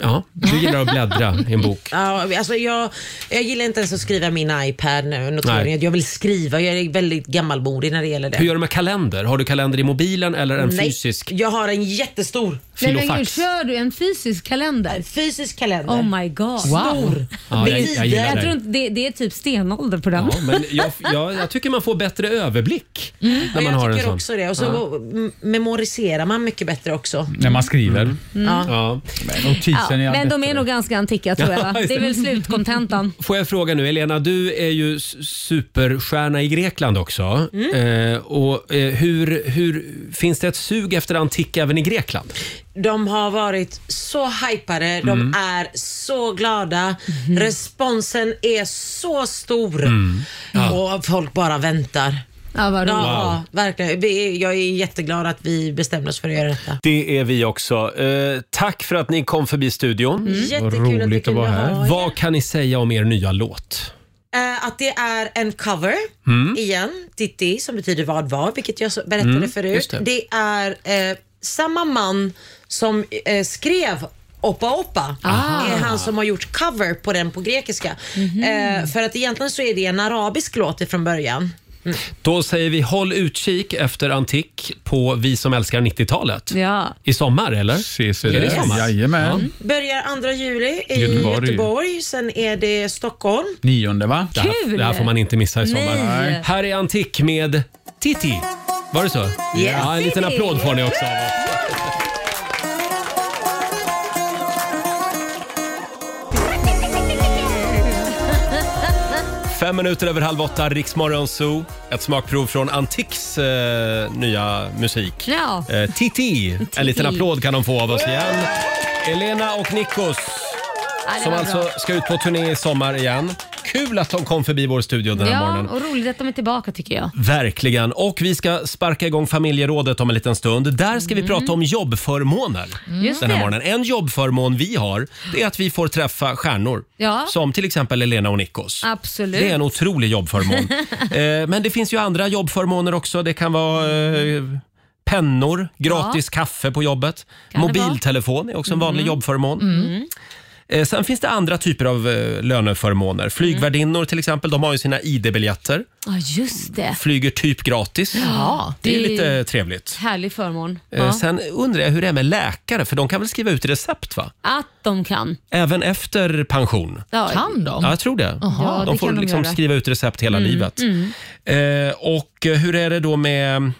Speaker 1: Ja, du gillar att bläddra i en bok.
Speaker 11: Ja, alltså jag, jag gillar inte ens att skriva min iPad nu.
Speaker 1: Nej.
Speaker 11: Noteringen. Jag vill skriva, jag är väldigt gammalmodig när det gäller det.
Speaker 1: Hur gör du med kalender? Har du kalender i mobilen eller en
Speaker 11: Nej,
Speaker 1: fysisk?
Speaker 11: Jag har en jättestor.
Speaker 2: Nej, men gud,
Speaker 1: Filofax.
Speaker 2: kör du en fysisk kalender? En
Speaker 11: fysisk kalender.
Speaker 2: Oh my god.
Speaker 1: Wow. Stor. Ja, jag- jag gillar
Speaker 2: jag
Speaker 1: det.
Speaker 2: tror inte, det, det är typ stenålder på den.
Speaker 1: Ja, men jag, jag, jag tycker man får bättre överblick när
Speaker 11: Och
Speaker 1: man
Speaker 11: jag
Speaker 1: har en
Speaker 11: tycker
Speaker 1: sån.
Speaker 11: också det. Och så
Speaker 1: Ja.
Speaker 11: m- memoriserar man mycket bättre också.
Speaker 10: När man skriver.
Speaker 1: Mm.
Speaker 11: Ja.
Speaker 10: Men, och
Speaker 2: Ja,
Speaker 10: tisen är
Speaker 2: men
Speaker 10: allt
Speaker 2: de är nog ganska antika tror jag.
Speaker 1: [LAUGHS] Ja,
Speaker 2: Va?
Speaker 1: just
Speaker 2: Det är
Speaker 1: det.
Speaker 2: väl slutkontentan.
Speaker 1: Får jag fråga nu, Elena, du är ju s- superstjärna i Grekland också. Eh, och, eh, hur, hur, finns det ett sug efter antik även i Grekland?
Speaker 11: De har varit så hypade, de
Speaker 1: Mm.
Speaker 11: är så glada, responsen är så stor
Speaker 1: Mm. Ja.
Speaker 11: och folk bara väntar.
Speaker 2: Ja, vad
Speaker 11: ja, verkligen. Vi, jag är jätteglad att vi bestämde oss för att göra detta.
Speaker 1: Det är vi också. Eh, tack för att ni kom förbi studion.
Speaker 11: Mm. Jättekul att vi Roligt att kunde vara här. ha er.
Speaker 1: Vad kan ni säga om er nya låt?
Speaker 11: Eh, att det är en cover
Speaker 1: Mm.
Speaker 11: igen, Titti, som betyder vad var, vilket jag så- berättade
Speaker 1: Mm,
Speaker 11: förut.
Speaker 1: just det.
Speaker 11: Det, är eh, samma man som eh, skrev Oppa Oppa
Speaker 7: Aha.
Speaker 11: är han som har gjort cover på den på grekiska.
Speaker 7: Mhm.
Speaker 11: Eh, för att egentligen så är det en arabisk låt ifrån början.
Speaker 1: Då säger vi håll utkik efter Antik på Vi som älskar 90-talet.
Speaker 2: Ja.
Speaker 1: I sommar eller?
Speaker 10: Ses
Speaker 1: är det
Speaker 10: där.
Speaker 1: sommar?
Speaker 10: Jajamän.
Speaker 11: Börjar 2 juli i
Speaker 1: Göteborg.
Speaker 11: Göteborg. sen är det Stockholm.
Speaker 10: Nionde va?
Speaker 1: Det här,
Speaker 11: Kul!
Speaker 1: det här får man inte missa i sommar.
Speaker 11: Nej. Nej.
Speaker 1: Här är Antik med Titti. Var det så? Ja, en liten applåd får ni också av
Speaker 11: [LAUGHS]
Speaker 1: oss. Fem minuter över halv åtta, Riksmorgon Zoo. Ett smakprov från Antiks eh, nya musik.
Speaker 2: Ja.
Speaker 1: Eh, Titti. En liten applåd kan de få av oss igen. Elena och Nikos
Speaker 2: Ja, det
Speaker 1: som
Speaker 2: var
Speaker 1: alltså
Speaker 2: bra.
Speaker 1: ska ut på turné i sommar igen. Kul att de kom förbi vår studio den här
Speaker 2: Ja,
Speaker 1: morgonen. Mm.
Speaker 2: och roligt att de är tillbaka tycker jag.
Speaker 1: Verkligen. Och vi ska sparka igång familjerådet om en liten stund. Där ska vi prata om jobbförmåner
Speaker 2: Mm. Just
Speaker 1: den här
Speaker 2: det.
Speaker 1: morgonen. En jobbförmån vi har, det är att vi får träffa stjärnor.
Speaker 2: Ja.
Speaker 1: Som till exempel Elena och Nikos.
Speaker 2: Absolut.
Speaker 1: Det är en otrolig jobbförmån. eh, men det finns ju andra jobbförmåner också. Det kan vara eh, pennor, gratis kaffe på jobbet.
Speaker 7: Kan det
Speaker 1: Mobiltelefon är också en vanlig jobbförmån.
Speaker 7: Mm.
Speaker 1: Eh, sen finns det andra typer av eh, löneförmåner. Flygvärdinnor till exempel, de har ju sina ID-biljetter.
Speaker 2: Ja, just det.
Speaker 1: Flyger typ gratis.
Speaker 2: Ja,
Speaker 1: det är ju
Speaker 2: det-
Speaker 1: lite trevligt.
Speaker 2: Härlig förmån.
Speaker 1: Eh,
Speaker 2: Ja.
Speaker 1: Sen undrar jag hur det är med läkare, för de kan väl skriva ut recept va?
Speaker 2: Att de kan.
Speaker 1: Även efter pension?
Speaker 2: Ja. Kan
Speaker 1: Ja, jag tror det.
Speaker 2: Jaha. Ja, det
Speaker 1: de får
Speaker 2: kan de
Speaker 1: liksom
Speaker 2: göra.
Speaker 1: skriva ut recept hela
Speaker 2: Mm,
Speaker 1: livet.
Speaker 2: mm.
Speaker 1: Eh, och eh, hur är det då med,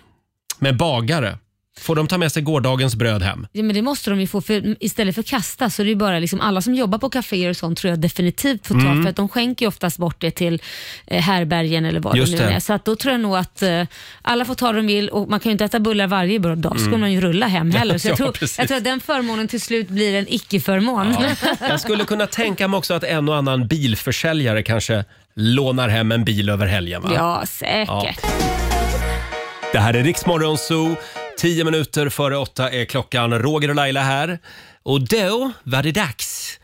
Speaker 1: med bagare? Får de ta med sig gårdagens bröd hem?
Speaker 2: Ja, men det måste de ju få, för istället för kasta så är det ju bara liksom, alla som jobbar på kaféer och sånt tror jag definitivt får ta,
Speaker 1: Mm.
Speaker 2: för att de skänker ju oftast bort det till eh, härbergen eller vad
Speaker 1: Just
Speaker 2: det nu
Speaker 1: det.
Speaker 2: är. Så att då tror jag nog att eh, alla får ta vad de vill och man kan ju inte äta bullar varje dag, då ska
Speaker 1: Mm.
Speaker 2: man ju rulla hem heller. Så
Speaker 1: [LAUGHS]
Speaker 2: jag,
Speaker 1: Ja,
Speaker 2: tror,
Speaker 1: precis.
Speaker 2: jag tror att den förmånen till slut blir en icke-förmån.
Speaker 1: Jag skulle kunna tänka mig också att en och annan bilförsäljare kanske lånar hem en bil över helgen. Va?
Speaker 2: [LAUGHS] Ja, säkert.
Speaker 1: Det här är Riksmorgon Zoo. Tio minuter före åtta är klockan. Roger och Laila här. Och då var det dags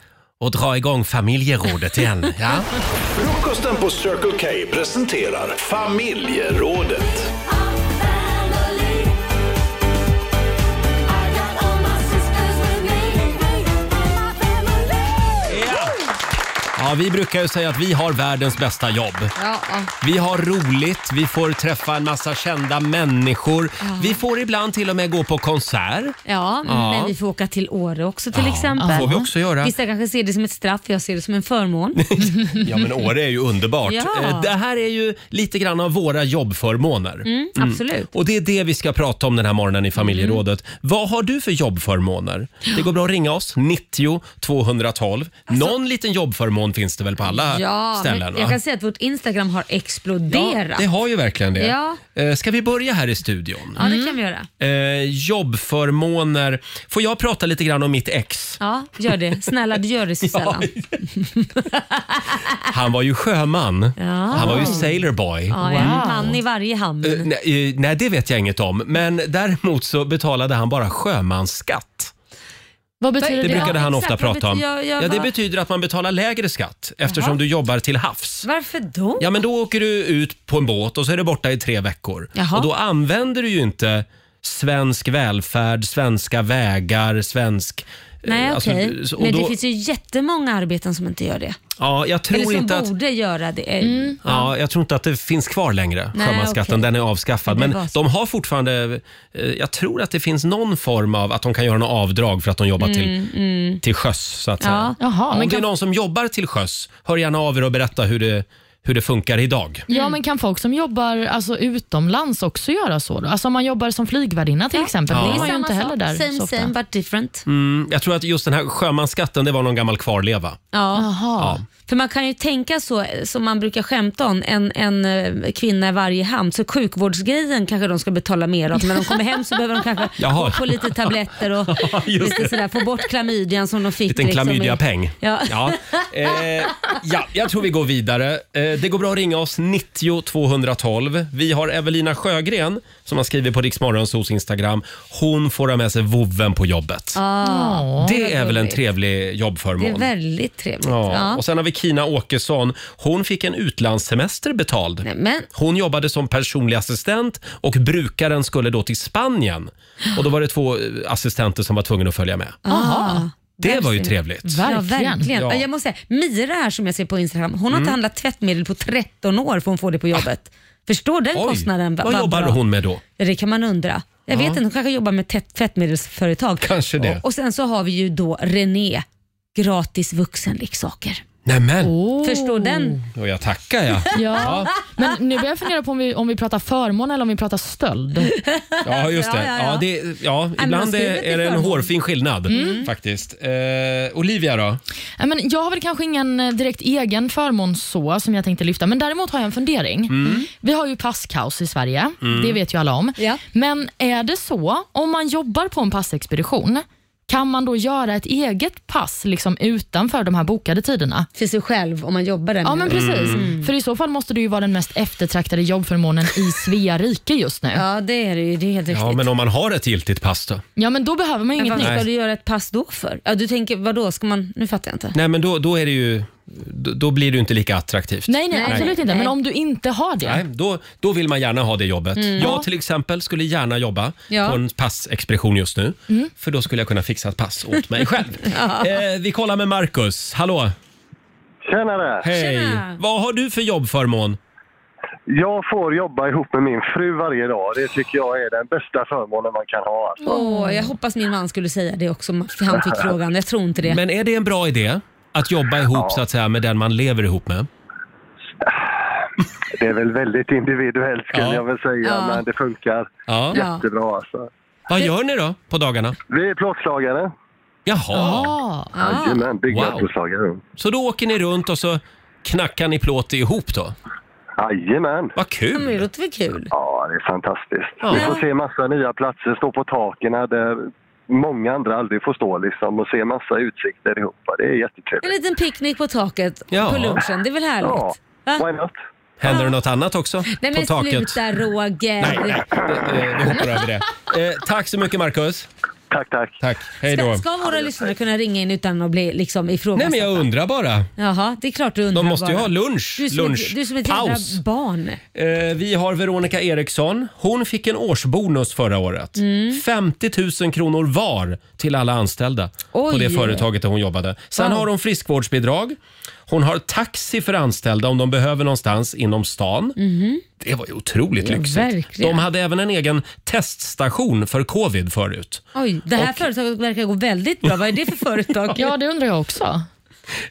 Speaker 1: att dra igång familjerådet igen. Ja.
Speaker 6: Frukosten på Circle K presenterar familjerådet.
Speaker 1: Ja, vi brukar ju säga att vi har världens bästa jobb.
Speaker 2: Ja.
Speaker 1: Vi har roligt, vi får träffa en massa kända människor. Vi får ibland till och med gå på konsert.
Speaker 2: Ja,
Speaker 1: Ja.
Speaker 2: men vi får åka till Åre också till exempel.
Speaker 1: det får vi också göra.
Speaker 2: Vissa kanske ser det som ett straff, jag ser det som
Speaker 1: [LAUGHS]
Speaker 2: en förmån. Mm,
Speaker 1: Ja, men Åre är ju underbart.
Speaker 2: Ja.
Speaker 1: Eh, Det här är ju lite grann av våra jobbförmåner.
Speaker 2: Mm, absolut.
Speaker 1: Och det är det vi ska prata om den här morgonen i familjerådet.
Speaker 2: Mm.
Speaker 1: Vad har du för jobbförmåner? Det går bra att ringa oss, 90 212. Någon liten jobbförmån finns det väl på alla
Speaker 2: Alltså- Ja,
Speaker 1: ställen?
Speaker 2: men
Speaker 1: va?
Speaker 2: jag kan säga att vårt Instagram har exploderat.
Speaker 1: Det har ju verkligen det.
Speaker 2: Ja.
Speaker 1: Eh, Ska vi börja här i studion?
Speaker 2: Ja, det kan vi göra.
Speaker 1: Eh, jobbförmåner. Får jag prata lite grann om mitt ex?
Speaker 2: Ja, gör det. Snälla,
Speaker 1: [LAUGHS]
Speaker 2: du gör det så sällan.
Speaker 1: Han var ju sjöman. Han var ju sailorboy.
Speaker 2: Ja, jag är en man i varje hamn.
Speaker 1: Eh, nej, eh, nej, det vet jag inget om. Men däremot så betalade han bara sjömansskatt.
Speaker 3: Vad betyder
Speaker 1: Det
Speaker 3: det?
Speaker 1: brukade
Speaker 3: Ja,
Speaker 1: han
Speaker 3: exakt.
Speaker 1: ofta
Speaker 3: Vad
Speaker 1: prata om.
Speaker 3: betyder- jag- jag-
Speaker 1: ja, det
Speaker 3: vad-
Speaker 1: betyder att man betalar lägre skatt eftersom
Speaker 2: Jaha.
Speaker 1: du jobbar till havs.
Speaker 2: Varför då?
Speaker 1: Ja, men då åker du ut på en båt och så är du borta i tre veckor.
Speaker 2: Jaha.
Speaker 1: Och då använder du ju inte svensk välfärd, svenska vägar, svensk... eh,
Speaker 2: Nej,
Speaker 1: alltså,
Speaker 2: okej.
Speaker 1: och
Speaker 2: Men
Speaker 1: då-
Speaker 2: det finns ju jättemånga arbeten som inte gör det.
Speaker 1: Ja, jag
Speaker 2: Eller
Speaker 1: tror
Speaker 2: som
Speaker 1: inte att...
Speaker 2: borde göra det.
Speaker 3: Mm.
Speaker 1: Ja, jag tror inte att det finns kvar längre,
Speaker 2: Nej,
Speaker 1: sjömansskatten.
Speaker 2: okej.
Speaker 1: Den är avskaffad.
Speaker 2: Det
Speaker 1: Men
Speaker 2: var så.
Speaker 1: de har fortfarande... eh, Jag tror att det finns någon form av att de kan göra något avdrag för att de jobbar till,
Speaker 2: mm.
Speaker 1: till sjöss, så att säga.
Speaker 2: Ja. Jaha,
Speaker 1: Om
Speaker 2: men
Speaker 1: det är
Speaker 2: kan-
Speaker 1: någon som jobbar till sjöss, hör gärna av er och berätta hur det, hur det funkar idag.
Speaker 2: Mm.
Speaker 3: Ja, men kan folk som jobbar alltså, utomlands också göra så? Då? Alltså, om man jobbar som flygvärdinna till exempel,
Speaker 1: Ja.
Speaker 3: det
Speaker 1: Det är
Speaker 3: är man ju
Speaker 1: samma
Speaker 3: inte heller där
Speaker 2: alltså, Same,
Speaker 3: så ofta.
Speaker 2: same but different.
Speaker 1: Mm, jag tror att just den här sjömansskatten, det var någon gammal kvarleva.
Speaker 2: Ja.
Speaker 1: Ja.
Speaker 2: För man kan ju tänka så, eh, som man brukar skämta om, en, en eh, kvinna i varje hamn. Så sjukvårdsgrejen kanske de ska betala mer av. När de kommer hem så behöver de kanske
Speaker 1: [LAUGHS] Jaha.
Speaker 2: gå på lite tabletter
Speaker 1: [LAUGHS]
Speaker 2: och
Speaker 1: just det.
Speaker 2: lite sådär, få bort klamydian som de fick.
Speaker 1: Liten
Speaker 2: liksom i-
Speaker 1: [LAUGHS] klamydiapeng.
Speaker 2: Ja.
Speaker 1: Ja. Eh, ja, jag tror vi går vidare. Eh, Eh, Det går bra att ringa oss, 90 212. Vi har Evelina Sjögren som har skrivit på Riksmorgonsos Instagram. Hon får ha med sig vovven på jobbet.
Speaker 2: Ah,
Speaker 1: det är
Speaker 2: vad
Speaker 1: väl en
Speaker 2: gulligt.
Speaker 1: trevlig
Speaker 2: Det är
Speaker 1: jobbförmån?
Speaker 2: väldigt trevligt.
Speaker 1: Ja.
Speaker 2: Ja.
Speaker 1: Och sen har vi Kina Åkesson. Hon fick en utlandssemester betald. Hon jobbade som personlig assistent och brukaren skulle då till Spanien. Och då var det två eh, assistenter som var tvungna att följa med.
Speaker 2: Aha.
Speaker 1: Det var ju
Speaker 2: Verkligen.
Speaker 1: trevligt.
Speaker 2: Ja, verkligen.
Speaker 1: Ja.
Speaker 2: Jag måste säga, Mira här som jag ser på Instagram, hon har inte
Speaker 1: Mm.
Speaker 2: handlat tvättmedel på 13 år för hon får det på jobbet. Förstår den
Speaker 1: Oj,
Speaker 2: kostnaden? Va-
Speaker 1: Vad
Speaker 2: va-
Speaker 1: jobbar
Speaker 2: bra.
Speaker 1: hon med då?
Speaker 2: Ja, Det kan man undra. Jag
Speaker 1: Ja.
Speaker 2: vet inte, hon kanske jobbar med tvätt- tvättmedelsföretag.
Speaker 1: Kanske det.
Speaker 2: Och, och sen så har vi ju då René, gratis vuxenleksaker.
Speaker 1: Nämen!
Speaker 3: Oh.
Speaker 2: Förstår den?
Speaker 1: Och jag tackar jag.
Speaker 3: Ja. Men nu börjar jag fundera på om vi, om vi pratar förmån eller om vi pratar stöld.
Speaker 1: Ja, just det.
Speaker 3: [LAUGHS] Ja,
Speaker 1: Ja,
Speaker 3: ja, ja.
Speaker 1: det, ja,
Speaker 3: men alltså,
Speaker 1: ibland
Speaker 3: vad
Speaker 1: är,
Speaker 3: skrivet i
Speaker 1: är det en
Speaker 3: förmån.
Speaker 1: hårfin skillnad
Speaker 3: Mm.
Speaker 1: faktiskt. Eh, Olivia då?
Speaker 3: Ja, men jag har väl kanske ingen eh, direkt egen förmån så som jag tänkte lyfta, men däremot har jag en fundering.
Speaker 1: Mm.
Speaker 3: Vi har ju passkaos i Sverige,
Speaker 12: Mm.
Speaker 3: det vet ju alla om. Men är det så, om man jobbar på en passexpedition, kan man då göra ett eget pass liksom utanför de här bokade tiderna?
Speaker 2: För sig själv om man jobbar där.
Speaker 3: Ja, men Mm.
Speaker 2: menar du?
Speaker 3: precis.
Speaker 1: Mm.
Speaker 3: För i så fall måste det ju vara den mest eftertraktade jobbförmånen i Svea rike just nu.
Speaker 2: Ja, det är det ju. Det är helt
Speaker 1: Ja, men om man har ett giltigt pass då?
Speaker 3: Ja, men då behöver man
Speaker 2: Men
Speaker 3: inget
Speaker 2: varför
Speaker 1: nytt.
Speaker 2: ska du göra ett pass då för? Ja, du tänker, vad då ska man... Nu fattar jag inte.
Speaker 1: Nej, men då, då, är det ju, då, då blir det ju inte lika attraktivt.
Speaker 3: Nej, nej, absolut inte. Men
Speaker 2: nej.
Speaker 3: om du inte har det.
Speaker 1: Nej, då, då vill man gärna ha det jobbet.
Speaker 3: Mm. Ja.
Speaker 1: Jag till exempel skulle gärna jobba
Speaker 3: Ja.
Speaker 1: på en passexpedition just nu.
Speaker 3: Mm.
Speaker 1: För då skulle jag kunna fixa ett pass åt mig själv.
Speaker 3: [LAUGHS]
Speaker 1: eh, vi kollar med Marcus. Hallå!
Speaker 13: Tjenare!
Speaker 1: Hej!
Speaker 13: Tjena.
Speaker 1: Vad har du för jobbförmån?
Speaker 13: Jag får jobba ihop med min fru varje dag. Det tycker jag är den bästa förmånen man kan ha. alltså.
Speaker 2: Åh,
Speaker 1: Mm.
Speaker 2: jag hoppas min man skulle säga det också, för han
Speaker 1: [LAUGHS]
Speaker 2: fick frågan. Jag tror inte det.
Speaker 1: Men är det en bra idé att jobba ihop så att säga med den man lever ihop med?
Speaker 13: Det är väl väldigt individuellt skulle
Speaker 1: Ja.
Speaker 13: jag väl säga,
Speaker 1: Ja.
Speaker 13: men det funkar
Speaker 1: Ja.
Speaker 13: jättebra alltså.
Speaker 1: Vad gör ni då på dagarna?
Speaker 13: Vi är plåtslagare.
Speaker 1: Jaha.
Speaker 2: Ah,
Speaker 13: Jajamän, byggnadsplåtslagare.
Speaker 1: Så då åker ni runt och så knackar ni plåt ihop då?
Speaker 13: Jajamän.
Speaker 1: Vad kul!
Speaker 2: Det låter väl kul?
Speaker 13: Ja, det är fantastiskt. Vi får se massa nya platser, stå på taken där många andra aldrig får stå liksom och se massa utsikter ihop. Det är jättetrevligt.
Speaker 2: En liten picknick på taket
Speaker 13: Ja.
Speaker 2: på lunchen. Det är väl härligt?
Speaker 13: Ja,
Speaker 2: Va?
Speaker 13: why not?
Speaker 1: Händer det något annat också?
Speaker 2: Nej
Speaker 1: på
Speaker 2: men
Speaker 1: taket?
Speaker 2: sluta Roger.
Speaker 1: Nej, nej. Eh, Vi hoppar över det. Eh, tack så mycket Marcus.
Speaker 13: Tack, tack.
Speaker 1: Tack. Hej då.
Speaker 2: Ska, ska våra lyssnare kunna ringa in utan att bli liksom
Speaker 1: Nej
Speaker 2: ifrågasatta?
Speaker 1: men jag undrar bara.
Speaker 2: Jaha, det är klart du undrar
Speaker 1: De måste ju
Speaker 2: bara.
Speaker 1: ha lunch,
Speaker 2: Du är som
Speaker 1: lunch,
Speaker 2: Ett, du är som ett jävla
Speaker 1: paus.
Speaker 2: barn.
Speaker 1: Eh, vi har Veronica Eriksson. Hon fick en årsbonus förra året.
Speaker 2: Mm.
Speaker 1: 50 000 kronor var till alla anställda på
Speaker 2: Oj.
Speaker 1: det företaget där hon jobbade. Sen
Speaker 2: Wow.
Speaker 1: har hon friskvårdsbidrag. Hon har taxi för anställda om de behöver någonstans inom stan.
Speaker 2: Mhm.
Speaker 1: Det var ju otroligt
Speaker 2: Ja,
Speaker 1: lyxigt.
Speaker 2: verkligen.
Speaker 1: De hade även en egen teststation för covid förut.
Speaker 2: Oj, det här
Speaker 1: Och-
Speaker 2: företaget verkar gå väldigt bra. Vad är det för
Speaker 1: [LAUGHS]
Speaker 2: företag?
Speaker 3: ja, det undrar jag också.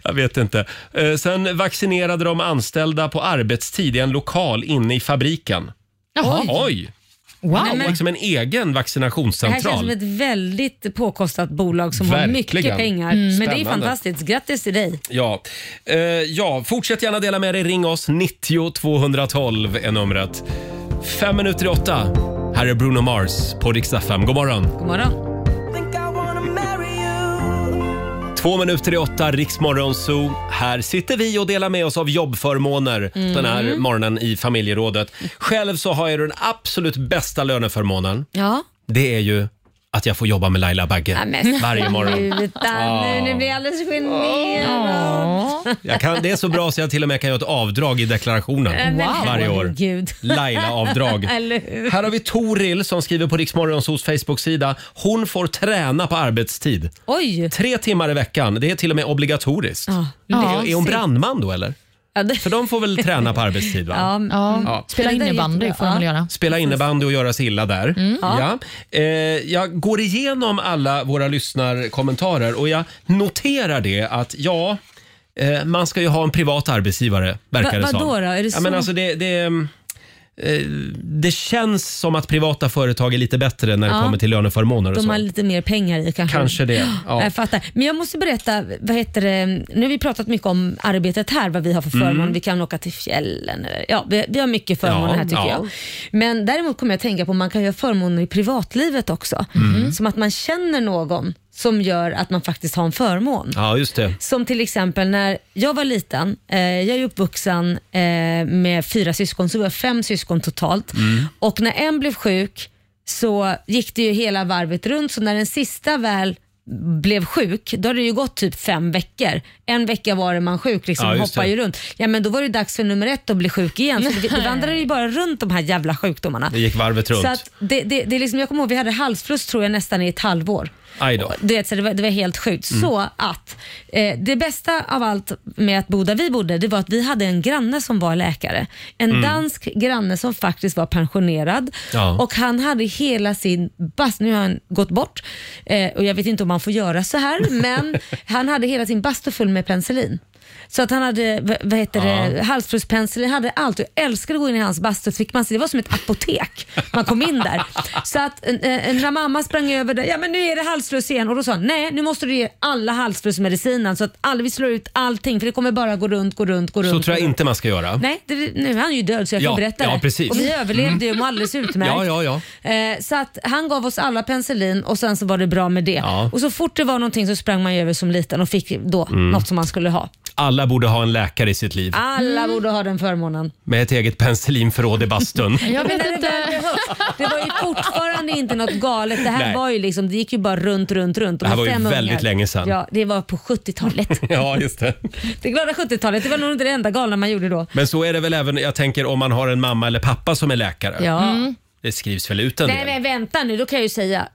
Speaker 1: Jag vet inte. Eh, Sen vaccinerade de anställda på arbetstid i en lokal inne i fabriken.
Speaker 2: Jaha.
Speaker 1: Oj!
Speaker 2: Wow.
Speaker 1: Det var liksom en egen
Speaker 2: Det här känns som
Speaker 1: vaccinationscentral.
Speaker 2: ett väldigt påkostat bolag som har mycket
Speaker 1: Verkligen.
Speaker 2: pengar.
Speaker 1: Mm.
Speaker 2: Men det är
Speaker 1: Spännande.
Speaker 2: fantastiskt. Grattis till dig.
Speaker 1: Ja. Eh, ja, fortsätt gärna dela med dig. Ring oss. 90 212 är numret. Fem minuter i åtta. Här är Bruno Mars på riksdag 5. God morgon.
Speaker 2: God morgon.
Speaker 1: Två minuter i åtta, Riksmorgon Zoo. Här sitter vi och delar med oss av jobbförmåner
Speaker 14: Mm.
Speaker 1: den
Speaker 2: Mhm.
Speaker 1: här morgonen i familjerådet. Själv så har jag den absolut bästa löneförmånen.
Speaker 2: Ja.
Speaker 1: Det är ju att jag får jobba med Laila Bagge
Speaker 2: Nej, men
Speaker 1: varje morgon.
Speaker 2: Sluta
Speaker 1: Ja.
Speaker 2: nu, nu blir jag alldeles Ah. generad.
Speaker 1: Jag kan, det är så bra så jag till och med kan göra ett avdrag i deklarationen varje år.
Speaker 2: Gud.
Speaker 1: Laila-avdrag.
Speaker 2: [LAUGHS] Eller hur?
Speaker 1: Här har vi Toril som skriver på Riksmorgonsos Facebook-sida. Hon får träna på arbetstid.
Speaker 2: Oj!
Speaker 1: Tre timmar i veckan. Det är till och med obligatoriskt.
Speaker 2: Ja,
Speaker 1: Är- Är hon
Speaker 2: lyxigt.
Speaker 1: brandman då eller? För de får väl träna på arbetstid va?
Speaker 2: Ja,
Speaker 1: Ja.
Speaker 3: Spela
Speaker 2: Det där är
Speaker 3: innebandy
Speaker 2: jättebra.
Speaker 3: får man väl
Speaker 2: Ja.
Speaker 3: göra.
Speaker 1: Spela innebandy och göra sig illa där.
Speaker 2: Mm.
Speaker 1: Ja. Eh, jag går igenom alla våra lyssnarkommentarer och jag noterar det att ja, eh, man ska ju ha en privat arbetsgivare verkar
Speaker 2: Va-
Speaker 1: det som.
Speaker 2: vadå då? Är det
Speaker 1: ja, men
Speaker 2: så?
Speaker 1: alltså det, det, eh, det känns som att privata företag är lite bättre när det
Speaker 2: Ja.
Speaker 1: kommer till löneförmåner och
Speaker 2: De
Speaker 1: så.
Speaker 2: har lite mer pengar i kanske.
Speaker 1: Kanske det, ja.
Speaker 2: Jag fattar. Men jag måste berätta, vad heter det? nu har vi pratat mycket om arbetet här, vad vi har för förmån.
Speaker 12: Mm.
Speaker 2: Vi kan åka till fjällen. eller- Ja, vi, vi har mycket förmåner
Speaker 12: Ja,
Speaker 2: här tycker
Speaker 12: ja.
Speaker 2: jag. Men däremot kommer jag att tänka på att man kan ju ha förmåner i privatlivet också.
Speaker 12: Mm.
Speaker 2: Som att man känner någon som gör att man faktiskt har en förmån.
Speaker 1: Ja, just det.
Speaker 2: Som till exempel när jag var liten, eh, jag är uppvuxen eh, med fyra syskon, så vi var fem syskon totalt.
Speaker 8: Mm.
Speaker 2: Och när en blev sjuk så gick det ju hela varvet runt, så när den sista väl blev sjuk, då hade det ju gått typ fem veckor. En vecka var det man sjuk, liksom,
Speaker 8: Ja, just
Speaker 2: hoppar ju
Speaker 8: det.
Speaker 2: runt. Ja men då var det dags för nummer ett att bli sjuk igen. Så det, det vandrade ju bara runt de här jävla sjukdomarna.
Speaker 1: Det gick varvet runt.
Speaker 2: Så att det, det, det är liksom, jag kommer ihåg vi hade halsfluss tror jag nästan i ett halvår.
Speaker 1: Aj då.
Speaker 2: Du vet, så det, var, det var helt sjukt.
Speaker 1: Mm.
Speaker 2: Så att eh, det bästa av allt med att bo där vi bodde, det var att vi hade en granne som var läkare. En
Speaker 8: Mm.
Speaker 2: dansk granne som faktiskt var pensionerad
Speaker 8: Ja.
Speaker 2: och han hade hela sin bast, nu har han gått bort eh, och jag vet inte om man får göra
Speaker 1: [LAUGHS]
Speaker 2: så här, men han hade hela sin bastu full med penicillin. Så att han hade v- vad heter det,
Speaker 8: Ja.
Speaker 2: halsflusspenicillin, hade allt. Jag älskade att gå in i hans bastu. Fick man, se- det var som ett apotek. Man kom in där. Så att eh, eh, när mamma sprang över där, ja men nu är det halsfluss igen. Och då sa han, nej nu måste du ge alla halsflussmedicinen så att alla, vi slår ut allting för det kommer bara gå runt, gå runt, gå runt.
Speaker 1: Så tror jag
Speaker 2: gå runt."
Speaker 1: inte man ska göra.
Speaker 2: Nej, det, nu är han ju död så jag
Speaker 1: Ja,
Speaker 2: kan berätta
Speaker 1: ja,
Speaker 2: det.
Speaker 1: precis.
Speaker 2: Och vi
Speaker 1: Mm.
Speaker 2: överlevde ju och mår alldeles utmärkt.
Speaker 1: Ja, ja, ja.
Speaker 2: Eh, så att han gav oss alla penicillin och sen så var det bra med det.
Speaker 1: Ja.
Speaker 2: Och så fort det var någonting så sprang man ju över som liten och fick då
Speaker 1: Mm.
Speaker 2: något som man skulle ha.
Speaker 1: Alla borde ha en läkare i sitt liv.
Speaker 2: Alla borde ha den förmånen.
Speaker 1: Med ett eget penicillinförråd i
Speaker 2: [LAUGHS]
Speaker 1: bastun. [LAUGHS]
Speaker 2: Jag vet inte. Det, det var ju fortfarande inte något galet. Det här
Speaker 1: Nej.
Speaker 2: var ju liksom, det gick ju bara runt, runt, runt. Och
Speaker 1: Det här var
Speaker 2: med
Speaker 1: ju
Speaker 2: fem
Speaker 1: väldigt
Speaker 2: ungar.
Speaker 1: länge sedan.
Speaker 2: Ja, det var
Speaker 1: [LAUGHS]
Speaker 2: på 70-talet.
Speaker 1: Ja, just det.
Speaker 2: [LAUGHS] Det glada 70-talet, det var nog inte det enda galna man gjorde då.
Speaker 1: Men så är det väl även, jag tänker om man har en mamma eller pappa som är läkare.
Speaker 2: Ja. Mm.
Speaker 1: Det skrivs väl ut en
Speaker 2: Nej
Speaker 1: del?
Speaker 2: men vänta nu, då kan jag ju säga.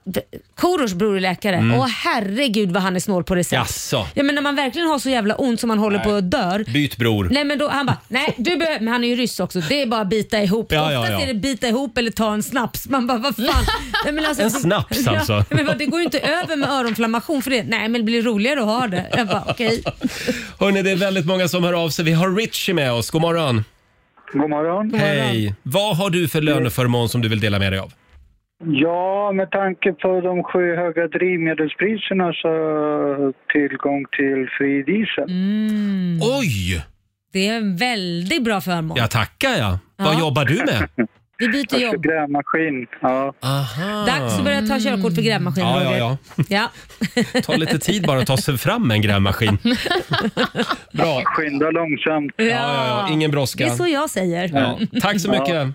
Speaker 2: Korosh bror är läkare.
Speaker 1: Mm.
Speaker 2: Åh herregud vad han är snål på recept.
Speaker 1: Jaså?
Speaker 2: Ja men när man verkligen har så jävla ont som man håller
Speaker 1: Nej.
Speaker 2: på att dör.
Speaker 1: Byt bror.
Speaker 2: Nej men då, han bara, nej du behöver, men han är ju ryss också, det är bara att bita ihop.
Speaker 1: Ja, ja,
Speaker 2: Oftast
Speaker 1: ja.
Speaker 2: är det bita ihop eller ta en snaps. Man bara, vad fan. Nej, men
Speaker 1: En snaps, alltså.
Speaker 2: Ja, men vad, det går ju inte över med öroninflammation för det. Nej men det blir roligare att ha det. Jag bara, okej.
Speaker 1: Hörni, det är väldigt många som hör av sig. Vi har Richie med oss. God morgon.
Speaker 12: God morgon.
Speaker 1: Hej. Vad har du för löneförmån som du vill dela med dig av?
Speaker 12: Ja, med tanke på de skyhöga drivmedelspriserna så
Speaker 5: Alltså-
Speaker 12: tillgång till fri diesel.
Speaker 2: Mm.
Speaker 1: Oj!
Speaker 2: Det är en väldigt bra förmån.
Speaker 1: Jag tackar ja. Vad
Speaker 2: Ja.
Speaker 1: jobbar du med?
Speaker 2: Vi byter jobb.
Speaker 12: Grävmaskin, ja.
Speaker 1: Aha.
Speaker 2: Dags att börja ta körkort för grävmaskin
Speaker 1: Ja, ja,
Speaker 2: Roger.
Speaker 1: ja.
Speaker 2: ja.
Speaker 1: Det tar lite tid bara att ta sig fram med en
Speaker 2: [LAUGHS]
Speaker 1: grävmaskin. Bra.
Speaker 12: Skynda långsamt.
Speaker 1: Ja, ja, ja. Ingen brådska.
Speaker 2: Det är så jag säger.
Speaker 1: Ja. Tack så mycket.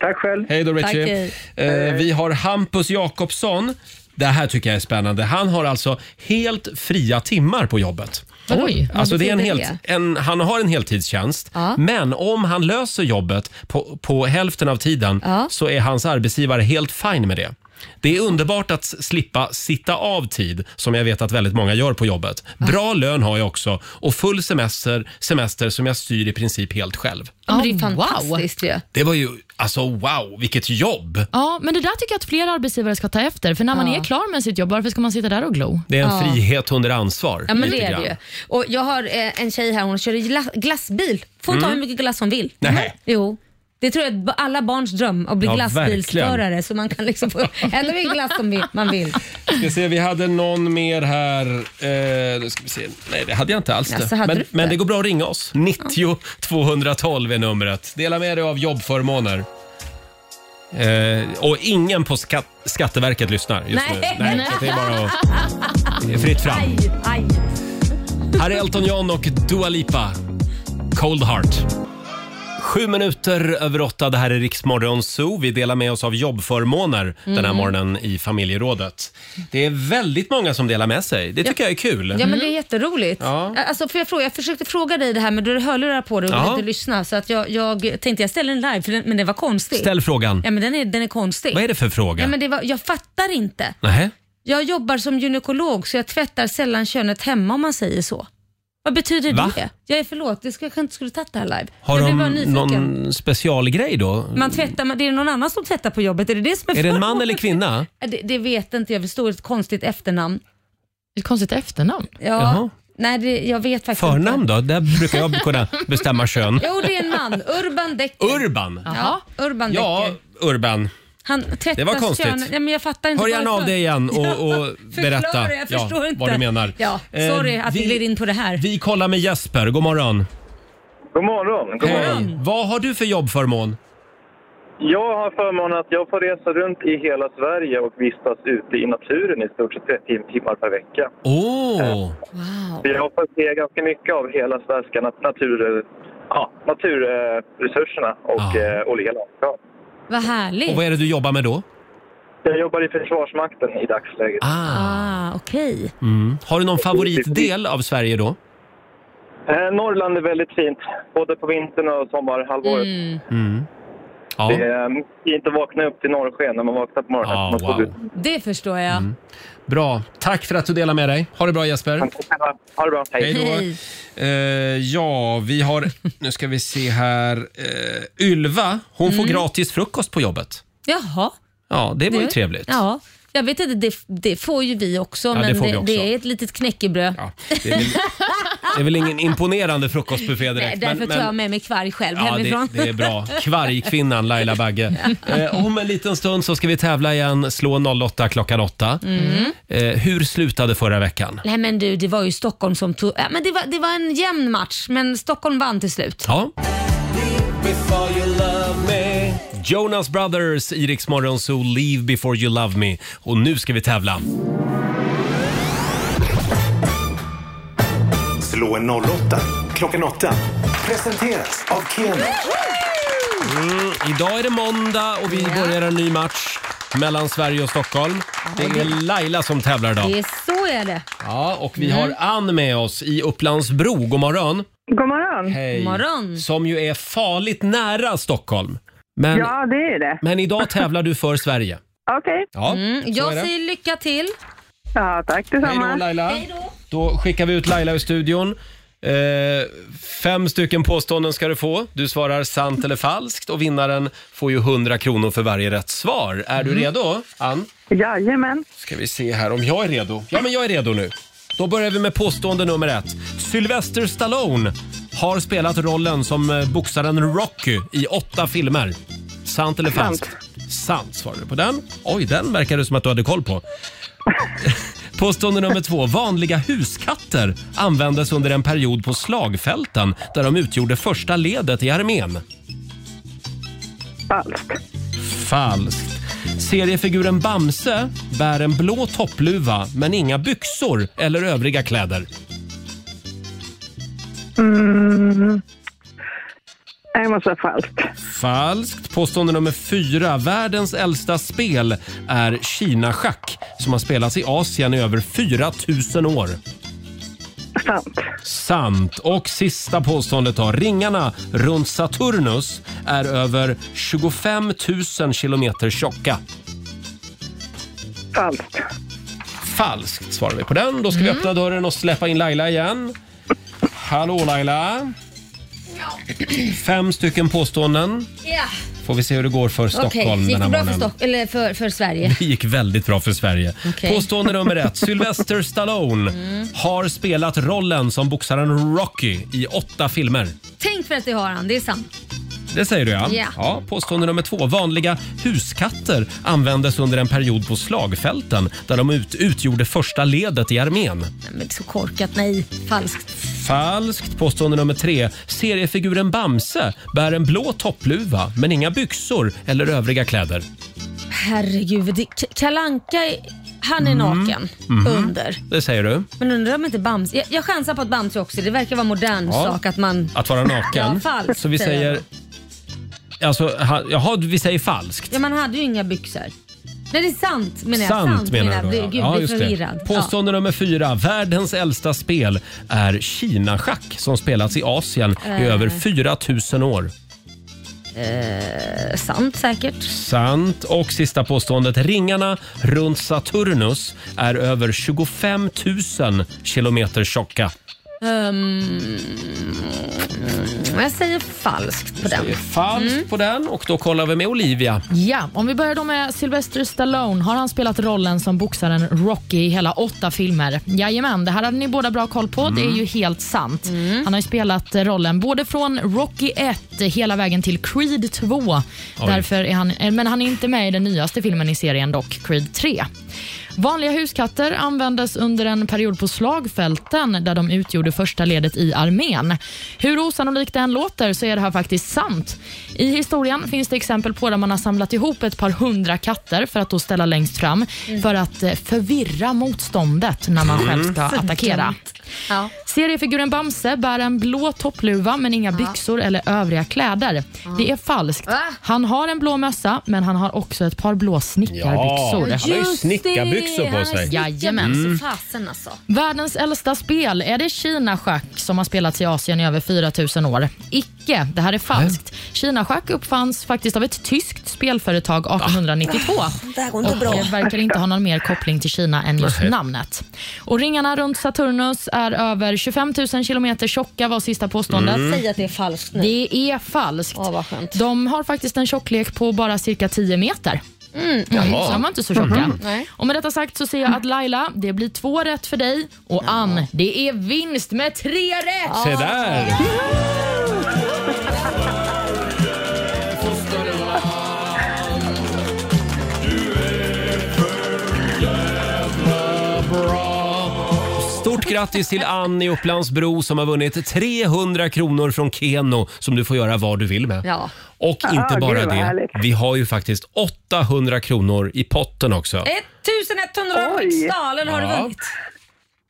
Speaker 12: Tack själv.
Speaker 1: Hej då
Speaker 2: Tack,
Speaker 1: Richie.
Speaker 2: hej.
Speaker 1: Eh, vi har Hampus Jakobsson. Det här tycker jag är spännande. Han har alltså helt fria timmar på jobbet.
Speaker 3: Vadå? Oj, vad
Speaker 1: alltså det är en
Speaker 3: betyder
Speaker 1: helt, en, han har en heltidstjänst, men om han löser jobbet på, på hälften av tiden så är hans arbetsgivare helt fine med det. Det är underbart att s- slippa sitta av tid, som jag vet att väldigt många gör på jobbet. Bra lön har jag också och full semester, semester som jag styr i princip helt själv.
Speaker 2: Ja, men det är fantastiskt ju.
Speaker 1: Det var ju, alltså wow, vilket jobb!
Speaker 3: Ja, men det där tycker jag att fler arbetsgivare ska ta efter. För när man är klar med sitt jobb, varför ska man sitta där och glo?
Speaker 1: Det är en
Speaker 2: Ja.
Speaker 1: frihet under ansvar.
Speaker 2: Ja men
Speaker 1: lite
Speaker 2: det är
Speaker 1: grann.
Speaker 2: det ju. Och jag har eh, en tjej här, hon kör i gla- glassbil. Får ta
Speaker 1: Mm.
Speaker 2: hur mycket glass hon vill.
Speaker 1: Nej.
Speaker 2: Jo. Det tror jag är ba- alla barns dröm, att bli
Speaker 1: Ja,
Speaker 2: glassbilsförare
Speaker 1: verkligen.
Speaker 2: så man kan liksom få äta hur mycket glass som vill- man vill.
Speaker 1: Ska se, vi hade någon mer här. Eh, nu ska vi se. Nej, det hade jag inte alls. Det.
Speaker 2: Alltså, hade
Speaker 1: men,
Speaker 2: du inte?
Speaker 1: men det går bra att ringa oss. 90 212 är numret. Dela med dig av jobbförmåner. Eh, och ingen på skat- Skatteverket lyssnar just nu. Nej, så det är bara att... det är fritt fram.
Speaker 2: Aj, aj.
Speaker 1: Här är Elton John och Dua Lipa. Cold Heart. Sju minuter över åtta, det här är Riksmorgon Zoo. Vi delar med oss av jobbförmåner den här
Speaker 2: Mm.
Speaker 1: morgonen i familjerådet. Det är väldigt många som delar med sig. Det tycker jag är kul.
Speaker 2: Ja men det är jätteroligt.
Speaker 1: Mm. Ja.
Speaker 2: Alltså, får jag, fråga, jag försökte fråga dig det här men du hade hörlurar på dig och
Speaker 1: Ja.
Speaker 2: ville inte lyssna så att jag, jag tänkte jag ställer den live för den, men den var konstig.
Speaker 1: Ställ frågan.
Speaker 2: Ja men den är, den är konstig.
Speaker 1: Vad är det för fråga?
Speaker 2: Ja, men det var, jag fattar inte.
Speaker 1: Nähä?
Speaker 2: Jag jobbar som gynekolog så jag tvättar sällan könet hemma om man säger så. Vad betyder
Speaker 1: Va?
Speaker 2: det? Jag är förlåt, det ska, jag kanske inte skulle tagit det här live.
Speaker 1: Har
Speaker 2: jag blev bara
Speaker 1: de
Speaker 2: nyfiken.
Speaker 1: någon specialgrej då?
Speaker 2: Man tvättar, men det är någon annan som tvättar på jobbet, är det det som är
Speaker 1: Är det en man
Speaker 2: förmånen?
Speaker 1: eller
Speaker 2: [LAUGHS]
Speaker 1: kvinna?
Speaker 2: Det, det vet inte jag, det står ett konstigt efternamn.
Speaker 3: Ett konstigt efternamn?
Speaker 2: Ja.
Speaker 1: Jaha.
Speaker 2: Nej, det, jag vet faktiskt
Speaker 1: Förnamn
Speaker 2: inte.
Speaker 1: då? Där brukar jag kunna bestämma kön.
Speaker 2: Jo, det är en man. Urban Decker.
Speaker 1: Urban?
Speaker 2: Ja, Urban
Speaker 1: Ja,
Speaker 2: Decker.
Speaker 1: Urban.
Speaker 2: Han tvättar
Speaker 1: Det var konstigt.
Speaker 2: könet. Ja, men jag fattar inte
Speaker 1: Hör gärna
Speaker 2: varför.
Speaker 1: av dig igen och, och
Speaker 2: [LAUGHS] Förklara,
Speaker 1: berätta
Speaker 2: jag förstår inte.
Speaker 1: vad du menar.
Speaker 2: Ja,
Speaker 1: Eh,
Speaker 2: sorry att vi
Speaker 1: vi-
Speaker 2: gled in på det här.
Speaker 1: Vi kollar med Jesper, god morgon.
Speaker 14: God morgon. God
Speaker 1: Hej.
Speaker 14: morgon.
Speaker 1: Vad har du för jobbförmån?
Speaker 14: Jag har förmånen att jag får resa runt i hela Sverige och vistas ute i naturen i stort sett 30 timmar per vecka.
Speaker 1: Åh!
Speaker 14: Oh. Så jag får se ganska mycket av hela svenska nat- natur, ja, naturresurserna och eh, olika landskap.
Speaker 2: Vad härligt.
Speaker 1: Och vad är det du jobbar med då?
Speaker 14: Jag jobbar i Försvarsmakten i dagsläget.
Speaker 2: Ah, okej.
Speaker 1: Mm. Har du någon favoritdel av Sverige då?
Speaker 14: Eh, Norrland är väldigt fint, både på vintern och sommarhalvåret.
Speaker 1: Mm. Ja.
Speaker 14: Det är mm, fint att vakna upp till norrsken när man vaknar på morgonen.
Speaker 1: Ja,
Speaker 14: Man får
Speaker 1: wow.
Speaker 14: ut.
Speaker 2: Det förstår jag.
Speaker 1: Mm. Bra. Tack för att du delade med dig. Ha det bra Jesper.
Speaker 14: Ha det bra.
Speaker 1: Hej då. Eh, ja, vi har, nu ska vi se här. Eh, Ylva, hon får
Speaker 2: Mm.
Speaker 1: gratis frukost på jobbet.
Speaker 2: Jaha.
Speaker 1: Ja, det var ju trevligt.
Speaker 2: Ja. Jag vet inte, det, det får ju vi också,
Speaker 1: Ja, det
Speaker 2: men
Speaker 1: får vi
Speaker 2: det,
Speaker 1: också.
Speaker 2: det är ett litet knäckebröd.
Speaker 1: Det är väl, det är väl ingen imponerande frukostbuffé
Speaker 2: Nej,
Speaker 1: direkt.
Speaker 2: därför tar jag med mig kvarg själv
Speaker 1: Ja, det,
Speaker 2: hemifrån.
Speaker 1: det är bra. Kvargkvinnan Laila Bagge. Eh, om en liten stund så ska vi tävla igen. Slå 08 klockan 8.
Speaker 2: Mm.
Speaker 1: Eh, hur slutade förra veckan?
Speaker 2: [LAUGHS] Nej men du, det var ju Stockholm som tog... Ja, men det, var, det var en jämn match, men Stockholm vann till slut.
Speaker 1: Ja. Jonas Brothers i Rix Morgon Zoo, Leave before you love me. Och nu ska vi tävla.
Speaker 4: Slå en 08 klockan 8. Presenteras av Keno.
Speaker 1: Mm, idag är det måndag och vi börjar en ny match mellan Sverige och Stockholm. Det är Laila som tävlar
Speaker 2: Det
Speaker 1: idag.
Speaker 2: är så är det.
Speaker 1: Ja, och vi har Ann med oss i Upplandsbro. God morgon!
Speaker 5: God morgon.
Speaker 1: Hej.
Speaker 5: God morgon.
Speaker 1: Som ju är farligt nära Stockholm. Men,
Speaker 5: Ja, det är det.
Speaker 1: men idag tävlar du för Sverige.
Speaker 5: Okej.
Speaker 1: Ja, så
Speaker 2: Mm, jag
Speaker 1: är det.
Speaker 2: säger lycka till.
Speaker 5: Ja, tack detsamma.
Speaker 1: Hej då, Laila. Då skickar vi ut Laila ur studion. Eh, fem stycken påståenden ska du få. Du svarar sant eller falskt och vinnaren får ju 100 kronor för varje rätt svar. Är du
Speaker 5: Mm.
Speaker 1: redo, Ann?
Speaker 5: Jajamän.
Speaker 1: Ska vi se här om jag är redo. Ja, men jag är redo nu. Då börjar vi med påstående nummer ett. Sylvester Stallone har spelat rollen som eh, boxaren Rocky i åtta filmer. Sant eller falskt? Sant svarar du på den. Oj, den verkar det som att du hade koll på. [LAUGHS] Påstående nummer två. Vanliga huskatter användes under en period på slagfälten där de utgjorde första ledet i armén.
Speaker 5: Falskt.
Speaker 1: Falskt. Seriefiguren Bamse bär en blå toppluva men inga byxor eller övriga kläder.
Speaker 5: Mm. Jag måste säga falskt.
Speaker 1: Falskt. Påstående nummer fyra. Världens äldsta spel är Kina-schack som har spelats i Asien i över 4000 år.
Speaker 5: Sant.
Speaker 1: Sant. Och sista påståendet då. Ringarna runt Saturnus är över 25 000 kilometer tjocka.
Speaker 5: Falskt.
Speaker 1: Falskt svarar vi på den. Då ska vi öppna dörren och släppa in Laila igen. Hallå Laila! Fem stycken påståenden.
Speaker 2: Ja.
Speaker 1: Får vi se hur det går för
Speaker 2: Okej,
Speaker 1: Stockholm
Speaker 2: gick
Speaker 1: den
Speaker 2: det
Speaker 1: här
Speaker 2: bra för,
Speaker 1: morgonen.
Speaker 2: Stock- eller för,
Speaker 1: [LAUGHS]
Speaker 2: för Sverige?
Speaker 1: Det gick väldigt bra för Sverige.
Speaker 2: Okej. Mm.
Speaker 1: Påstående nummer
Speaker 2: [LAUGHS]
Speaker 1: ett. Sylvester Stallone har spelat rollen som boxaren Rocky i åtta filmer.
Speaker 2: Tänk för att det har han, det är sant.
Speaker 1: Det säger du ja.
Speaker 2: Ja.
Speaker 1: ja. Påstående nummer två. Vanliga huskatter användes under en period på slagfälten där de ut- utgjorde första ledet i armén.
Speaker 2: Nej, men så korkat, nej. Falskt.
Speaker 1: Falskt. Påstående nummer tre. Seriefiguren Bamse bär en blå toppluva men inga byxor eller övriga kläder.
Speaker 2: Herregud, det, K- Kalanka han är naken
Speaker 1: Mhm.
Speaker 2: under.
Speaker 1: Det säger du.
Speaker 2: Men undrar om inte Bamse... Jag, jag chansar på att Bamse också, det verkar vara modern
Speaker 1: Ja.
Speaker 2: sak att man...
Speaker 1: Att vara naken.
Speaker 2: [LAUGHS] Ja, falskt,
Speaker 1: Så vi
Speaker 2: säger
Speaker 1: säger... Alltså, ha, jaha, vi säger falskt.
Speaker 2: Ja, man hade ju inga byxor. Nej, det är sant menar jag.
Speaker 1: då,
Speaker 2: jag.
Speaker 1: ja.
Speaker 2: Gud,
Speaker 1: Ja,
Speaker 2: blir
Speaker 1: just det.
Speaker 2: förvirrad.
Speaker 1: Påstående nummer fyra. Världens äldsta spel är Kina-schack som spelats i Asien i
Speaker 2: Eh.
Speaker 1: över 4000 år.
Speaker 2: Ja. Eh, sant säkert.
Speaker 1: Sant. Och sista påståendet. Ringarna runt Saturnus är över 25 000 kilometer tjocka.
Speaker 2: Ehm, jag säger falskt på den.
Speaker 1: Det är falskt på den och då kollar vi med Olivia.
Speaker 3: Ja, om vi börjar då med Sylvester Stallone. Har han spelat rollen som boxaren Rocky i hela åtta filmer? Jajamän, det här hade ni båda bra koll på. Det är ju helt sant. Han har ju spelat eh, rollen både från Rocky 1 hela vägen till Creed 2.
Speaker 15: Oj.
Speaker 3: Därför är han, eh, men han är inte med i den nyaste filmen i serien dock, Creed 3. Vanliga huskatter användes under en period på slagfälten där de utgjorde första ledet i armén. Hur osannolikt det än låter så är det här faktiskt sant. I historien finns det exempel på där man har samlat ihop ett par hundra katter för att då ställa längst fram för att eh, förvirra motståndet när man
Speaker 8: Mm.
Speaker 3: själv ska
Speaker 8: För
Speaker 3: attackera.
Speaker 8: dumt.
Speaker 3: Seriefiguren Bamse bär en blå toppluva men inga byxor eller övriga kläder. Det är falskt. Han har en blå mössa men han har också ett par blå snickarbyxor.
Speaker 1: Ja, han har ju Just snickarbyxor det, på han har sig. Mm.
Speaker 3: Jajamän.
Speaker 2: Jajamän, så fasen alltså.
Speaker 3: Världens äldsta spel, är det Kina-schack som har spelats i Asien i över 4000 år? Icke, det här är falskt. Kina-schack uppfanns faktiskt av ett tyskt spelföretag 1892
Speaker 8: Det här går inte
Speaker 3: och
Speaker 8: Ah. [LAUGHS] bra.
Speaker 3: eh, verkar inte ha någon mer koppling till Kina än just
Speaker 8: Nej.
Speaker 3: namnet. Och ringarna runt Saturnus är över 25 000 kilometer tjocka var sista påståendet.
Speaker 2: Mm. Säg att det är falskt nu.
Speaker 3: Det är falskt. De har faktiskt en tjocklek på bara cirka 10 meter.
Speaker 2: Mm.
Speaker 3: Mm, så de var inte så tjocka.
Speaker 2: Mhm. Nej.
Speaker 3: Och med detta sagt så ser jag att Laila, det blir två rätt för dig och Ann, det är vinst med tre rätt!
Speaker 1: Se där! Stort grattis till Ann i Upplandsbro som har vunnit 300 kronor från Keno som du får göra vad du vill med.
Speaker 2: Ja.
Speaker 1: Och inte bara det, vi har ju faktiskt 800 kronor i potten också.
Speaker 2: 1100
Speaker 5: Oj.
Speaker 2: riksdaler har
Speaker 1: Ja.
Speaker 2: du vunnit.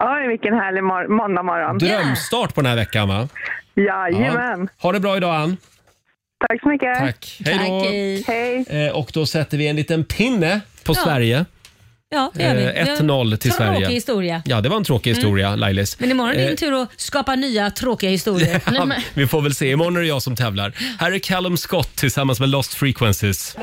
Speaker 5: Oj, vilken härlig mor- måndag morgon.
Speaker 1: Drömstart på den här veckan va?
Speaker 5: Jajamän.
Speaker 1: Ha det bra idag Ann.
Speaker 5: Tack så mycket.
Speaker 1: Tack. Hej då. Tack,
Speaker 5: Hej.
Speaker 1: Eh, Och då sätter vi en liten pinne på
Speaker 2: Ja.
Speaker 1: Sverige.
Speaker 2: Ja, det gör vi.
Speaker 1: Eh, 1-0 till
Speaker 2: Tråkig
Speaker 1: Sverige.
Speaker 2: historia.
Speaker 1: Ja, det var en tråkig
Speaker 2: Mm.
Speaker 1: historia, Lailis.
Speaker 2: Men imorgon är det
Speaker 1: Eh,
Speaker 2: din tur att skapa nya
Speaker 1: [LAUGHS]
Speaker 2: tråkiga historier. Nej, men-
Speaker 1: Vi får väl se. Imorgon är det jag som tävlar. Här är Callum Scott tillsammans med Lost Frequencies.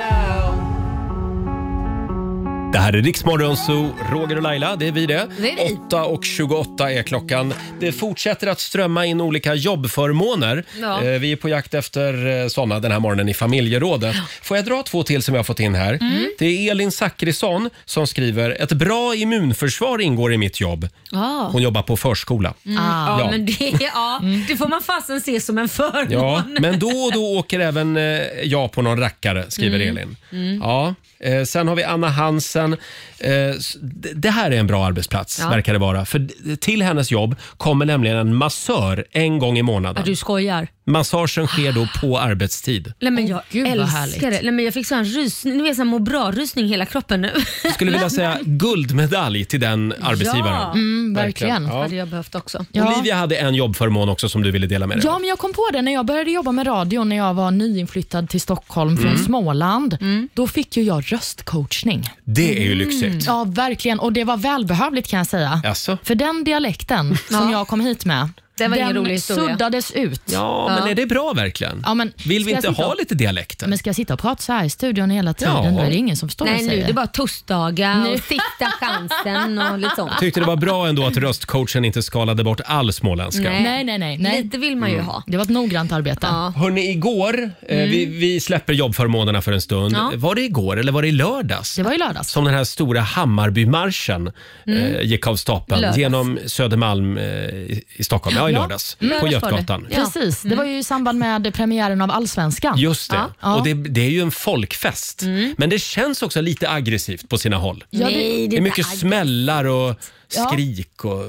Speaker 1: Det här är Riksmorgon Zoo, Roger och Laila, det är vi det.
Speaker 2: Det är vi.
Speaker 1: 8 och 28 är klockan. Det fortsätter att strömma in olika jobbförmåner.
Speaker 2: Ja.
Speaker 1: Eh, Vi är på jakt efter eh, sådana den här morgonen i familjerådet. Får jag dra två till som jag har fått in här?
Speaker 2: Mm.
Speaker 1: Det är Elin Zackrisson som skriver “Ett bra immunförsvar ingår i mitt jobb”.
Speaker 2: Ja.
Speaker 1: Hon jobbar på förskola.
Speaker 2: Mm. Ja,
Speaker 1: Ja. Mm.
Speaker 2: men det,
Speaker 1: [LAUGHS]
Speaker 2: ja, det får man fasen se som en förmån.
Speaker 1: Ja, men då och då åker även eh, jag på någon rackare, skriver
Speaker 2: Mm.
Speaker 1: Elin.
Speaker 2: Mm.
Speaker 1: Ja. Eh, sen har vi Anna Hansen. Eh, s- d- det här är en bra arbetsplats,
Speaker 2: Ja.
Speaker 1: verkar det vara. För d- till hennes jobb kommer nämligen en massör en gång i
Speaker 2: Ja,
Speaker 1: månaden.
Speaker 2: du skojar.
Speaker 1: Massagen sker då på arbetstid.
Speaker 2: Nej, men jag
Speaker 3: vad härligt.
Speaker 2: älskar det. Nej, men jag fick sån här rysning, ni vet sån här må bra-rysning i hela kroppen nu.
Speaker 1: Jag skulle vilja säga guldmedalj till den arbetsgivaren.
Speaker 2: Ja, mm, verkligen.
Speaker 1: Ja.
Speaker 2: hade jag behövt också.
Speaker 1: Olivia hade en jobbförmån också som du ville dela med dig
Speaker 3: Ja, men jag kom på det när jag började jobba med radio när jag var nyinflyttad till Stockholm
Speaker 1: Mm.
Speaker 3: från Småland.
Speaker 2: Mm.
Speaker 3: Då fick ju jag röstcoachning.
Speaker 1: Det är ju lyxigt.
Speaker 3: Ja, verkligen. Och det var välbehövligt kan jag säga.
Speaker 1: Jaså?
Speaker 3: För den dialekten som jag kom hit med,
Speaker 2: Det var ingen rolig
Speaker 3: den
Speaker 2: historia.
Speaker 3: suddades ut.
Speaker 1: Ja, men är det bra verkligen?
Speaker 3: Ja, men
Speaker 1: Vill
Speaker 3: ska
Speaker 1: vi
Speaker 3: jag
Speaker 1: inte
Speaker 3: sitta
Speaker 1: ha
Speaker 3: och-
Speaker 1: lite dialekter?
Speaker 3: Men ska jag sitta och prata så här i studion hela tiden?
Speaker 1: Ja.
Speaker 3: Då är det ingen som förstår vad
Speaker 2: Nej,
Speaker 3: jag
Speaker 2: nu
Speaker 3: säger.
Speaker 2: det är bara torsdagar
Speaker 3: Nu.
Speaker 2: och sista chansen och lite sånt.
Speaker 1: Jag tyckte det var bra ändå att röstcoachen inte skalade bort all småländska.
Speaker 3: Nej, nej, nej, nej. Lite
Speaker 2: vill man ju
Speaker 1: Mm.
Speaker 2: ha.
Speaker 3: Det var ett noggrant arbete.
Speaker 1: Hörni, igår, eh,
Speaker 3: Mm.
Speaker 1: vi, vi släpper jobbförmånerna för en stund.
Speaker 3: Ja.
Speaker 1: Var det igår eller var det i lördags?
Speaker 3: Det var i lördags.
Speaker 1: Som den här stora Hammarbymarschen eh,
Speaker 3: Mm.
Speaker 1: gick av stapeln
Speaker 3: Lördags.
Speaker 1: genom Södermalm eh, i i Stockholm. Ja, i lördags. på
Speaker 3: var det.
Speaker 1: Götgatan.
Speaker 3: Precis,
Speaker 2: Mm.
Speaker 3: det var ju i samband med premiären av Allsvenskan.
Speaker 1: Just det.
Speaker 3: Ja.
Speaker 1: Och det, det är ju en folkfest.
Speaker 3: Mm.
Speaker 1: Men det känns också lite aggressivt på sina håll.
Speaker 2: Ja, det- Nej, det är
Speaker 1: det är mycket
Speaker 2: inte
Speaker 1: smällar och
Speaker 2: Ja.
Speaker 1: skrik. Och...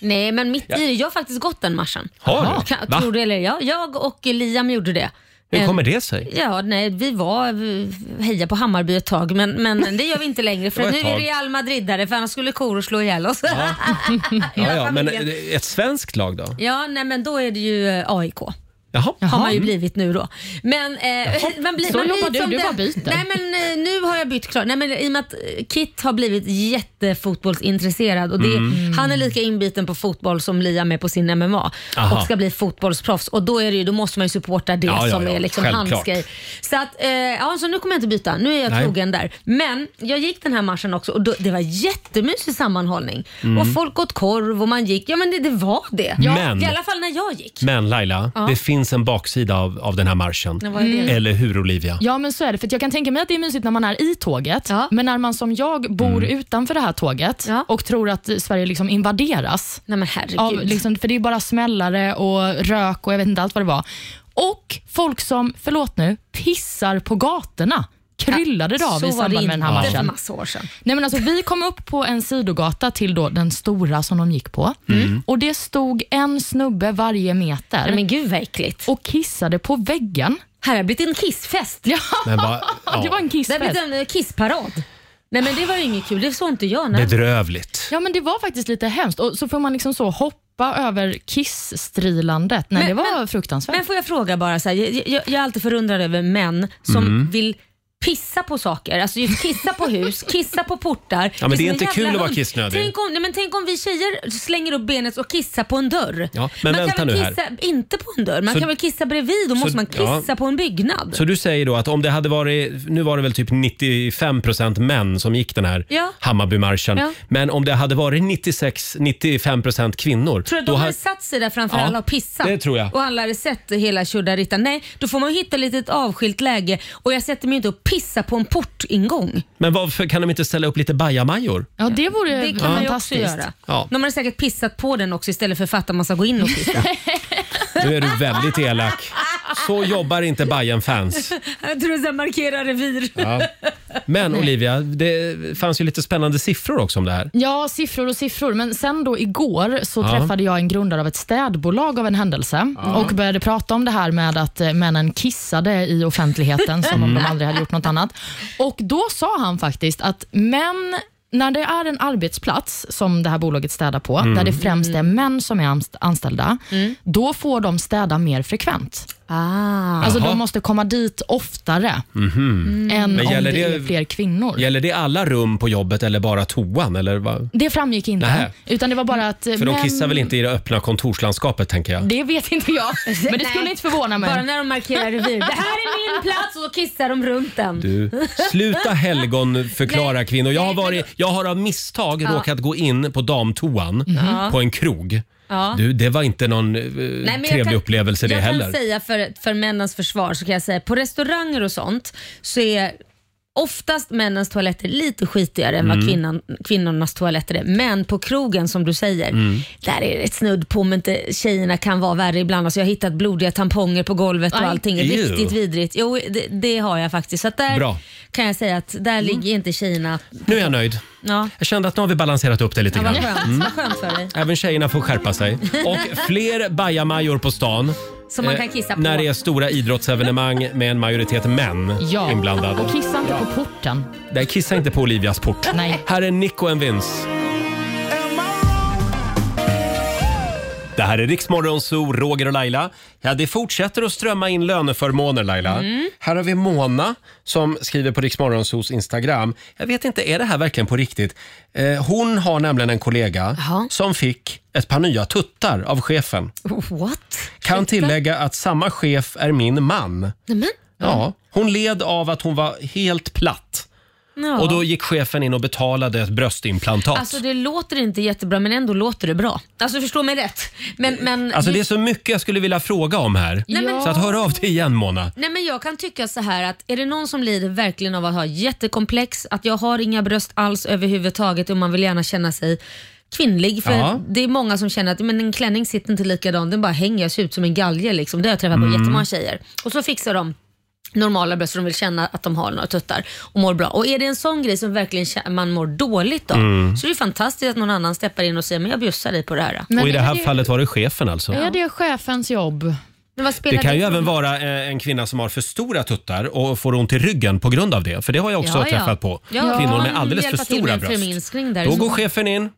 Speaker 2: Nej, men mitt
Speaker 1: Ja.
Speaker 2: i det. Jag har faktiskt gått den marschen.
Speaker 1: Har du? Va?
Speaker 2: Kan, tror det eller ja, jag och Liam gjorde det.
Speaker 1: Hur
Speaker 2: Eh,
Speaker 1: kommer det sig?
Speaker 2: Ja, nej, vi var heja på Hammarby ett tag, men, men det gör vi inte
Speaker 1: [LAUGHS]
Speaker 2: längre
Speaker 1: Det
Speaker 2: för
Speaker 1: var
Speaker 2: nu
Speaker 1: ett
Speaker 2: är
Speaker 1: tag.
Speaker 2: Real Madridare för annars skulle Koro slå ihjäl oss. [LAUGHS] Ja.
Speaker 1: Ja, ja, men
Speaker 2: familjen.
Speaker 1: eh, ett svenskt lag då?
Speaker 2: nej men då är det ju eh, AIK.
Speaker 1: Jaha.
Speaker 2: Har man ju blivit nu då. Men, eh,
Speaker 3: Jaha,
Speaker 2: man blir,
Speaker 3: så
Speaker 2: man blir
Speaker 3: jobbar du,
Speaker 2: som
Speaker 3: du
Speaker 2: den-
Speaker 3: bara byter.
Speaker 2: Nej men eh, nu har jag bytt klart. Nej, men, I och med att eh, Kit har blivit jättefotbollsintresserad och det,
Speaker 8: Mm.
Speaker 2: han är lika inbiten på fotboll som Liam är på sin MMA
Speaker 8: Aha.
Speaker 2: och ska bli fotbollsproffs och då, är det ju, då måste man ju supporta det
Speaker 8: Ja, ja,
Speaker 2: som
Speaker 8: ja.
Speaker 2: är liksom
Speaker 8: Självklart.
Speaker 2: hans grej. Så, att, eh, ja, så nu kommer jag inte byta, nu är jag
Speaker 8: Nej.
Speaker 2: trogen där. Men jag gick den här matchen också och då, det var jättemysig sammanhållning.
Speaker 1: Mm.
Speaker 2: Och folk åt korv och man gick, ja men det, det var det.
Speaker 1: Ja. Men-
Speaker 2: I alla fall när jag gick.
Speaker 1: Men Laila,
Speaker 2: Ja.
Speaker 1: det finns en baksida av, av den här marschen.
Speaker 3: Ja, vad är det?
Speaker 1: Eller hur Olivia?
Speaker 3: Ja, men så är det. För att jag kan tänka mig att det är mysigt när man är i tåget, men när man som jag bor utanför det här tåget och tror att Sverige liksom invaderas.
Speaker 2: Nej, men herregud.
Speaker 3: Av, liksom, för det är bara smällare och rök och jag vet inte allt vad det var. Och folk som, förlåt nu, pissar på gatorna. kryllade det
Speaker 2: Så
Speaker 3: av i
Speaker 2: var det
Speaker 3: samband med den här
Speaker 2: inte
Speaker 3: matchen.
Speaker 2: för massa år sedan.
Speaker 3: Nej, men alltså, vi kom upp på en sidogata till då den stora som de gick på.
Speaker 2: Mm.
Speaker 3: Och Det stod en snubbe varje meter.
Speaker 2: Nej, men gud vad äckligt.
Speaker 3: Och kissade på väggen. [LAUGHS]
Speaker 2: Här har blivit en kissfest.
Speaker 3: Ja,
Speaker 1: Men vad- ja.
Speaker 3: det var en
Speaker 2: Det har
Speaker 3: kissfest.
Speaker 2: blivit en eh, kissparad. Nej men det var ju inget kul, det såg inte jag. Nej.
Speaker 1: Bedrövligt.
Speaker 3: Ja, men det var faktiskt lite hemskt. Och så får man liksom så hoppa över kissstrilandet. Nej,
Speaker 2: Men-
Speaker 3: det var fruktansvärt.
Speaker 2: Men får jag fråga bara, så här, jag, jag, jag är alltid förundrad över män som
Speaker 1: Mm.
Speaker 2: vill pissa på saker. Alltså just kissa på
Speaker 3: [LAUGHS]
Speaker 2: hus, kissa på portar.
Speaker 1: Ja, men det är
Speaker 2: som en
Speaker 1: inte
Speaker 2: jävla
Speaker 1: kul att vara
Speaker 2: hund.
Speaker 1: kissnödig.
Speaker 2: Tänk om, nej, men tänk om vi tjejer slänger upp benet och kissar på en dörr.
Speaker 1: Ja, men
Speaker 2: man
Speaker 1: vänta
Speaker 2: kan väl
Speaker 1: nu här.
Speaker 2: kissa, inte på en dörr, man
Speaker 1: Så-
Speaker 2: kan väl kissa bredvid. Då
Speaker 1: så-
Speaker 2: måste man kissa
Speaker 1: ja.
Speaker 2: på en byggnad.
Speaker 1: Så du säger då att om det hade varit, nu var det väl typ 95% män som gick den här
Speaker 2: Ja.
Speaker 1: Hammarbymarschen.
Speaker 2: Ja.
Speaker 1: Men om det hade varit 96-95% kvinnor.
Speaker 2: Tror du att
Speaker 1: då
Speaker 2: de
Speaker 1: ha-
Speaker 2: hade satt sig där framför
Speaker 1: Ja,
Speaker 2: alla och pissat?
Speaker 1: det tror jag.
Speaker 2: Och alla hade sett hela tjoderittan. Nej, då får man ju hitta lite ett avskilt läge och jag sätter mig ju inte och pissar på en portingång.
Speaker 1: Men varför kan de inte ställa upp lite bajamajor?
Speaker 3: Ja, det vore
Speaker 2: Det kan man ju också
Speaker 1: fantastiskt.
Speaker 2: göra.
Speaker 1: Ja.
Speaker 2: De hade säkert pissat på den också istället för att man massa gå in
Speaker 1: [LAUGHS]
Speaker 2: och pissa.
Speaker 1: Nu är du väldigt elak. Så jobbar inte bajen fans
Speaker 2: jag tror att markera revir.
Speaker 1: Ja. Men Olivia, det fanns ju lite spännande siffror också om det här.
Speaker 3: Ja, siffror och siffror. Men sen då igår så
Speaker 1: Ja.
Speaker 3: träffade jag en grundare av ett städbolag av en händelse
Speaker 1: Ja.
Speaker 3: och började prata om det här med att eh, männen kissade i offentligheten som om de
Speaker 2: Mm.
Speaker 3: aldrig hade gjort något annat. Och Då sa han faktiskt att män när det är en arbetsplats som det här bolaget städar på,
Speaker 2: Mm.
Speaker 3: där det främst är män som är anst- anställda,
Speaker 2: Mm.
Speaker 3: då får de städa mer frekvent.
Speaker 2: Ah.
Speaker 3: Alltså
Speaker 1: Jaha.
Speaker 3: De måste komma dit oftare
Speaker 1: Mhm.
Speaker 3: än
Speaker 1: Men
Speaker 3: om
Speaker 1: gäller
Speaker 3: det
Speaker 1: det-
Speaker 3: är fler kvinnor.
Speaker 1: Gäller det alla rum på jobbet eller bara toan? Eller vad?
Speaker 3: Det framgick inte.
Speaker 1: Nähä.
Speaker 3: Utan det var bara att eh,
Speaker 1: För de
Speaker 3: män-
Speaker 1: kissar väl inte i det öppna kontorslandskapet tänker jag.
Speaker 3: Det vet inte [LAUGHS] jag, men det skulle
Speaker 2: Nej.
Speaker 3: inte förvåna mig.
Speaker 2: Bara när de markerar revir. Det här är min plats och då kissar de runt den.
Speaker 1: Du, sluta helgon förklara kvinnor. Jag har, varit, jag har av misstag
Speaker 2: Ja.
Speaker 1: råkat gå in på damtoan
Speaker 2: Mhm.
Speaker 1: på en krog.
Speaker 2: Ja.
Speaker 1: Du, det var inte någon eh,
Speaker 2: Nej, men jag
Speaker 1: trevlig
Speaker 2: kan-
Speaker 1: upplevelse det
Speaker 2: jag
Speaker 1: heller.
Speaker 2: kan säga för, för männens försvar så kan jag säga på restauranger och sånt så är oftast männens toaletter lite skitigare än vad
Speaker 8: Mm.
Speaker 2: kvinnan, kvinnornas toaletter är. Men på krogen som du säger,
Speaker 8: Mm.
Speaker 2: där är det ett snudd på om inte tjejerna kan vara värre ibland. Alltså jag har hittat blodiga tamponger på golvet och
Speaker 8: Aj.
Speaker 2: allting.
Speaker 8: Ew.
Speaker 2: Riktigt vidrigt. Jo, det, det har jag faktiskt. Så att där
Speaker 1: Bra. Mm.
Speaker 2: kan jag säga att där ligger inte tjejerna...
Speaker 1: Nu är jag nöjd.
Speaker 2: Ja.
Speaker 1: Jag kände att nu har vi balanserat upp det lite
Speaker 2: Ja, vad
Speaker 1: grann.
Speaker 2: skönt.
Speaker 1: Mm.
Speaker 2: Vad skönt för dig.
Speaker 1: Även tjejerna får skärpa sig.
Speaker 2: [LAUGHS]
Speaker 1: Och fler bajamajor på stan.
Speaker 2: Som man
Speaker 1: Eh,
Speaker 2: kan kissa på.
Speaker 1: När det är stora idrottsevenemang med en majoritet män
Speaker 3: Ja,
Speaker 1: inblandade.
Speaker 3: och kissa inte på porten.
Speaker 1: Nej, kissa inte på Olivias port.
Speaker 3: Nej.
Speaker 1: Här är Nico and Vince. Det här är Riksmorgon Zoo, Roger och Laila. Ja, det fortsätter att strömma in löneförmåner, Laila.
Speaker 15: Mm.
Speaker 1: Här har vi Mona som skriver på Riksmorgon Zoos Instagram. Jag vet inte, är det här verkligen på riktigt? Eh, hon har nämligen en kollega som fick ett par nya tuttar av chefen.
Speaker 2: What?
Speaker 1: Kan tillägga att samma chef är min man.
Speaker 2: Nej, men.
Speaker 1: Ja, hon led av att hon var helt platt.
Speaker 2: Ja.
Speaker 1: Och då gick chefen in och betalade ett bröstimplantat.
Speaker 2: Alltså det låter inte jättebra men ändå låter det bra. Alltså förstå mig rätt. Men, men,
Speaker 1: Alltså det är så mycket jag skulle vilja fråga om här.
Speaker 2: Nej, men-
Speaker 1: Så att hör av dig igen Mona.
Speaker 2: Nej men jag kan tycka så här att är det någon som lider verkligen av att ha jättekomplex, att jag har inga bröst alls överhuvudtaget och man vill gärna känna sig kvinnlig. För
Speaker 8: Ja.
Speaker 2: det är många som känner att men en klänning sitter inte likadan, den bara hänger, jag ser ut som en galge liksom. Det har jag träffat på
Speaker 8: Mm.
Speaker 2: jättemånga tjejer. Och så fixar de normala bröst så de vill känna att de har några tuttar och mår bra. Och är det en sån grej som verkligen kä- man mår dåligt av
Speaker 1: Mm.
Speaker 2: så är det fantastiskt att någon annan steppar in och säger men jag bjussar dig på det här.
Speaker 1: och i det här fallet var det chefen alltså.
Speaker 3: Är det chefens jobb?
Speaker 2: Men vad
Speaker 1: Det
Speaker 2: spelar
Speaker 1: kan ju
Speaker 2: för
Speaker 1: även
Speaker 2: roll?
Speaker 1: vara eh, en kvinna som har för stora tuttar och får ont i ryggen på grund av det. För det har jag också
Speaker 2: Ja, ja.
Speaker 1: träffat på.
Speaker 2: Ja,
Speaker 1: Kvinnor med
Speaker 2: man
Speaker 1: alldeles för
Speaker 2: hjälpa till med
Speaker 1: stora
Speaker 2: en
Speaker 1: bröst.
Speaker 2: förminskning där i
Speaker 1: Då
Speaker 2: så
Speaker 1: går
Speaker 2: fall.
Speaker 1: chefen in.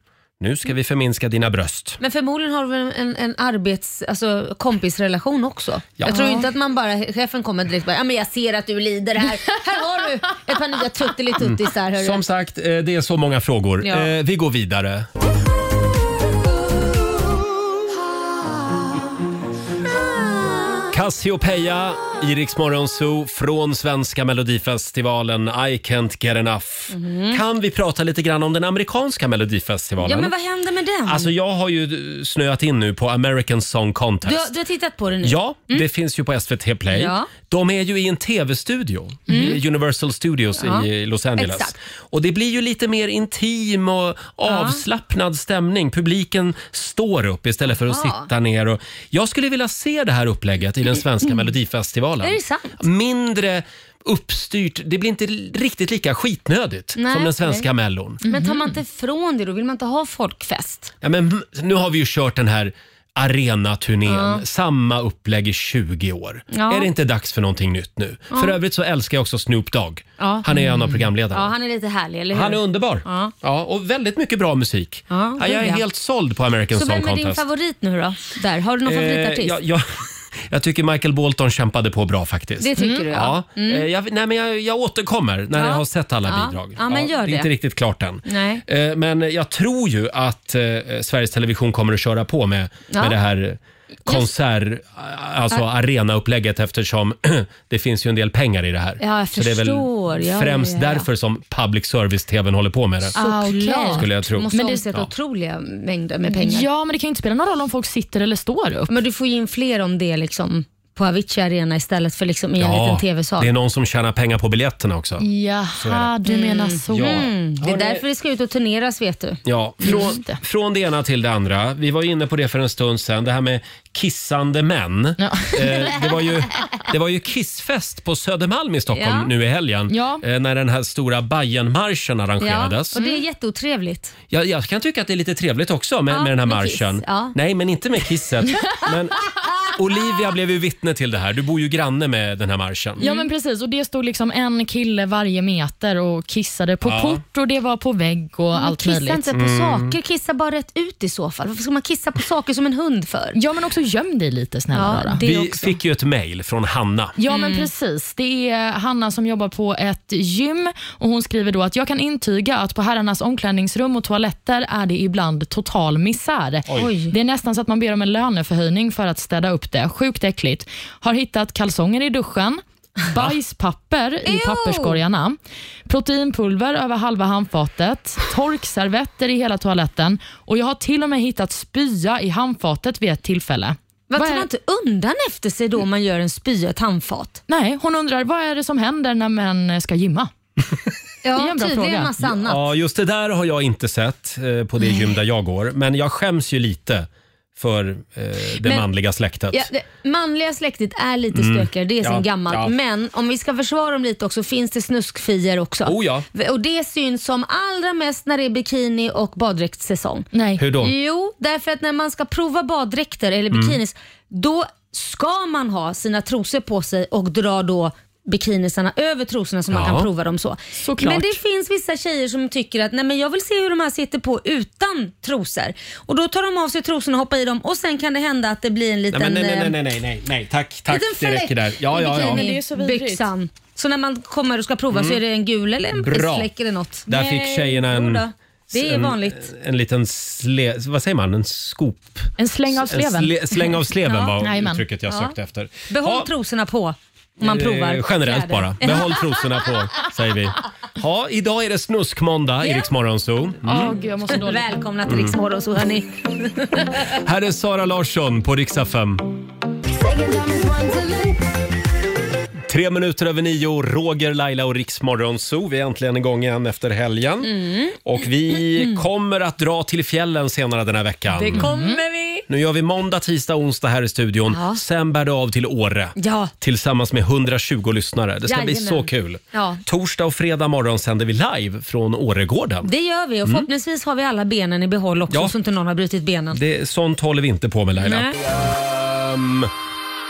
Speaker 1: Nu ska vi förminska dina bröst.
Speaker 2: Men förmodligen har du väl en, en arbets, alltså, kompisrelation också?
Speaker 1: Ja.
Speaker 2: Jag tror
Speaker 1: Ja.
Speaker 2: inte att man bara, chefen kommer direkt och bara, ja men jag ser att du lider här. här har du ett par nya tuttelituttisar. hörru."
Speaker 1: Som sagt, eh, det är så många frågor.
Speaker 2: Ja.
Speaker 1: Eh, Vi går vidare. Cassiopeia i Rix Morgon Zoo från svenska melodifestivalen I can't get enough. Kan vi prata lite grann om den amerikanska melodifestivalen?
Speaker 2: Mhm. Ja men vad händer med den?
Speaker 1: Alltså jag har ju eh, snöat in nu på American Song Contest.
Speaker 2: du, har- du har tittat på det nu?
Speaker 1: Ja, det finns ju på SVT Play.
Speaker 2: Mm. Ja. Mm.
Speaker 1: De är ju i en tv-studio, i Universal Studios
Speaker 2: Ja,
Speaker 1: i Los Angeles.
Speaker 2: exakt.
Speaker 1: Och det blir ju lite mer intim och avslappnad stämning. Publiken står upp istället för att
Speaker 2: Ja.
Speaker 1: sitta ner. Och jag skulle vilja se det här upplägget i den svenska melodifestivalen.
Speaker 2: Är det Mm. sant?
Speaker 1: Mindre uppstyrt. Det blir inte riktigt lika skitnödigt
Speaker 2: Nej,
Speaker 1: som den
Speaker 2: okej.
Speaker 1: svenska mellon.
Speaker 2: Men tar man inte ifrån det då? Vill man inte ha folkfest?
Speaker 1: Ja, men nu har vi ju kört den här arenaturnén,
Speaker 2: Ja.
Speaker 1: samma upplägg i 20 år.
Speaker 2: Ja.
Speaker 1: Är det inte dags för någonting nytt nu?
Speaker 2: Ja.
Speaker 1: För övrigt så älskar jag också Snoop Dogg.
Speaker 2: Ja. Mm.
Speaker 1: Han är en av
Speaker 2: Ja,
Speaker 1: programledarna.
Speaker 2: han är lite härlig, eller hur?
Speaker 1: Han är underbar.
Speaker 2: Ja.
Speaker 1: Ja. och väldigt mycket bra musik.
Speaker 2: Ja,
Speaker 1: Ja, jag är
Speaker 2: gud, ja.
Speaker 1: helt såld på American
Speaker 2: Så
Speaker 1: Song
Speaker 2: vem är din
Speaker 1: Contest. Eh,
Speaker 2: favorit nu då? Där, har du någon favoritartist?
Speaker 1: jag, jag, [LAUGHS] jag tycker Michael Bolton kämpade på bra faktiskt.
Speaker 2: Det tycker du, ja. Mm.
Speaker 1: Eh, Jag, nej, men jag, jag återkommer när
Speaker 2: Ja.
Speaker 1: jag har sett alla
Speaker 2: Ja.
Speaker 1: bidrag.
Speaker 2: Ja, men gör
Speaker 1: det är
Speaker 2: det.
Speaker 1: inte riktigt klart än.
Speaker 2: Nej.
Speaker 1: Eh, Men jag tror ju att eh, Sveriges Television kommer att köra på med,
Speaker 2: Ja.
Speaker 1: med det här konsert, alltså
Speaker 2: Ja.
Speaker 1: arenaupplägget eftersom [CLEARS THROAT] det finns ju en del pengar i det här.
Speaker 2: Ja, jag
Speaker 1: Så det är
Speaker 2: förstår.
Speaker 1: väl
Speaker 2: Ja,
Speaker 1: främst
Speaker 2: ja, ja.
Speaker 1: därför som public service-tvn håller på med det.
Speaker 3: Ah,
Speaker 2: Såklart.
Speaker 1: Skulle jag tro.
Speaker 2: Måste
Speaker 1: Men
Speaker 2: Mm.
Speaker 1: det-
Speaker 2: omsätta
Speaker 1: Ja.
Speaker 2: otroliga mängder med pengar.
Speaker 3: Ja, men det kan ju inte spela någon roll om folk sitter eller står upp.
Speaker 2: Men du får ju in fler om det liksom på Avicii Arena istället för liksom i en
Speaker 1: Ja,
Speaker 2: liten tv-sal.
Speaker 1: det är någon som tjänar pengar på biljetterna också. Så är
Speaker 2: Jaha,
Speaker 1: det.
Speaker 2: du menar så.
Speaker 1: Ja.
Speaker 2: Mm. Det är därför det ska ut och turneras vet du.
Speaker 1: Ja, från, från det ena till det andra. Vi var ju inne på det för en stund sedan, det här med kissande män. Eh, det, var ju, det var ju kissfest på Södermalm i Stockholm
Speaker 2: Ja.
Speaker 1: nu i helgen
Speaker 2: Ja.
Speaker 1: eh, när den här stora Bayernmarschen
Speaker 2: Ja,
Speaker 1: arrangerades.
Speaker 2: och det är jätteotrevligt.
Speaker 1: jag, jag kan tycka att det är lite trevligt också med,
Speaker 2: Ja,
Speaker 1: med den här
Speaker 2: med
Speaker 1: marschen.
Speaker 2: kiss, ja.
Speaker 1: Nej, men inte med
Speaker 2: [LAUGHS]
Speaker 1: kisset. men Olivia blev ju vittne till det här. Du bor ju granne med den här marschen.
Speaker 3: Ja men precis och det stod liksom en kille varje meter och kissade på
Speaker 1: Ja.
Speaker 3: port och det var på vägg och
Speaker 2: Men
Speaker 3: allt
Speaker 2: kissa
Speaker 3: möjligt.
Speaker 2: inte på
Speaker 1: Mm.
Speaker 2: saker, kissa bara rätt ut i så fall. Varför ska man kissa på saker som en hund för?
Speaker 3: Ja men också göm dig lite snälla
Speaker 2: ja, det
Speaker 1: Vi
Speaker 2: också.
Speaker 1: fick ju ett mejl från Hanna.
Speaker 3: Ja men
Speaker 2: Mm.
Speaker 3: precis. Det är Hanna som jobbar på ett gym och hon skriver då att jag kan intyga att på herrarnas omklädningsrum och toaletter är det ibland total misär.
Speaker 2: Oj.
Speaker 3: Det är nästan så att man ber om en löneförhöjning för att städa upp det. Sjukt äckligt. Har hittat kalsonger
Speaker 2: [LAUGHS]
Speaker 3: i duschen. Bajspapper i
Speaker 2: Ew.
Speaker 3: papperskorgarna, proteinpulver över halva handfatet, torkservetter i hela toaletten och jag har till och med hittat spya i handfatet vid ett tillfälle.
Speaker 2: Vad
Speaker 3: Vad
Speaker 2: tar
Speaker 3: är-
Speaker 2: man inte undan efter sig då om man gör en spya i ett handfat?
Speaker 3: Nej, hon undrar vad är det som händer när män ska gymma?
Speaker 2: Ja,
Speaker 3: det är en bra
Speaker 2: tydligen
Speaker 3: fråga.
Speaker 2: massa annat.
Speaker 1: Ja, just det där har jag inte sett eh, på det gym där jag går. Men jag skäms ju lite för eh, det
Speaker 2: Men-
Speaker 1: manliga släktet.
Speaker 2: Ja, det manliga släktet är lite
Speaker 1: Mm.
Speaker 2: stökigare, det är
Speaker 1: Ja,
Speaker 2: sen gammalt.
Speaker 1: ja.
Speaker 2: Men om vi ska försvara dem lite också finns det snuskfier också.
Speaker 1: Oh ja.
Speaker 2: Och det syns som allra mest när det är bikini och baddräktssäsong.
Speaker 3: Nej.
Speaker 1: Hur då? Mm.
Speaker 2: Jo, därför att när man ska prova baddräkter eller bikinis, då ska man ha sina trosor på sig och dra då bikinisarna över trosorna så man
Speaker 8: Ja.
Speaker 2: kan prova dem så.
Speaker 8: Såklart.
Speaker 2: Men det finns vissa tjejer som tycker att nej men jag vill se hur de här sitter på utan trosor. Och då tar de av sig trosorna och hoppar i dem och sen kan det hända att det blir en liten...
Speaker 1: Nej, men nej,
Speaker 2: eh,
Speaker 1: nej, nej, nej, nej, nej, tack, tack,
Speaker 2: liten
Speaker 1: det
Speaker 2: fläck
Speaker 1: räcker där. Ja,
Speaker 2: i
Speaker 1: ja, ja.
Speaker 2: bikini- byxan. Så när man kommer och ska prova
Speaker 1: Mm.
Speaker 2: så är det en gul eller en
Speaker 1: Bra.
Speaker 2: fläck eller något.
Speaker 1: Där fick tjejerna en-
Speaker 2: Jo då. Det är vanligt.
Speaker 1: En, en liten sle, vad säger man, en skop?
Speaker 3: En släng av sleven.
Speaker 1: En sle, släng av sleven
Speaker 2: [LAUGHS] Ja.
Speaker 1: var
Speaker 2: Jajamän.
Speaker 1: uttrycket jag
Speaker 2: Ja.
Speaker 1: sökte efter.
Speaker 2: Behåll trosorna på om man
Speaker 1: Eh,
Speaker 2: provar.
Speaker 1: generellt
Speaker 2: kläder.
Speaker 1: bara. Behåll trosorna på, säger
Speaker 2: [LAUGHS]
Speaker 1: vi. Ja, idag är det snuskmåndag i Rix Morgonzoo. Mm.
Speaker 2: Ja, gud, jag mår så dåligt. Välkomna till
Speaker 1: Mm.
Speaker 2: Rix Morgon så hörni.
Speaker 1: Här är Sara Larsson på Riksdag 5. Tre minuter över nio, Roger, Laila och Riksmorgon Zoo. Vi är äntligen igång igen efter helgen.
Speaker 2: Mm.
Speaker 1: Och vi kommer att dra till fjällen senare den här veckan.
Speaker 8: Det kommer vi.
Speaker 1: Nu gör vi måndag, tisdag, onsdag här i studion. Sen bär det av till Åre
Speaker 2: Ja.
Speaker 1: tillsammans med 120 lyssnare. Det ska bli
Speaker 2: Jajamän.
Speaker 1: så kul.
Speaker 2: Ja.
Speaker 1: Torsdag och fredag morgon sänder vi live från Åregården.
Speaker 2: Det gör vi och
Speaker 1: Mm.
Speaker 2: förhoppningsvis har vi alla benen i behåll också så inte någon har brutit benen.
Speaker 1: Det, sånt håller vi inte på med Laila.
Speaker 2: Nej.
Speaker 1: Ehm,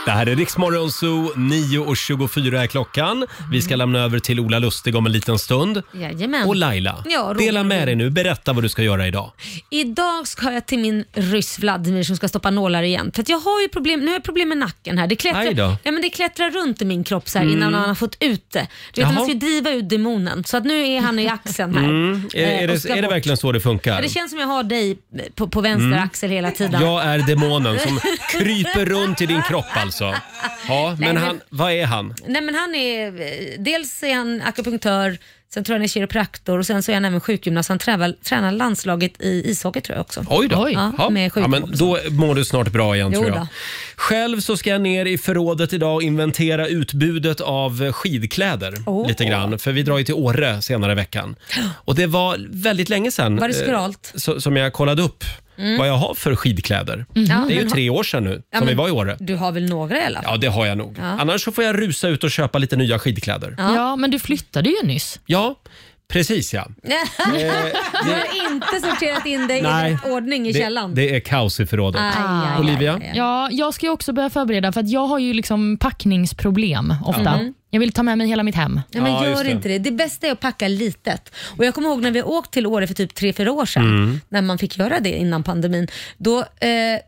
Speaker 1: det här är Riksmorgon Zoo, 9.24 är klockan. Vi ska lämna över till Ola Lustig om en liten stund.
Speaker 2: Jajamän.
Speaker 1: Och Laila,
Speaker 2: Ja, Roger.
Speaker 1: dela med dig nu. Berätta vad du ska göra idag.
Speaker 2: Idag ska jag till min ryss Vladimir som ska stoppa nålar igen. För att jag har ju problem, nu har jag problem med nacken här. Det
Speaker 1: Aj
Speaker 2: klättrar,
Speaker 1: då.
Speaker 2: ja, men det klättrar runt i min kropp så här
Speaker 1: Mm.
Speaker 2: innan han har fått ut det. Du vet,
Speaker 1: Jaha.
Speaker 2: man ska ju driva ut demonen. Så att nu är han i axeln här.
Speaker 1: Mm. Är,
Speaker 2: Eh,
Speaker 1: är,
Speaker 2: och
Speaker 1: det,
Speaker 2: ska
Speaker 1: är det
Speaker 2: bort.
Speaker 1: verkligen så det
Speaker 2: Ja,
Speaker 1: funkar?
Speaker 2: det känns som jag har dig på, på vänster
Speaker 1: Mm.
Speaker 2: axel hela tiden.
Speaker 1: Jag är demonen som kryper runt i din kropp alltså.
Speaker 2: [LAUGHS]
Speaker 1: Ja,
Speaker 2: Nej,
Speaker 1: men
Speaker 2: men-
Speaker 1: han, vad är han?
Speaker 2: Nej, men han är, eh, dels är han akupunktör, sen tror jag han är kiropraktor och sen så är han även sjukgymnast. Han tränar, tränar landslaget i ishockey tror jag också.
Speaker 1: Oj då.
Speaker 2: Ja, med
Speaker 1: ja,
Speaker 2: sjukdom.
Speaker 1: men då mår du snart bra igen
Speaker 2: Jo
Speaker 1: tror jag.
Speaker 2: då.
Speaker 1: Själv så ska jag ner i förrådet idag och inventera utbudet av skidkläder
Speaker 2: Åh.
Speaker 1: lite grann. För vi drar ju till Åre senare i veckan. Och det var väldigt länge sedan
Speaker 2: Var det
Speaker 1: eh,
Speaker 2: skralt?
Speaker 1: så, som jag kollade upp
Speaker 2: Mm.
Speaker 1: vad jag har för skidkläder.
Speaker 2: Mhm. Ja,
Speaker 1: Det är ju
Speaker 2: men-
Speaker 1: tre år sedan nu
Speaker 2: Ja,
Speaker 1: som vi
Speaker 2: men
Speaker 1: var i Åre.
Speaker 2: Du har väl några i alla fall?
Speaker 1: Ja, det har jag nog.
Speaker 2: Ja.
Speaker 1: Annars så får jag rusa ut och köpa lite nya skidkläder.
Speaker 2: Ja.
Speaker 3: men du flyttade ju nyss.
Speaker 1: Ja, precis ja.
Speaker 2: du har inte sorterat in dig i
Speaker 1: Eh, Nej.
Speaker 2: rätt ordning i
Speaker 1: Det,
Speaker 2: källaren.
Speaker 1: det är kaos i förrådet.
Speaker 2: Aj, aj, aj,
Speaker 1: Olivia?
Speaker 3: Ja, jag ska ju också börja förbereda för att jag har ju liksom packningsproblem ofta.
Speaker 2: Mhm.
Speaker 3: Jag vill ta med mig hela mitt hem.
Speaker 2: Nej, men gör inte det. Det bästa är att packa litet. Och Jag kommer ihåg när vi åkte till Åre för typ tre fyra år sedan,
Speaker 3: Mm.
Speaker 2: när man fick göra det innan pandemin. Då eh,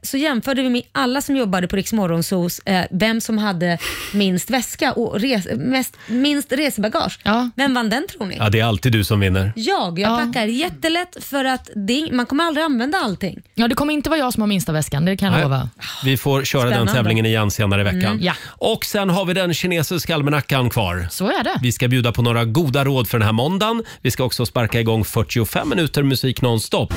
Speaker 2: så jämförde vi med alla som jobbade på Rix Morgonzos, eh, vem som hade minst väska och res- mest, minst resebagage. Vem vann den tror ni?
Speaker 1: Ja, det är alltid du som vinner.
Speaker 2: Jag, jag packar jättelätt för att det, är- man kommer aldrig använda allting.
Speaker 3: Ja, det kommer inte vara jag som har minsta väskan, det kan jag
Speaker 1: Nej.
Speaker 3: lova.
Speaker 1: Vi får köra
Speaker 3: Spännande.
Speaker 1: den tävlingen igen senare i veckan.
Speaker 3: Mm. Ja.
Speaker 1: Och sen har vi den kinesiska almanackan kvar.
Speaker 3: Så är det.
Speaker 1: Vi ska bjuda på några goda råd för den här måndagen. Vi ska också sparka igång 45 minuter musik nonstop.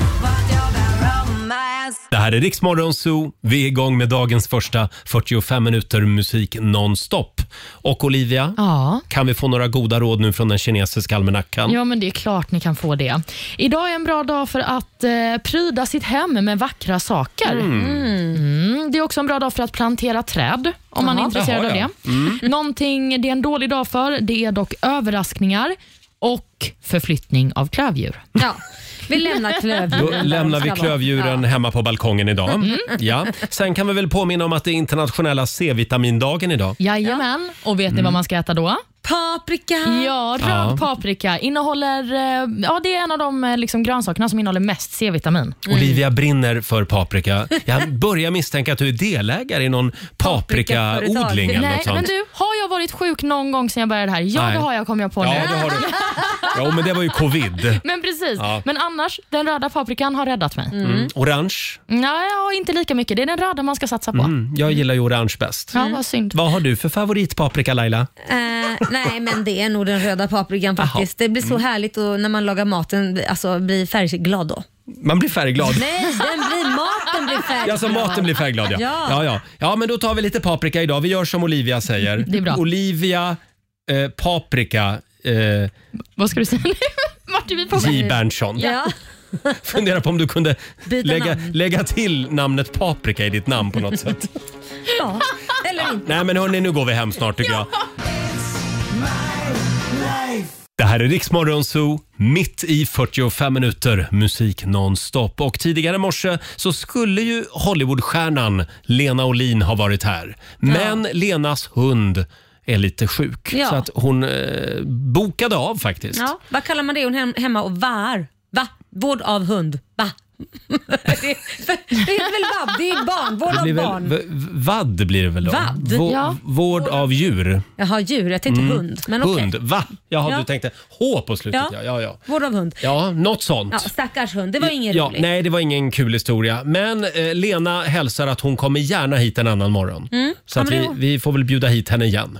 Speaker 1: Det här är Riksmorgon Zoo. Vi är igång med dagens första 45 minuter musik nonstop. Och Olivia,
Speaker 3: Ja.
Speaker 1: kan vi få några goda råd nu från den kinesiska almanackan?
Speaker 3: Ja, men det är klart ni kan få det. Idag är en bra dag för att eh, pryda sitt hem med vackra saker.
Speaker 1: Mm.
Speaker 3: Mm, Det är också en bra dag för att plantera träd, om man är
Speaker 15: Jaha.
Speaker 3: intresserad
Speaker 15: Jaha,
Speaker 3: av
Speaker 15: ja.
Speaker 3: det.
Speaker 15: Mm.
Speaker 3: Någonting det är en dålig dag för, det är dock överraskningar och förflyttning av klövdjur.
Speaker 2: Ja, vi
Speaker 1: [LAUGHS]
Speaker 2: lämnar klövdjuren.
Speaker 1: Då
Speaker 2: där de
Speaker 1: lämnar
Speaker 2: ska
Speaker 1: vi
Speaker 2: vara.
Speaker 1: klövdjuren hemma på balkongen idag.
Speaker 3: Mm.
Speaker 1: Ja. Sen kan vi väl påminna om att det är internationella C-vitamindagen idag.
Speaker 3: Jajamän, och vet ni
Speaker 1: Mm.
Speaker 3: vad man ska äta då?
Speaker 2: Paprika!
Speaker 3: Ja, röd
Speaker 1: Ja.
Speaker 3: paprika. Innehåller, eh, ja, det är en av de eh, liksom, grönsakerna som innehåller mest C-vitamin.
Speaker 1: Olivia brinner för paprika. Jag börjar misstänka att du är delägare i någon paprikaodling eller
Speaker 3: Nej,
Speaker 1: något
Speaker 3: men
Speaker 1: sånt.
Speaker 3: du, har jag varit sjuk någon gång sedan jag började här? Ja,
Speaker 1: Nej.
Speaker 3: det Mm. har jag, kom jag på
Speaker 1: Ja,
Speaker 3: nu.
Speaker 1: det har du. Jo, men det var ju covid.
Speaker 3: Men precis.
Speaker 1: Ja.
Speaker 3: Men annars, den röda paprikan har räddat mig.
Speaker 1: Mm. Orange.
Speaker 3: Nej, ja, inte lika mycket. Det är den röda man ska satsa på.
Speaker 1: Mm. Jag gillar ju orange bäst.
Speaker 3: Ja, vad synd.
Speaker 1: Vad har du för favoritpaprika Laila?
Speaker 2: Eh, nej, men det är nog den röda paprikan faktiskt. Det blir så
Speaker 1: Mm.
Speaker 2: härligt och när man lagar maten, alltså blir färgglad då.
Speaker 1: Man blir färgglad.
Speaker 2: Nej, den blir, maten blir färgglad.
Speaker 1: Ja, så maten blir färgglad ja.
Speaker 2: Ja.
Speaker 1: Ja, ja. ja, men då tar vi lite paprika idag. Vi gör som Olivia säger.
Speaker 3: Det är bra.
Speaker 1: Olivia, eh, paprika, eh,
Speaker 3: Vad ska du säga nu? [LAUGHS] Vart är vi på väg?
Speaker 1: J. Berntsson.
Speaker 3: Ja.
Speaker 1: Fundera på om du kunde
Speaker 3: Byta
Speaker 1: lägga,
Speaker 3: namn.
Speaker 1: lägga till namnet paprika i ditt namn på något sätt.
Speaker 2: ja, eller inte.
Speaker 1: Nej men hörni, nu går vi hem snart tycker jag. Det här är Riksmorgon Zoo, mitt i 45 minuter musik nonstop. Och tidigare i morse så skulle ju Hollywoodstjärnan Lena Olin ha varit här. Men Lenas hund är lite sjuk.
Speaker 2: Ja.
Speaker 1: Så att hon eh, bokade av faktiskt.
Speaker 2: Ja. Vad kallar man det hon hem, hemma och var? Va? Vård av hund? Va? [LAUGHS] det är väl vab? Det är barn, vård
Speaker 1: Det blir
Speaker 2: av
Speaker 1: väl,
Speaker 2: barn.
Speaker 1: v- v- vad blir det väl då?
Speaker 2: Vad?
Speaker 1: Vå-
Speaker 2: Ja.
Speaker 1: Vård av djur.
Speaker 2: Jaha, djur. Jag tänkte
Speaker 1: Mm.
Speaker 2: hund. Men okej.
Speaker 1: Hund, va? Jaha,
Speaker 2: Ja.
Speaker 1: du tänkte H på slutet
Speaker 2: Ja.
Speaker 1: ja. Ja, ja.
Speaker 2: Vård av hund.
Speaker 1: ja något sånt.
Speaker 2: Ja, stackars hund. Det var inget
Speaker 1: Ja,
Speaker 2: roligt.
Speaker 1: nej, det var ingen kul historia. Men eh, Lena hälsar att hon kommer gärna hit en annan morgon.
Speaker 2: Mm,
Speaker 1: Så att
Speaker 2: kommer
Speaker 1: vi,
Speaker 2: du ihåg?
Speaker 1: vi får väl bjuda hit henne igen.